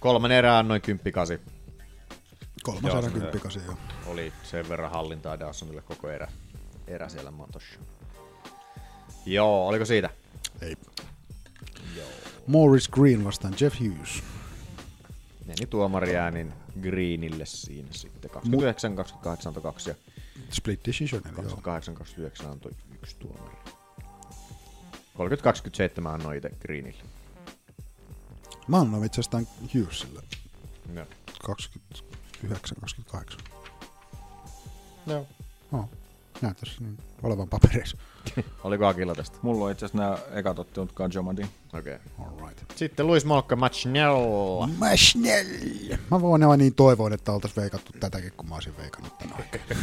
Kolmen erää annoin kymppikasi. Kolmas Joo, erä se- kymppikasi, joo. Oli sen verran hallintaa Dawsonille koko erä, erä siellä matossa. Joo, oliko siitä? Ei. Morris Green vastaan Jeff Hughes. Meni tuomari äänin Greenille siinä sitten. 29, 28 antoi kaksi ja Split decision, eli joo. 28, 29 antoi yksi tuomari. 30-27 annoin itse Greenille. Mä annan itse asiassa tämän Hughesille. Joo. 29, 28. Joo. Oh. Näyttäisi niin olevan papereissa. Oliko Akilla tästä? Mulla on itse asiassa nämä ekat ottelut Kajomadi. Okei. Okay. Alright. Sitten Luis Molkka Machinella. Mashnell! Mä voin aina niin toivoin, että oltais veikattu tätäkin, kun mä olisin veikannut tän oikein.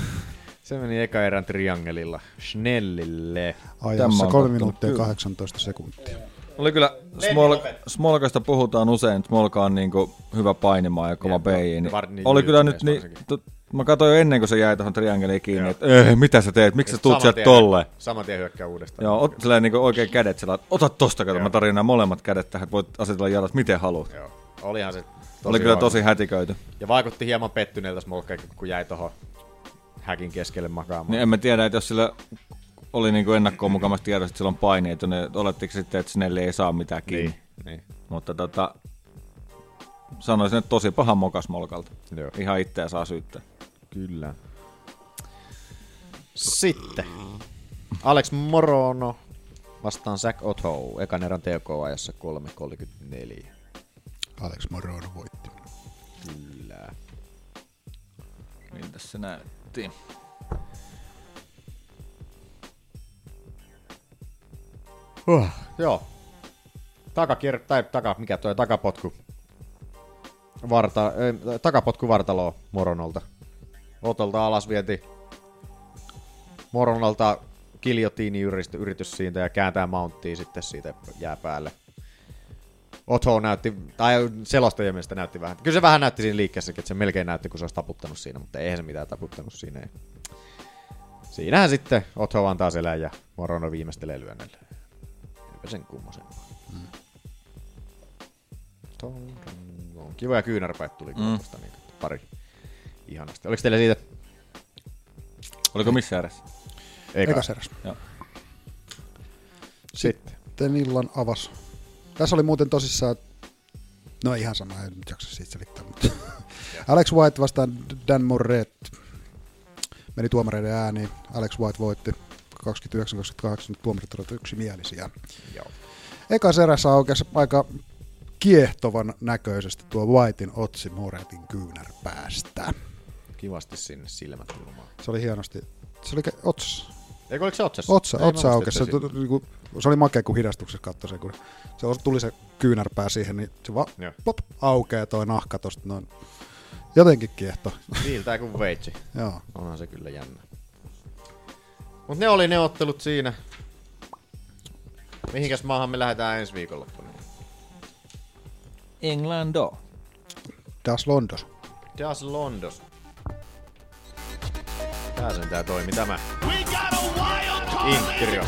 Se meni eka erän triangelilla Schnellille. Ajassa 3 minuuttia 18 sekuntia. Oli kyllä, small, Smolkasta puhutaan usein, että Smolka on niin kuin hyvä painimaa ja kova peiji. Niin varsinkin oli kyllä nyt, jujitsu niin, to, mä katsoin jo ennen kuin se jäi tuohon triangeliin kiinni, että eh, mitä sä teet, miksi sä Saman tuut sieltä tien- tolleen? Saman tien hyökkää uudestaan. Joo, ot silleen niin oikein kädet sillä, lailla, ota tosta, kato, mä tarjoan nämä molemmat kädet tähän, voit asetella jalat miten haluat. Joo. Olihan se tosi Oli kyllä vakava. tosi hätiköity. Ja vaikutti hieman pettyneeltä Smolkka, kun jäi tuohon häkin keskelle makaamaan. Niin en mä tiedä, että jos sillä oli niin kuin ennakkoon mukamassa tiedossa, että sillä on paineita, niin oletteko sitten, että sinne ei saa mitään kiinni. Niin, niin. Mutta tota, sanoisin, että tosi paha mokas molkalta. Joo. Ihan itseä saa syyttää. Kyllä. Sitten. Alex Morono vastaan Zach Otto. Ekan erän TK-ajassa 3.34. Alex Morono voitti. Kyllä. Miltä se näytti? Huh. Joo. Takakir, tai taka, mikä toi takapotku? Varta, ei, takapotku vartaloa Moronolta. Otolta alas vienti. Moronolta kiljotiini yritys siitä ja kääntää mounttiin sitten siitä jää päälle. Otho näytti, tai selostajien mielestä näytti vähän. Kyllä se vähän näytti siinä liikkeessäkin, että se melkein näytti, kun se olisi taputtanut siinä, mutta eihän se mitään taputtanut siinä. Ja Siinähän sitten Otho antaa selän ja Morono viimeistelee lyönnellä. Eipä sen kummosempaa. Mm. Kivoja kyynärpäät tuli mm. tuosta niin, pari. Ihanasti. Oliko teillä siitä? Oliko missä erässä? Eka. Ekas eräs. Joo. Sitten. Sitten illan avas. Tässä oli muuten tosissaan, no ihan sama, en nyt jaksa siitä selittää, mutta Alex White vastaan Dan Moret. Meni tuomareiden ääniin, Alex White voitti 29-28, nyt tuomarit olivat yksimielisiä. Joo. Ekas erässä oikeassa aika kiehtovan näköisesti tuo Whitein otsi Moretin kyynärpäästä. Kivasti sinne silmät kulmaan. Se oli hienosti, se oli ke- ots, Eikö oliko se otsassa? Otsa, Ei, mä otsa muistin, aukesi. Se, että tu- niinku, se oli makea, kun hidastuksessa katsoi sen, kun se os- tuli se kyynärpää siihen, niin se vaan Joo. plop, aukeaa toi nahka tosta noin. Jotenkin kiehto. Viiltää kuin veitsi. Joo. Onhan se kyllä jännä. Mut ne oli ne ottelut siinä. Mihinkäs maahan me lähdetään ensi viikonloppuna? Englando. Das Londos. Das Londos. Tää sen tää toimi tämä. Inkrio.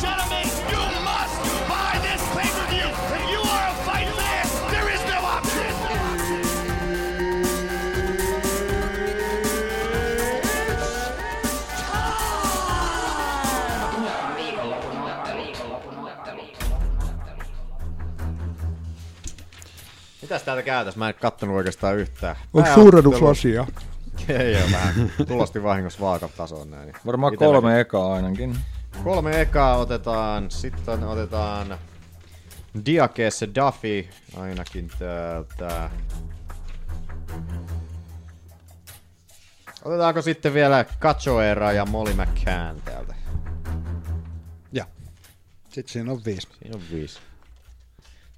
Mitäs täältä käytäs? Mä en kattonut oikeastaan yhtään. Onko Pääottelu- suurennuslasia? Ei oo vähän. Tulosti vahingossa vaakatasoon näin. Varmaan Itellä- kolme ekaa ainakin. Kolme ekaa otetaan, sitten otetaan Diakeessa Duffy ainakin täältä. Otetaanko sitten vielä Cachoeira ja Molly McCann täältä? Sitten siinä on viisi. Siinä on viisi.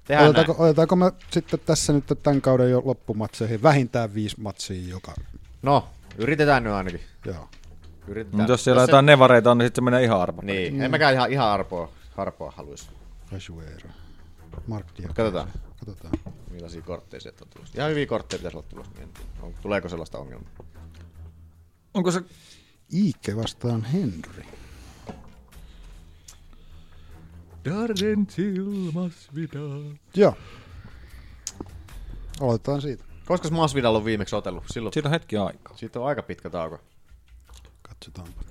Tehdään otetaanko, otetaanko me sitten tässä nyt tämän kauden jo loppumatseihin vähintään viisi matsia joka... No, yritetään nyt ainakin. Joo. Yritetään. Mutta jos siellä jotain se- nevareita on, niin sitten se menee ihan arpa. Niin, Mm. mm. en mäkään ihan, ihan arpoa, harpoa haluaisi. Casuero. Mark Diaz. Katsotaan. Katsotaan. Millaisia kortteja sieltä on tulossa. Ihan hyviä kortteja pitäisi olla tulossa. Niin on, tuleeko sellaista ongelmaa? Onko se... Iike vastaan Henry. Darren Silmas Vidal. Joo. Aloitetaan siitä. Koska Masvidal on viimeksi otellut? Silloin... Siitä on hetki aikaa. Siitä on aika pitkä tauko. Katsotaanpa.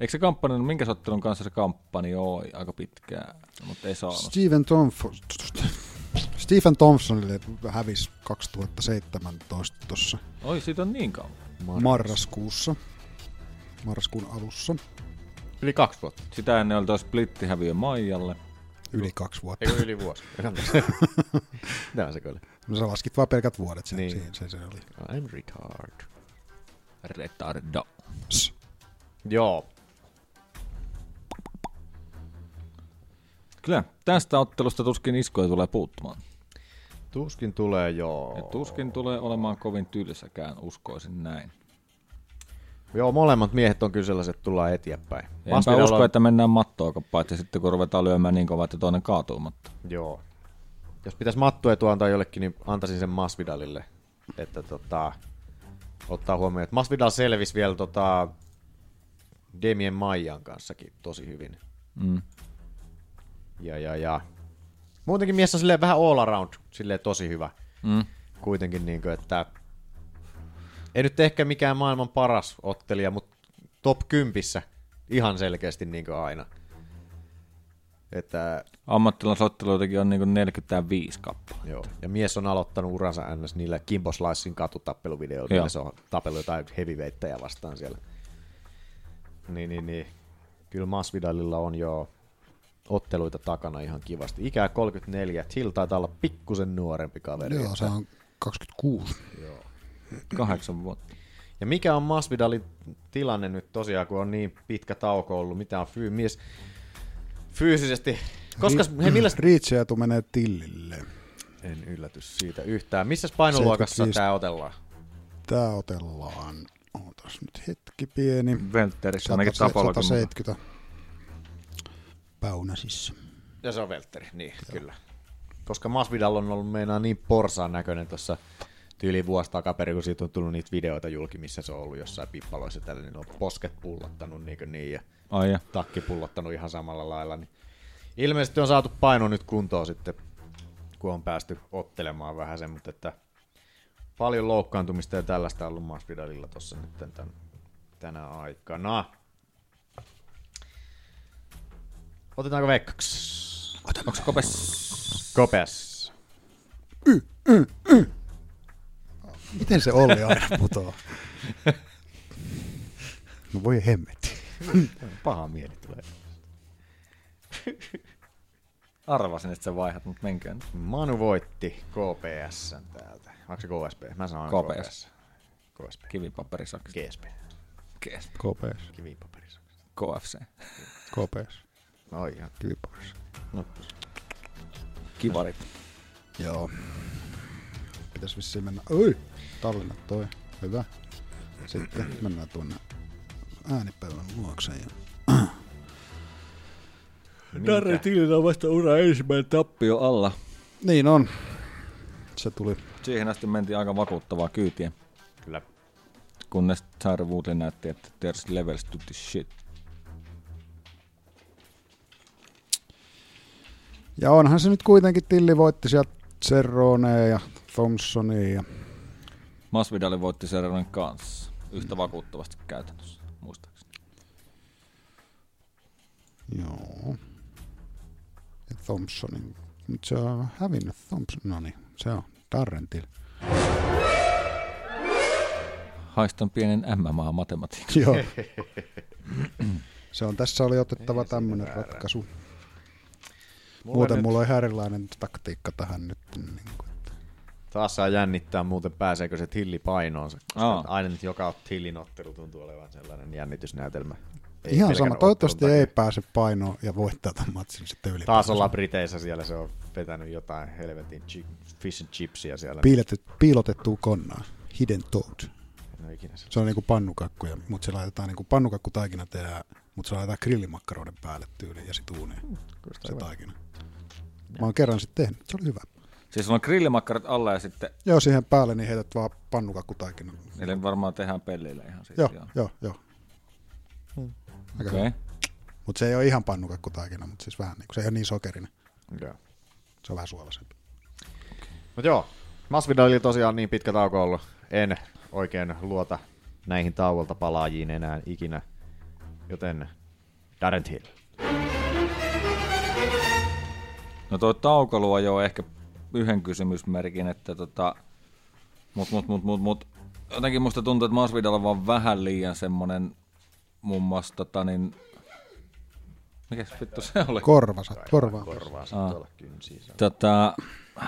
Eikö se kampanja, minkä ottelun kanssa se kampanja on aika pitkään, mutta ei saanut. Stephen Thompson. Stephen Thompsonille hävisi 2017 tuossa Oi, siitä on niin kauan. marraskuussa. Marraskuun alussa. Yli kaksi vuotta. Sitä ennen oli tuo splittihäviö Maijalle. Yli kaksi vuotta. Eikö yli vuosi? Mitä on se kyllä? No sä laskit vaan pelkät vuodet sen. Niin. Siihen, se, se oli. I'm retard. Retardo. Joo. Kyllä, tästä ottelusta tuskin iskoja tulee puuttumaan. Tuskin tulee, joo. Ja tuskin tulee olemaan kovin tylsäkään, uskoisin näin. Joo, molemmat miehet on kyllä sellaiset, että tullaan eteenpäin. Enpä Masvidal usko, on- että mennään mattoa paitsi sitten kun ruvetaan lyömään niin kovaa, että toinen kaatuu, mutta Joo. Jos pitäisi mattuetua antaa jollekin, niin antaisin sen Masvidalille. Että tota, ottaa huomioon, että Masvidal selvisi vielä tota, Demien Maijan kanssakin tosi hyvin. Mm. Ja, ja, ja. Muutenkin mies on silleen vähän all around, silleen tosi hyvä. Mm. Kuitenkin niin kuin, että ei nyt ehkä mikään maailman paras ottelija, mutta top 10 ihan selkeästi niin kuin aina. Että ammattilaisotteluitakin on niin kuin 45 kappaletta. Joo. Ja mies on aloittanut uransa ns. niillä Kimbo Slicein katutappeluvideoilla, Joo. millä se on tapellut jotain heavyweighttejä vastaan siellä. Niin, niin, niin. Kyllä Masvidalilla on jo otteluita takana ihan kivasti. Ikää 34, Till taitaa olla pikkusen nuorempi kaveri. Joo, se on 26. Joo. Kahdeksan vuotta. Ja mikä on Masvidalin tilanne nyt tosiaan, kun on niin pitkä tauko ollut, mitä on fyy, mies fyysisesti, koska Ri- he millä Riitsiätu menee tillille. En yllätys siitä yhtään. Missä painoluokassa 75. tämä otellaan? Tää otellaan. Ootas nyt hetki pieni. Welterissä ainakin Sata- Tapolakin mukana. 170. Paunasissa. Ja se on Veltteri, niin Joo. kyllä. Koska Masvidal on ollut meinaa niin porsaan näköinen tuossa tyyli vuosi takaperin, kun siitä on tullut niitä videoita julki, missä se on ollut jossain pippaloissa ja tällä, niin ne on posket pullottanut niin, kuin niin ja Ai ja. takki pullottanut ihan samalla lailla. Niin ilmeisesti on saatu paino nyt kuntoon sitten, kun on päästy ottelemaan vähän sen, mutta että paljon loukkaantumista ja tällaista on ollut Masvidalilla tuossa nyt tämän, tänä aikana. Otetaanko veikkaksi? Onko se kopes? Kopes. Miten se Olli aina putoaa? No voi hemmetti. Paha mieli tulee. Arvasin, että sä vaihat, mutta menkää nyt. Manu voitti KPS täältä. Onko se KSP? Mä sanoin KPS. KPS. KPS. KSP. Kivipaperisakset. GSP. KSP. KPS. Kivipaperissa. KFC. KPS. No ihan. Kivipaperissa. No. Kivarit. Joo. Pitäis vissiin mennä. Oi! Tallinna toi. Hyvä. Sitten mennään tuonne äänipellon luokse. Ja... Darren Tillin on vasta ura ensimmäinen tappio alla. Niin on. Se tuli. Siihen asti mentiin aika vakuuttavaa kyytiä, Kyllä. kunnes Tyra Woodley näytti, että there's levels to this shit. Ja onhan se nyt kuitenkin Tilli voitti sieltä Cerronea ja Thompsonia ja Masvidal voitti Serronen kanssa. Yhtä vakuuttavasti käytännössä, muistaakseni. Joo. Ja Thompsonin. Nyt se on hävinnyt Thompson. No niin, se on Tarrentil. Haistan pienen MMA-matematiikan. Joo. Se on, tässä oli otettava tämmöinen ratkaisu. Mulla Muuten nyt- mulla on ihan erilainen taktiikka tähän nyt. Niin kuin. Taas saa jännittää muuten pääseekö se tilli painoonsa. koska Aa. Aina nyt joka tillin ottelu tuntuu olevan sellainen jännitysnäytelmä. Ei Ihan sama. pelkän Toivottavasti ottelun ei takia. pääse painoon ja voittaa tämän matsin sitten yli. Taas ollaan Briteissä siellä, se on vetänyt jotain helvetin chi- fish and chipsia siellä. Piilotet, piilotettua konnaa. Hidden toad. En ole ikinä Se on niinku pannukakkuja, mutta se laitetaan niinku pannukakku-taikina tehdään, mutta se laitetaan grillimakkaroiden päälle tyyliin ja sit uuniin. Se taikina. Mä oon kerran sitten tehnyt. Se oli hyvä. Siis sulla on grillimakkarat alla ja sitten Joo, siihen päälle niin heität vaan pannukakkutaikina. niille varmaan tehdään pellillä ihan siitä. Joo, joo, joo. Aika Okei. hyvä. Mutta se ei ole ihan pannukakkutaikina, mutta siis vähän niinku, se ei ole niin sokerinen. Joo. Se on vähän suolaisempi. Mut joo, Masvidalilla tosiaan niin pitkä tauko ollut. En oikein luota näihin tauolta palaajiin enää ikinä. Joten Darren Till. No toi tauko luo jo ehkä yhden kysymysmerkin, että tota, mut, mut, mut, mut, mut. Jotenkin musta tuntuu, että Masvidal on vaan vähän liian semmonen muun muassa tota niin, mikäs vittu se oli? Korvasat, korvaa. Korvaa Aa. olla kynsiinsä. Tota,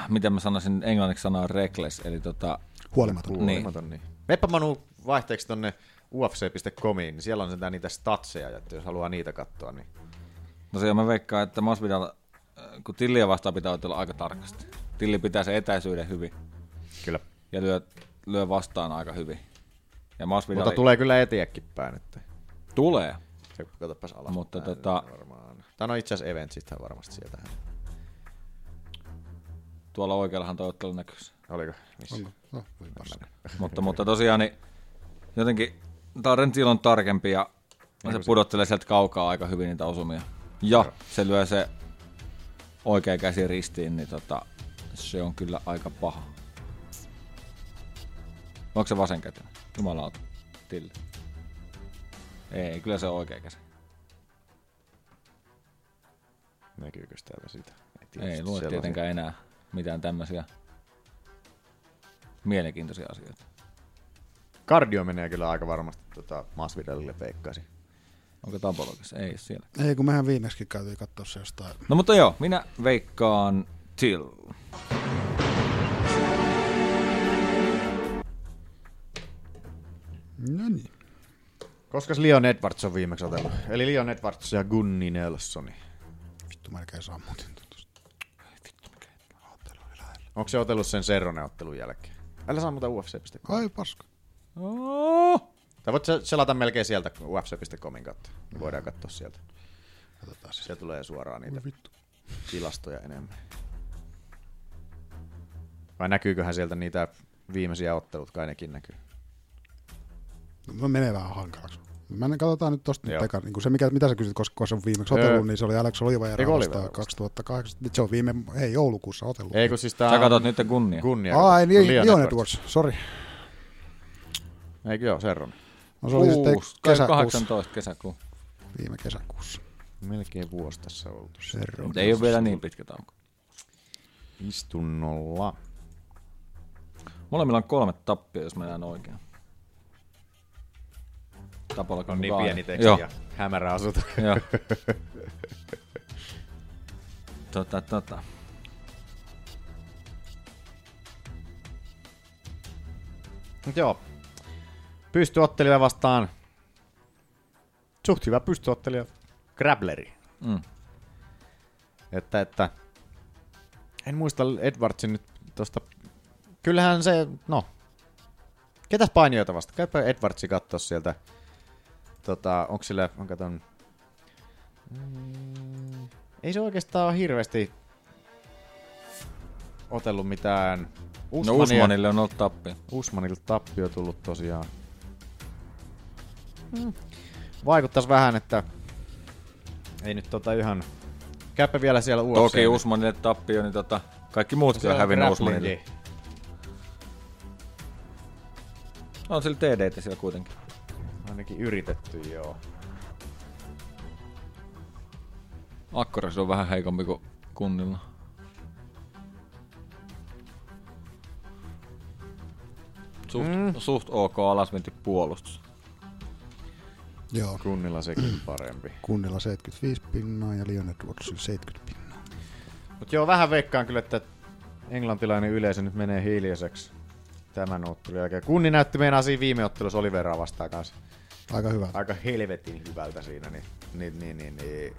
miten mä sanoisin, englanniksi sanaa reckless, eli tota... Huolimaton. Huolimaton, niin. Meppä Manu vaihteeksi tonne ufc.comiin, niin siellä on sentään niitä statseja, että jos haluaa niitä katsoa, niin No se mä veikkaan, että Masvidal, äh, kun tilliä vastaan pitää otella aika tarkasti. Tilli pitää sen etäisyyden hyvin. Kyllä. Ja lyö, lyö vastaan aika hyvin. Ja Masvidal... Mutta tulee kyllä etiäkin päin. Että. Tulee. Se katsopas alas. Mutta tota, Varmaan. Tämä on itse asiassa Eventsistä varmasti sieltä. tuolla oikeallahan toi ottelu näkyisi. Oliko? Onko? No, mutta, mutta tosiaan niin jotenkin Tarentil on tarkempi ja se pudottelee sieltä kaukaa aika hyvin niitä osumia. Ja se lyö se oikea käsi ristiin, niin tota, se on kyllä aika paha. Onko se vasen käteen? Jumalauta. Tilli. Ei, kyllä se on oikea käsi. Näkyykö täällä sitä? Ei lue tietenkään enää mitään tämmöisiä mielenkiintoisia asioita. Kardio menee kyllä aika varmasti tota, Masvidalille veikkaisin. Onko Tapologissa? Ei siellä. Ei, kun mehän viimeksi käytiin katsoa se jostain. No mutta joo, minä veikkaan Till. No niin. Koska Leon Edwards on viimeksi otellut. Eli Leon Edwards ja Gunni Nelson. Vittu, melkein saa muuten Onko se otellut sen Serronen ottelun jälkeen? Älä saa muuta UFC.com. Ai paska. Oh. Tai voit se- selata melkein sieltä UFC.comin kautta. Me voidaan katsoa sieltä. Katsotaan se. tulee suoraan niitä tilastoja enemmän. Vai näkyyköhän sieltä niitä viimeisiä ottelut? Kai nekin näkyy. No, menee vähän hankalaksi. Mä en, katsotaan nyt tosta nyt Joo. eka, niin se, mikä, mitä sä kysyt, koska kun se on viimeksi Öö. otellut, niin se oli Alex Oliveira Eikö Oliveira vastaan 2008. Nyt se on viime, ei joulukuussa otellut. Ei kun siis tää Sä on- katot nytten kunnia. Kunnia. Ai, katot. niin, Leon Leon Edwards. Edwards, sori. Eikö joo, Serron. No se oli sitten Kuus- kesäkuussa. 18 kesäkuun. Viime kesäkuussa. Melkein vuosi tässä oltu. Serron. Mutta ei ole vielä niin pitkä tauko. Istunnolla. Molemmilla on kolme tappia, jos mennään oikein. Tapolla On niin mukaan. pieni teksti Joo. ja hämärä asut. Joo. tota, tota. Mut joo. Pystyottelija vastaan. Suht hyvä pystyottelija. Grappleri. Mm. Että, että. En muista Edwardsin nyt tosta. Kyllähän se, no. Ketäs painijoita vasta? Käypä Edwardsi katsoa sieltä. Tota, onko sillä, mä katson. Mm, ei se oikeastaan ole hirveästi otellut mitään. No Usmanille on ollut tappia. Usmanille tappio tullut tosiaan. Vaikuttaisi vähän, että ei nyt tota ihan... Käypä vielä siellä UFC. Toki Usmanille tappio, niin tota, kaikki muutkin on hävinnyt Usmanille. On sillä TDT siellä kuitenkin. Ainakin yritetty, joo. Akkora se on vähän heikompi kuin kunnilla. Suht, mm. suht ok alasmenti puolustus. Joo. Kunnilla sekin parempi. Kunnilla 75 pinnaa ja Leon Edwardsilla 70 pinnaa. Mutta joo, vähän veikkaan kyllä, että englantilainen yleisö nyt menee hiljaiseksi tämän ottelun jälkeen. Kunni näytti meidän siinä viime ottelussa Oliveraa vastaan kanssa. Aika hyvä. aika helvetin hyvältä siinä. Niin, niin, niin, niin, niin.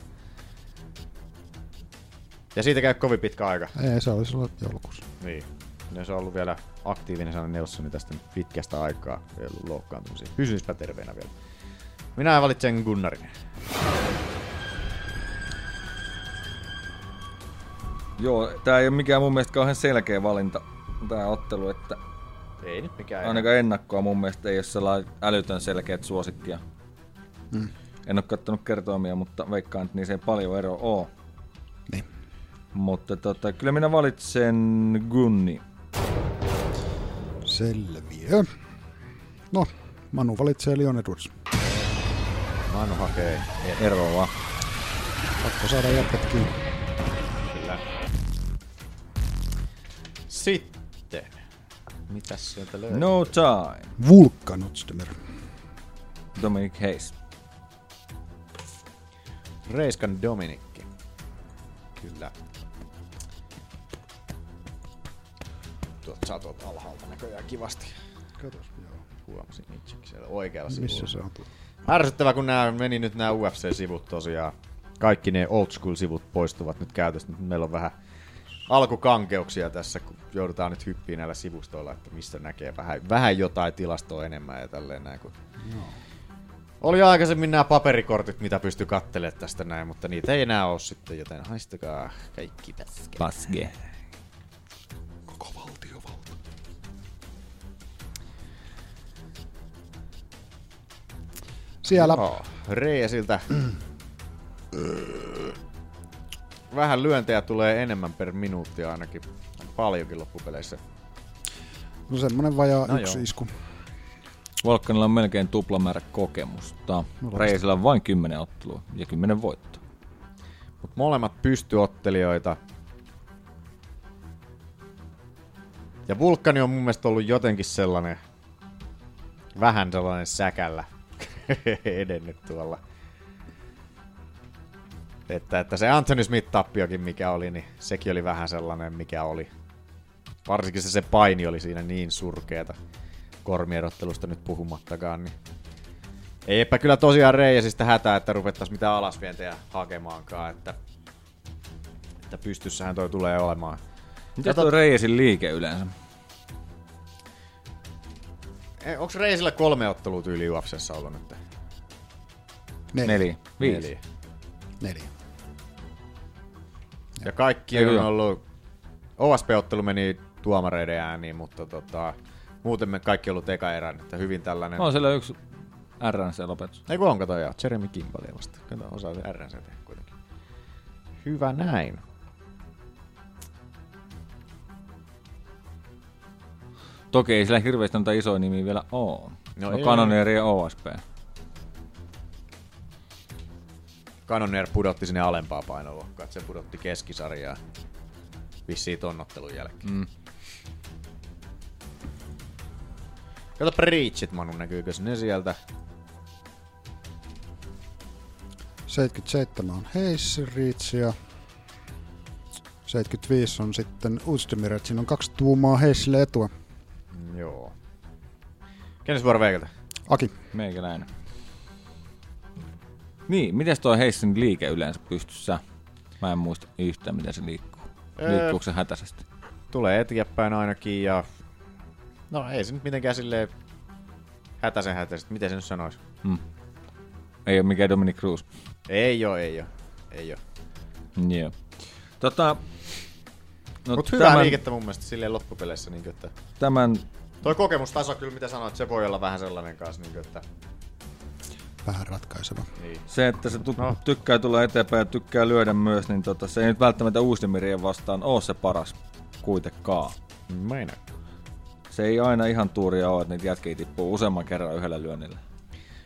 Ja siitä käy kovin pitkä aika. Ei, se olisi ollut joulukuussa. Niin. Ja se on ollut vielä aktiivinen sana Nelsoni tästä nyt pitkästä aikaa. Ei ollut loukkaantumisia. Pysyispä terveenä vielä. Minä valitsen Gunnarin. Joo, tää ei ole mikään mun mielestä kauhean selkeä valinta, tää ottelu, että Ei nyt mikään. ainakaan ennakkoa mun mielestä ei ole sellainen älytön selkeät suosikkia. Mm. En ole kattonut kertoimia, mutta veikkaan, että niissä ei paljon eroa oo. Niin. Mutta tota, kyllä minä valitsen Gunni. Selviö. No, Manu valitsee Leon Edwards. Manu hakee eroa. Pakko saada jätkät kiinni. Kyllä. Sitten. Mitäs sieltä löytyy? No time. Vulkan Otsdemer. Dominic Hayes. Reiskan Dominikki. Kyllä. Tuot satot alhaalta näköjään kivasti. Katos, joo. Huomasin itsekin siellä oikealla Missä sivulla. se on? Ärsyttävä, kun nämä meni nyt nämä UFC-sivut tosiaan. Kaikki ne old school-sivut poistuvat nyt käytöstä. Nyt meillä on vähän alkukankeuksia tässä, kun joudutaan nyt hyppiin näillä sivustoilla, että mistä näkee vähän, vähän jotain tilastoa enemmän ja tälleen näin. Kun Joo. oli aikaisemmin nämä paperikortit, mitä pystyi kattelemaan tästä näin, mutta niitä ei enää ole sitten, joten haistakaa kaikki paske. Paske. Siellä. Joo, Reisiltä. Vähän lyöntejä tulee enemmän per minuutti ainakin. Paljonkin loppupeleissä. No semmonen vajaa No no yksi joo. joo. isku. Volkanilla on melkein tuplamäärä kokemusta. No, Reisillä on vain 10 ottelua ja 10 voittoa. Mut molemmat pystyottelijoita. Ja Vulkani on mun mielestä ollut jotenkin sellainen, vähän sellainen säkällä edennyt tuolla. Että, että se Anthony Smith-tappiokin mikä oli, niin sekin oli vähän sellainen mikä oli. Varsinkin se, se paini oli siinä niin surkeeta kormierottelusta nyt puhumattakaan, niin Eipä kyllä tosiaan Reijasista hätää, että ruvettaisiin mitään alasvientejä hakemaankaan, että, että pystyssähän toi tulee olemaan. Mitä tuo Reisin liike yleensä? Ei, E, Onks Reisillä kolme ottelua tyyli UFCssä ollut nyt? Neljä. Neljä. Viisi. Neljä. Neljä. Ja kaikki Ei, on joo. ollut... OSP-ottelu meni tuomareiden ääniin, mutta tota, muuten me kaikki ollut eka erän, että hyvin tällainen... On siellä yksi RNC lopetus. Ei kun on, kato joo, Jeremy Kimbalia vasta. Kato, osaa se RNC tehdä kuitenkin. Hyvä näin. Toki ei sillä hirveästi noita isoja nimiä vielä oo. No No, no ei. Kanonieri ja OSP. Cannonier pudotti sinne alempaa painoluokkaa, että se pudotti keskisarjaa vissiin ton ottelun jälkeen. Mm. Kato Preachit, Manu, näkyykö ne sieltä? 77 on Hayes Reach ja 75 on sitten Uzdemir, että siinä on kaksi tuumaa Hayesille etua. Mm, Joo. Kenes vuoro veikalta? Aki. Meikäläinen. Niin, mites toi Heissin liike yleensä pystyssä? Mä en muista yhtään, miten se liikkuu. Öö. Liikkuuko se hätäisesti? Tulee eteenpäin ainakin ja... No ei se nyt mitenkään silleen hätäsen hätäisesti, miten se nyt sanois? Mm. Ei ole mikään Dominic Cruz. Ei joo, ei joo, ei joo. Joo. Tota, No, no Mut hyvää tämän, liikettä mun mielestä silleen loppupeleissä, niin että tämän Toi kokemustaso kyllä, mitä sanoit, se voi olla vähän sellainen kanssa, niin että... Vähän ratkaiseva. Niin. Se, että se tu- no. tykkää tulla eteenpäin ja tykkää lyödä myös, niin tota, se ei nyt välttämättä uusimirien vastaan ole se paras kuitenkaan. Meina. Se ei aina ihan tuuria ole, että niitä jätkiä tippuu useamman kerran yhdellä lyönnillä.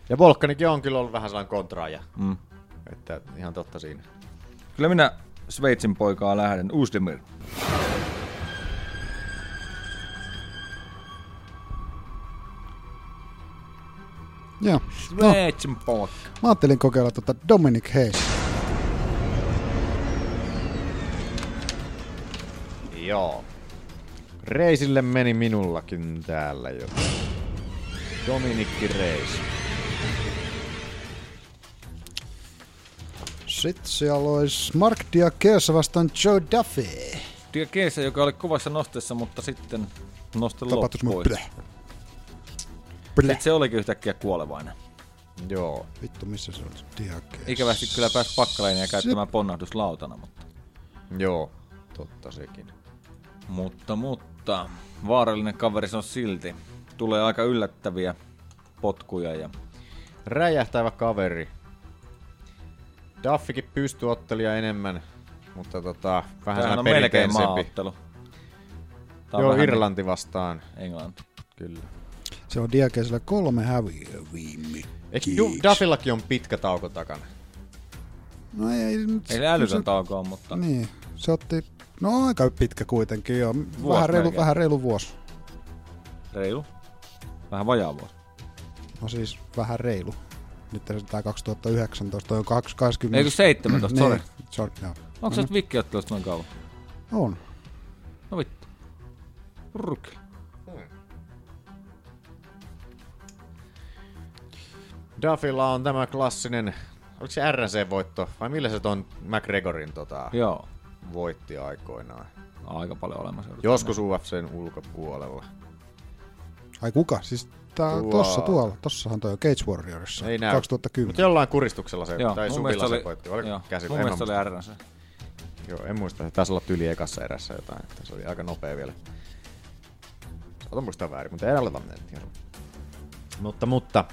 Ja Volkanikin on kyllä ollut vähän sellainen kontraaja. Mm. Että ihan totta siinä. Kyllä minä Sveitsin poikaa lähden, Uusdemir. Joo. No, Sveitsin poika. mä ajattelin kokeilla tota Dominic Hayes. Joo. Reisille meni minullakin täällä jo. Dominikki Reis. Sitten siellä olisi Mark Diakese vastaan Joe Duffy. Diakese, joka oli kovassa nosteessa, mutta sitten noste Tapahtui loppui. semmoinen bleh. Sitten se olikin yhtäkkiä kuolevainen. Joo. Vittu, missä se oli? Diakese. Ikävästi kyllä pääsi pakkaleinia käyttämään ponnahduslautana, mutta... Joo, totta sekin. Mutta, mutta, vaarallinen kaveri se on silti. Tulee aika yllättäviä potkuja ja... Räjähtävä kaveri. Duffikin pystyy ottelia enemmän, mutta tota, vähän Tämähän sellainen on melkein perinteisempi. maaottelu. Tää on Joo, vähän Irlanti vastaan. Englanti. Kyllä. Se on Diakesellä kolme häviöä viime. Eikö Ju- Duffillakin on pitkä tauko takana? No ei, nyt- Ei se älytön se- tauko on, mutta... Niin, se otti... No aika pitkä kuitenkin, joo. Vähän reilu, melkein. vähän reilu vuosi. Reilu. Vähän vajaa vuosi. No siis vähän reilu. Nyt se tää 2019, toi on kaks- 20... Ei, kun 17, Niin, sori. Sorry, joo. Onko se nyt vikkiottelusta noin kauan? On. No vittu. Ruk. Duffilla on tämä klassinen, oliko se RNC-voitto, vai millä se ton McGregorin tota, Joo. voitti aikoinaan? Aika paljon olemassa. Joskus UFCn ulkopuolella. Ai kuka? Siis tää Tuo- tuo... tossa tuolla. Tossahan toi on Cage Warriorissa. Ei näy. 2010. Mutta jollain kuristuksella se, Joo, tai mun supilla mielestä se oli- voitti. Oliko joo, käsillä? mun En mä mielestä muista. oli RNC. Joo, en muista. Se taisi olla tyli ekassa erässä jotain. että Se oli aika nopea vielä. Saatan muistaa väärin, mutta ei aleta mennä. Mutta, mutta.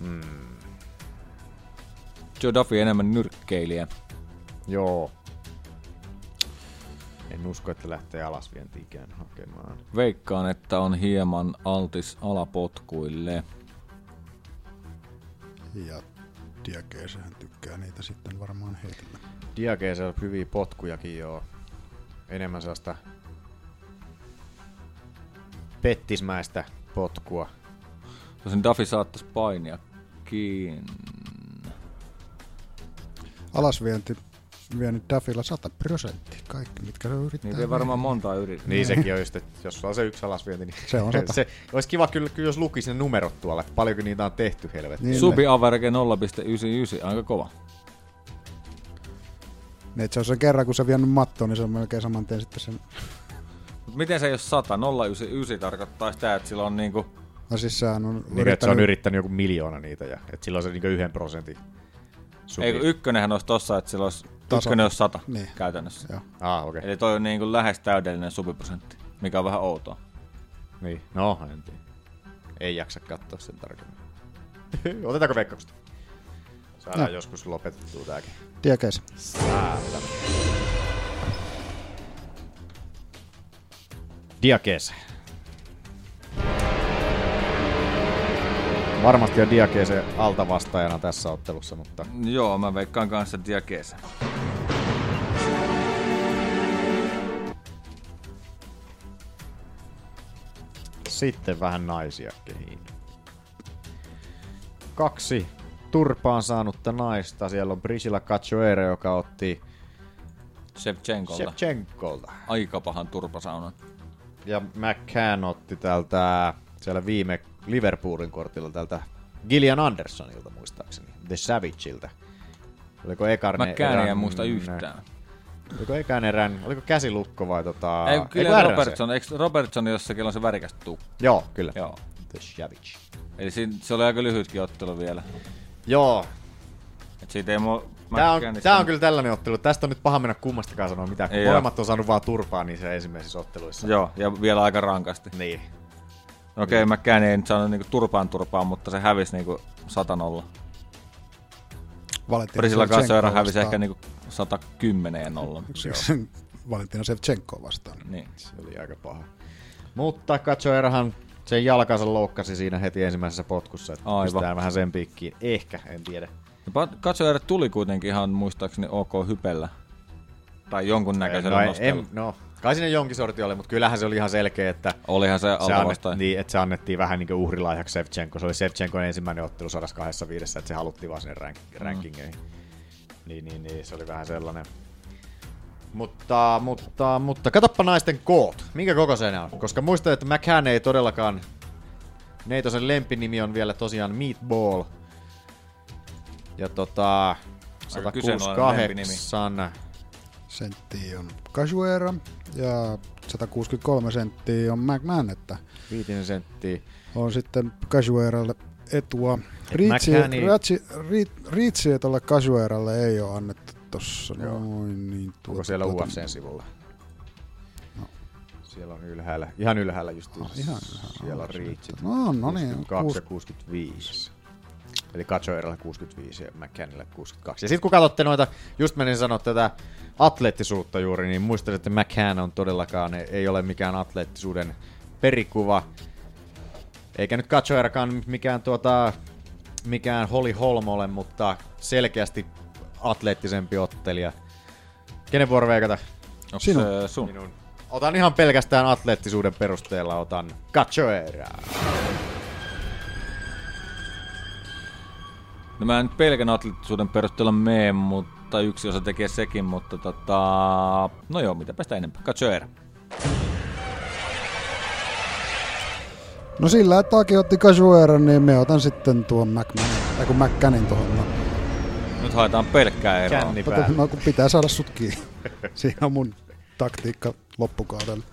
Mm. Joe Duffy enemmän nyrkkeilijä. Joo. En usko, että lähtee alas vientikään hakemaan. Veikkaan, että on hieman altis alapotkuille. Ja Diakesehän tykkää niitä sitten varmaan heitellä. Diageesel hyviä potkujakin joo. Enemmän sellaista pettismäistä potkua. Tosin Duffy saattaisi painiakin. Alasvienti vienyt Duffilla 100 prosenttia. Kaikki, mitkä se yrittää. Niitä ei varmaan montaa yritä. Niin sekin on just, että jos sulla on se yksi alasvienti, niin Se on sata. se olisi kiva kyllä, kyllä jos lukisi ne numerot tuolla, että paljonko niitä on tehty helvetti. Niin. Subi average 0,99, aika kova. Niin, että se on sen kerran, kun se on vienyt mattoon, niin se on melkein saman tien sitten sen... Mut miten se jos 100? 0,99 tarkoittaa sitä, että sillä on niinku... No siis sehän on Niin, että se on yrittänyt joku miljoona niitä, ja että silloin se niinku yhden prosentin Ei kun ykkönenhän olisi tossa, että sillä olisi... Tasa. Ykkönen olisi 100 Niin. käytännössä. Joo. Ah, okei. Eli toi on niinku lähes täydellinen subiprosentti, mikä on vähän outoa. Niin, no en tiedä. Ei jaksa katsoa sen tarkemmin. Otetaanko veikkausta? Saadaan No. joskus lopetettua tääkin. Diakese. Saatana. Diakese. Varmasti on Diakese alta vastaajana tässä ottelussa, mutta Joo, mä veikkaan kanssa Diakese. sitten vähän naisia kehiin. Kaksi turpaan saanutta naista. Siellä on Priscilla Cachoeira, joka otti Shevchenkolta. Shevchenkolta. Aika pahan turpasaunan. ja McCann otti tältä siellä viime Liverpoolin kortilla tältä Gillian Andersonilta muistaakseni, The Savageilta. Oliko ekan McCannia en erän- muista yhtään. mm. Oliko ekan erän, oliko käsilukko vai tota... Ei, kun kyllä RNC? Robertson, eikö Robertson jossakin on se värikäs tukku? Joo, kyllä. Joo. The Savage. Eli siinä, se oli aika lyhytkin ottelu vielä. Joo. Et siitä ei mua... Tää on, tää on kyllä tällainen ottelu. Tästä on nyt paha mennä kummastakaan sanoa mitään. kun Ei Molemmat on saanut vaan turpaa niissä ensimmäisissä otteluissa. Joo, ja vielä aika rankasti. No Niin. Okei, okay, McCann ei nyt saanut niinku turpaan turpaan, mutta se hävisi niinku 100-0. Valentina Prisilla Shevchenko kanssa hävisi vastaan. ehkä niinku 110 0. Sen Valentina Shevchenko vastaan. Niin. Se oli aika paha. Mutta Katsoerahan sen jalkansa loukkasi siinä heti ensimmäisessä potkussa. Että Aivan. Pistää vähän sen piikkiin. Ehkä, en tiedä. Katsoja tuli kuitenkin ihan muistaakseni OK hypellä. Tai jonkun näköisellä no, no, en- nostella. en- no, kai siinä jonkin sorti oli, mutta kyllähän se oli ihan selkeä, että Olihan se se, annet, altavastaaja. niin, että se annettiin vähän niin uhrilahjaksi Sevchenko. Se oli Sevchenkon ensimmäinen ottelu 125, että se haluttiin vaan sinne rank, Mm. rankingeihin. Niin, niin, niin, se oli vähän sellainen. Mutta, mutta, mutta, katoppa naisten koot. Minkä kokoisia ne on? Koska muista, että McCann ei todellakaan... Neitosen lempinimi on vielä tosiaan Meatball. Ja tota, Aika kyseenalainen nimi. 168 senttiä on Casuera ja 163 senttiä on McMahon, että viitisen senttiä. on sitten Casueralle etua. McMahoni- Riitsiä tuolle Casueralle ei ole annettu tossa. Noin, niin Onko tuota, siellä tuota, UFCn sivulla? Siellä on ylhäällä, ihan ylhäällä just. Ah, ihan Siellä on reachit. No, no niin, 62 ja 65. Eli Kachoeralla 65 ja McCannilla 62. Ja sitten kun katsotte noita, just menin sanoa tätä atleettisuutta juuri, niin muistan, että McCann on todellakaan, ei ole mikään atleettisuuden perikuva. Eikä nyt Kachoerakaan mikään tuota, mikään Holly Holm ole, mutta selkeästi atleettisempi ottelija. Kenen vuoro veikata? Onks Sinun. se sun? Minun. Otan ihan pelkästään atleettisuuden perusteella, otan Cachoeiraa. No mä en nyt pelkän atleettisuuden perusteella mene, mutta yksi osa tekee sekin, mutta tota... No joo, mitäpä sitä enempää. Katsoera. No sillä, että Aki otti Casueran, niin me otan sitten tuon McMahonin, tai kun McCannin tuohon. Nyt haetaan pelkkää eroa. No, kun- no, kun pitää saada sut kiinni. Siinä on mun taktiikka loppukaudella.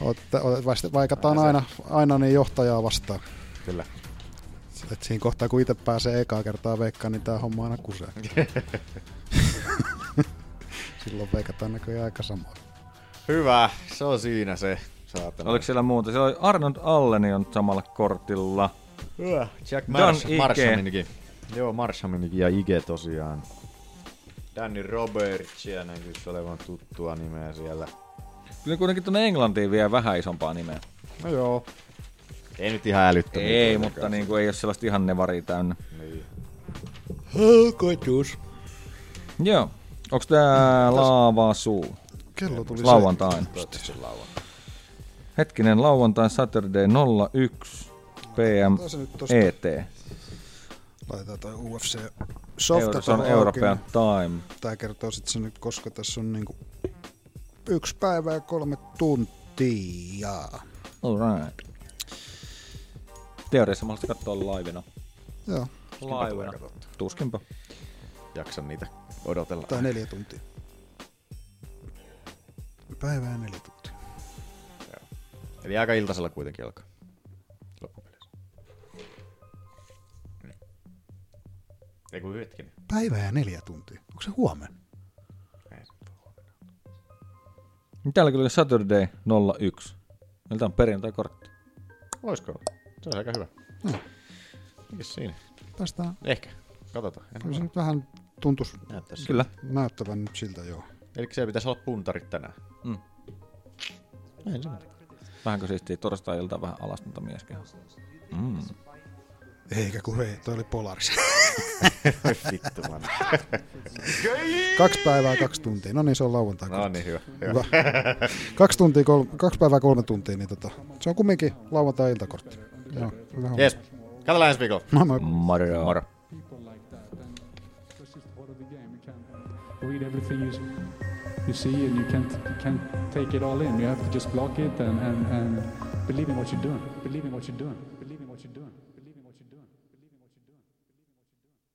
Otta, ot- vasta- vaikataan aina, aina niin johtajaa vastaan. Kyllä. Et siinä kohtaa, kun itse pääsee ekaa kertaa veikkaan, niin tää homma aina kusee. Silloin veikataan näköjään aika samaa. Hyvä, se on siinä se. Saatana. Oliko siellä muuta? Siellä oli Arnold Alleni on samalla kortilla. Hyvä. Jack Dan Mars, Ige. Marshaminikin. Joo, Marshaminikin ja Ige tosiaan. Danny Robertsia näkyisi olevan tuttua nimeä siellä. Kyllä kuitenkin tuonne Englantiin vielä vähän isompaa nimeä. No joo. Ei nyt ihan älyttömiä. Ei, mutta niin kuin ei ole sellaista ihan nevaria täynnä. Niin. Koitus. Joo. Onks tää laava suu? Kello tuli Lauantain. Toivottavasti lauantai. Hetkinen, lauantai Saturday 01 PM Laitetaan se nyt tosta. ET. Laitetaan toi UFC Euro- softa se on tuohon European auki. Time. Tää kertoo sit se nyt, koska tässä on niinku yksi päivä ja kolme tuntia. Alright. Teoriassa mahdollista katsoa laivena. Joo. Tuskinpa tulee Laivena. katsottua. Tuskinpa. Jaksan niitä odotella. Tai neljä tuntia. Päivää ja neljä tuntia. Eli aika iltasella kuitenkin alkaa. Loppupeleissä. Mm. Ei kun hetkinen. Päivää ja neljä tuntia. Onko se huomenna? Täällä kyllä Saturday 01. Meillä tää on perjantai-kortti. Voisiko? Se on aika hyvä. Mikäs siinä? Päästään. Ehkä. Katsotaan. En Kyllä se ole. nyt vähän tuntuisi Näyttäisi. Kyllä. näyttävän nyt siltä joo. Eli siellä pitäisi olla puntarit tänään. Mm. Näin se on. Vähänkö siistiä torstai-iltaa vähän alastonta mieskeä? Mm. Eikä kun hei, toi oli Polaris. Vittu vaan. kaksi päivää, kaksi tuntia. No niin, se on lauantai. No niin, hyvä. Hyvä. hyvä. kaksi, tuntia, kolme, kaksi päivää, kolme tuntia, niin tota, se on kumminkin lauantai-iltakortti. Joo, hyvä homma. Jes. Katsotaan ensi viikolla. Moi moi. Moro. Moro. read everything you, you see and you can't, you can't take it all in. You have to just block it and, and, and believe in what you're doing. Believe in what you're doing.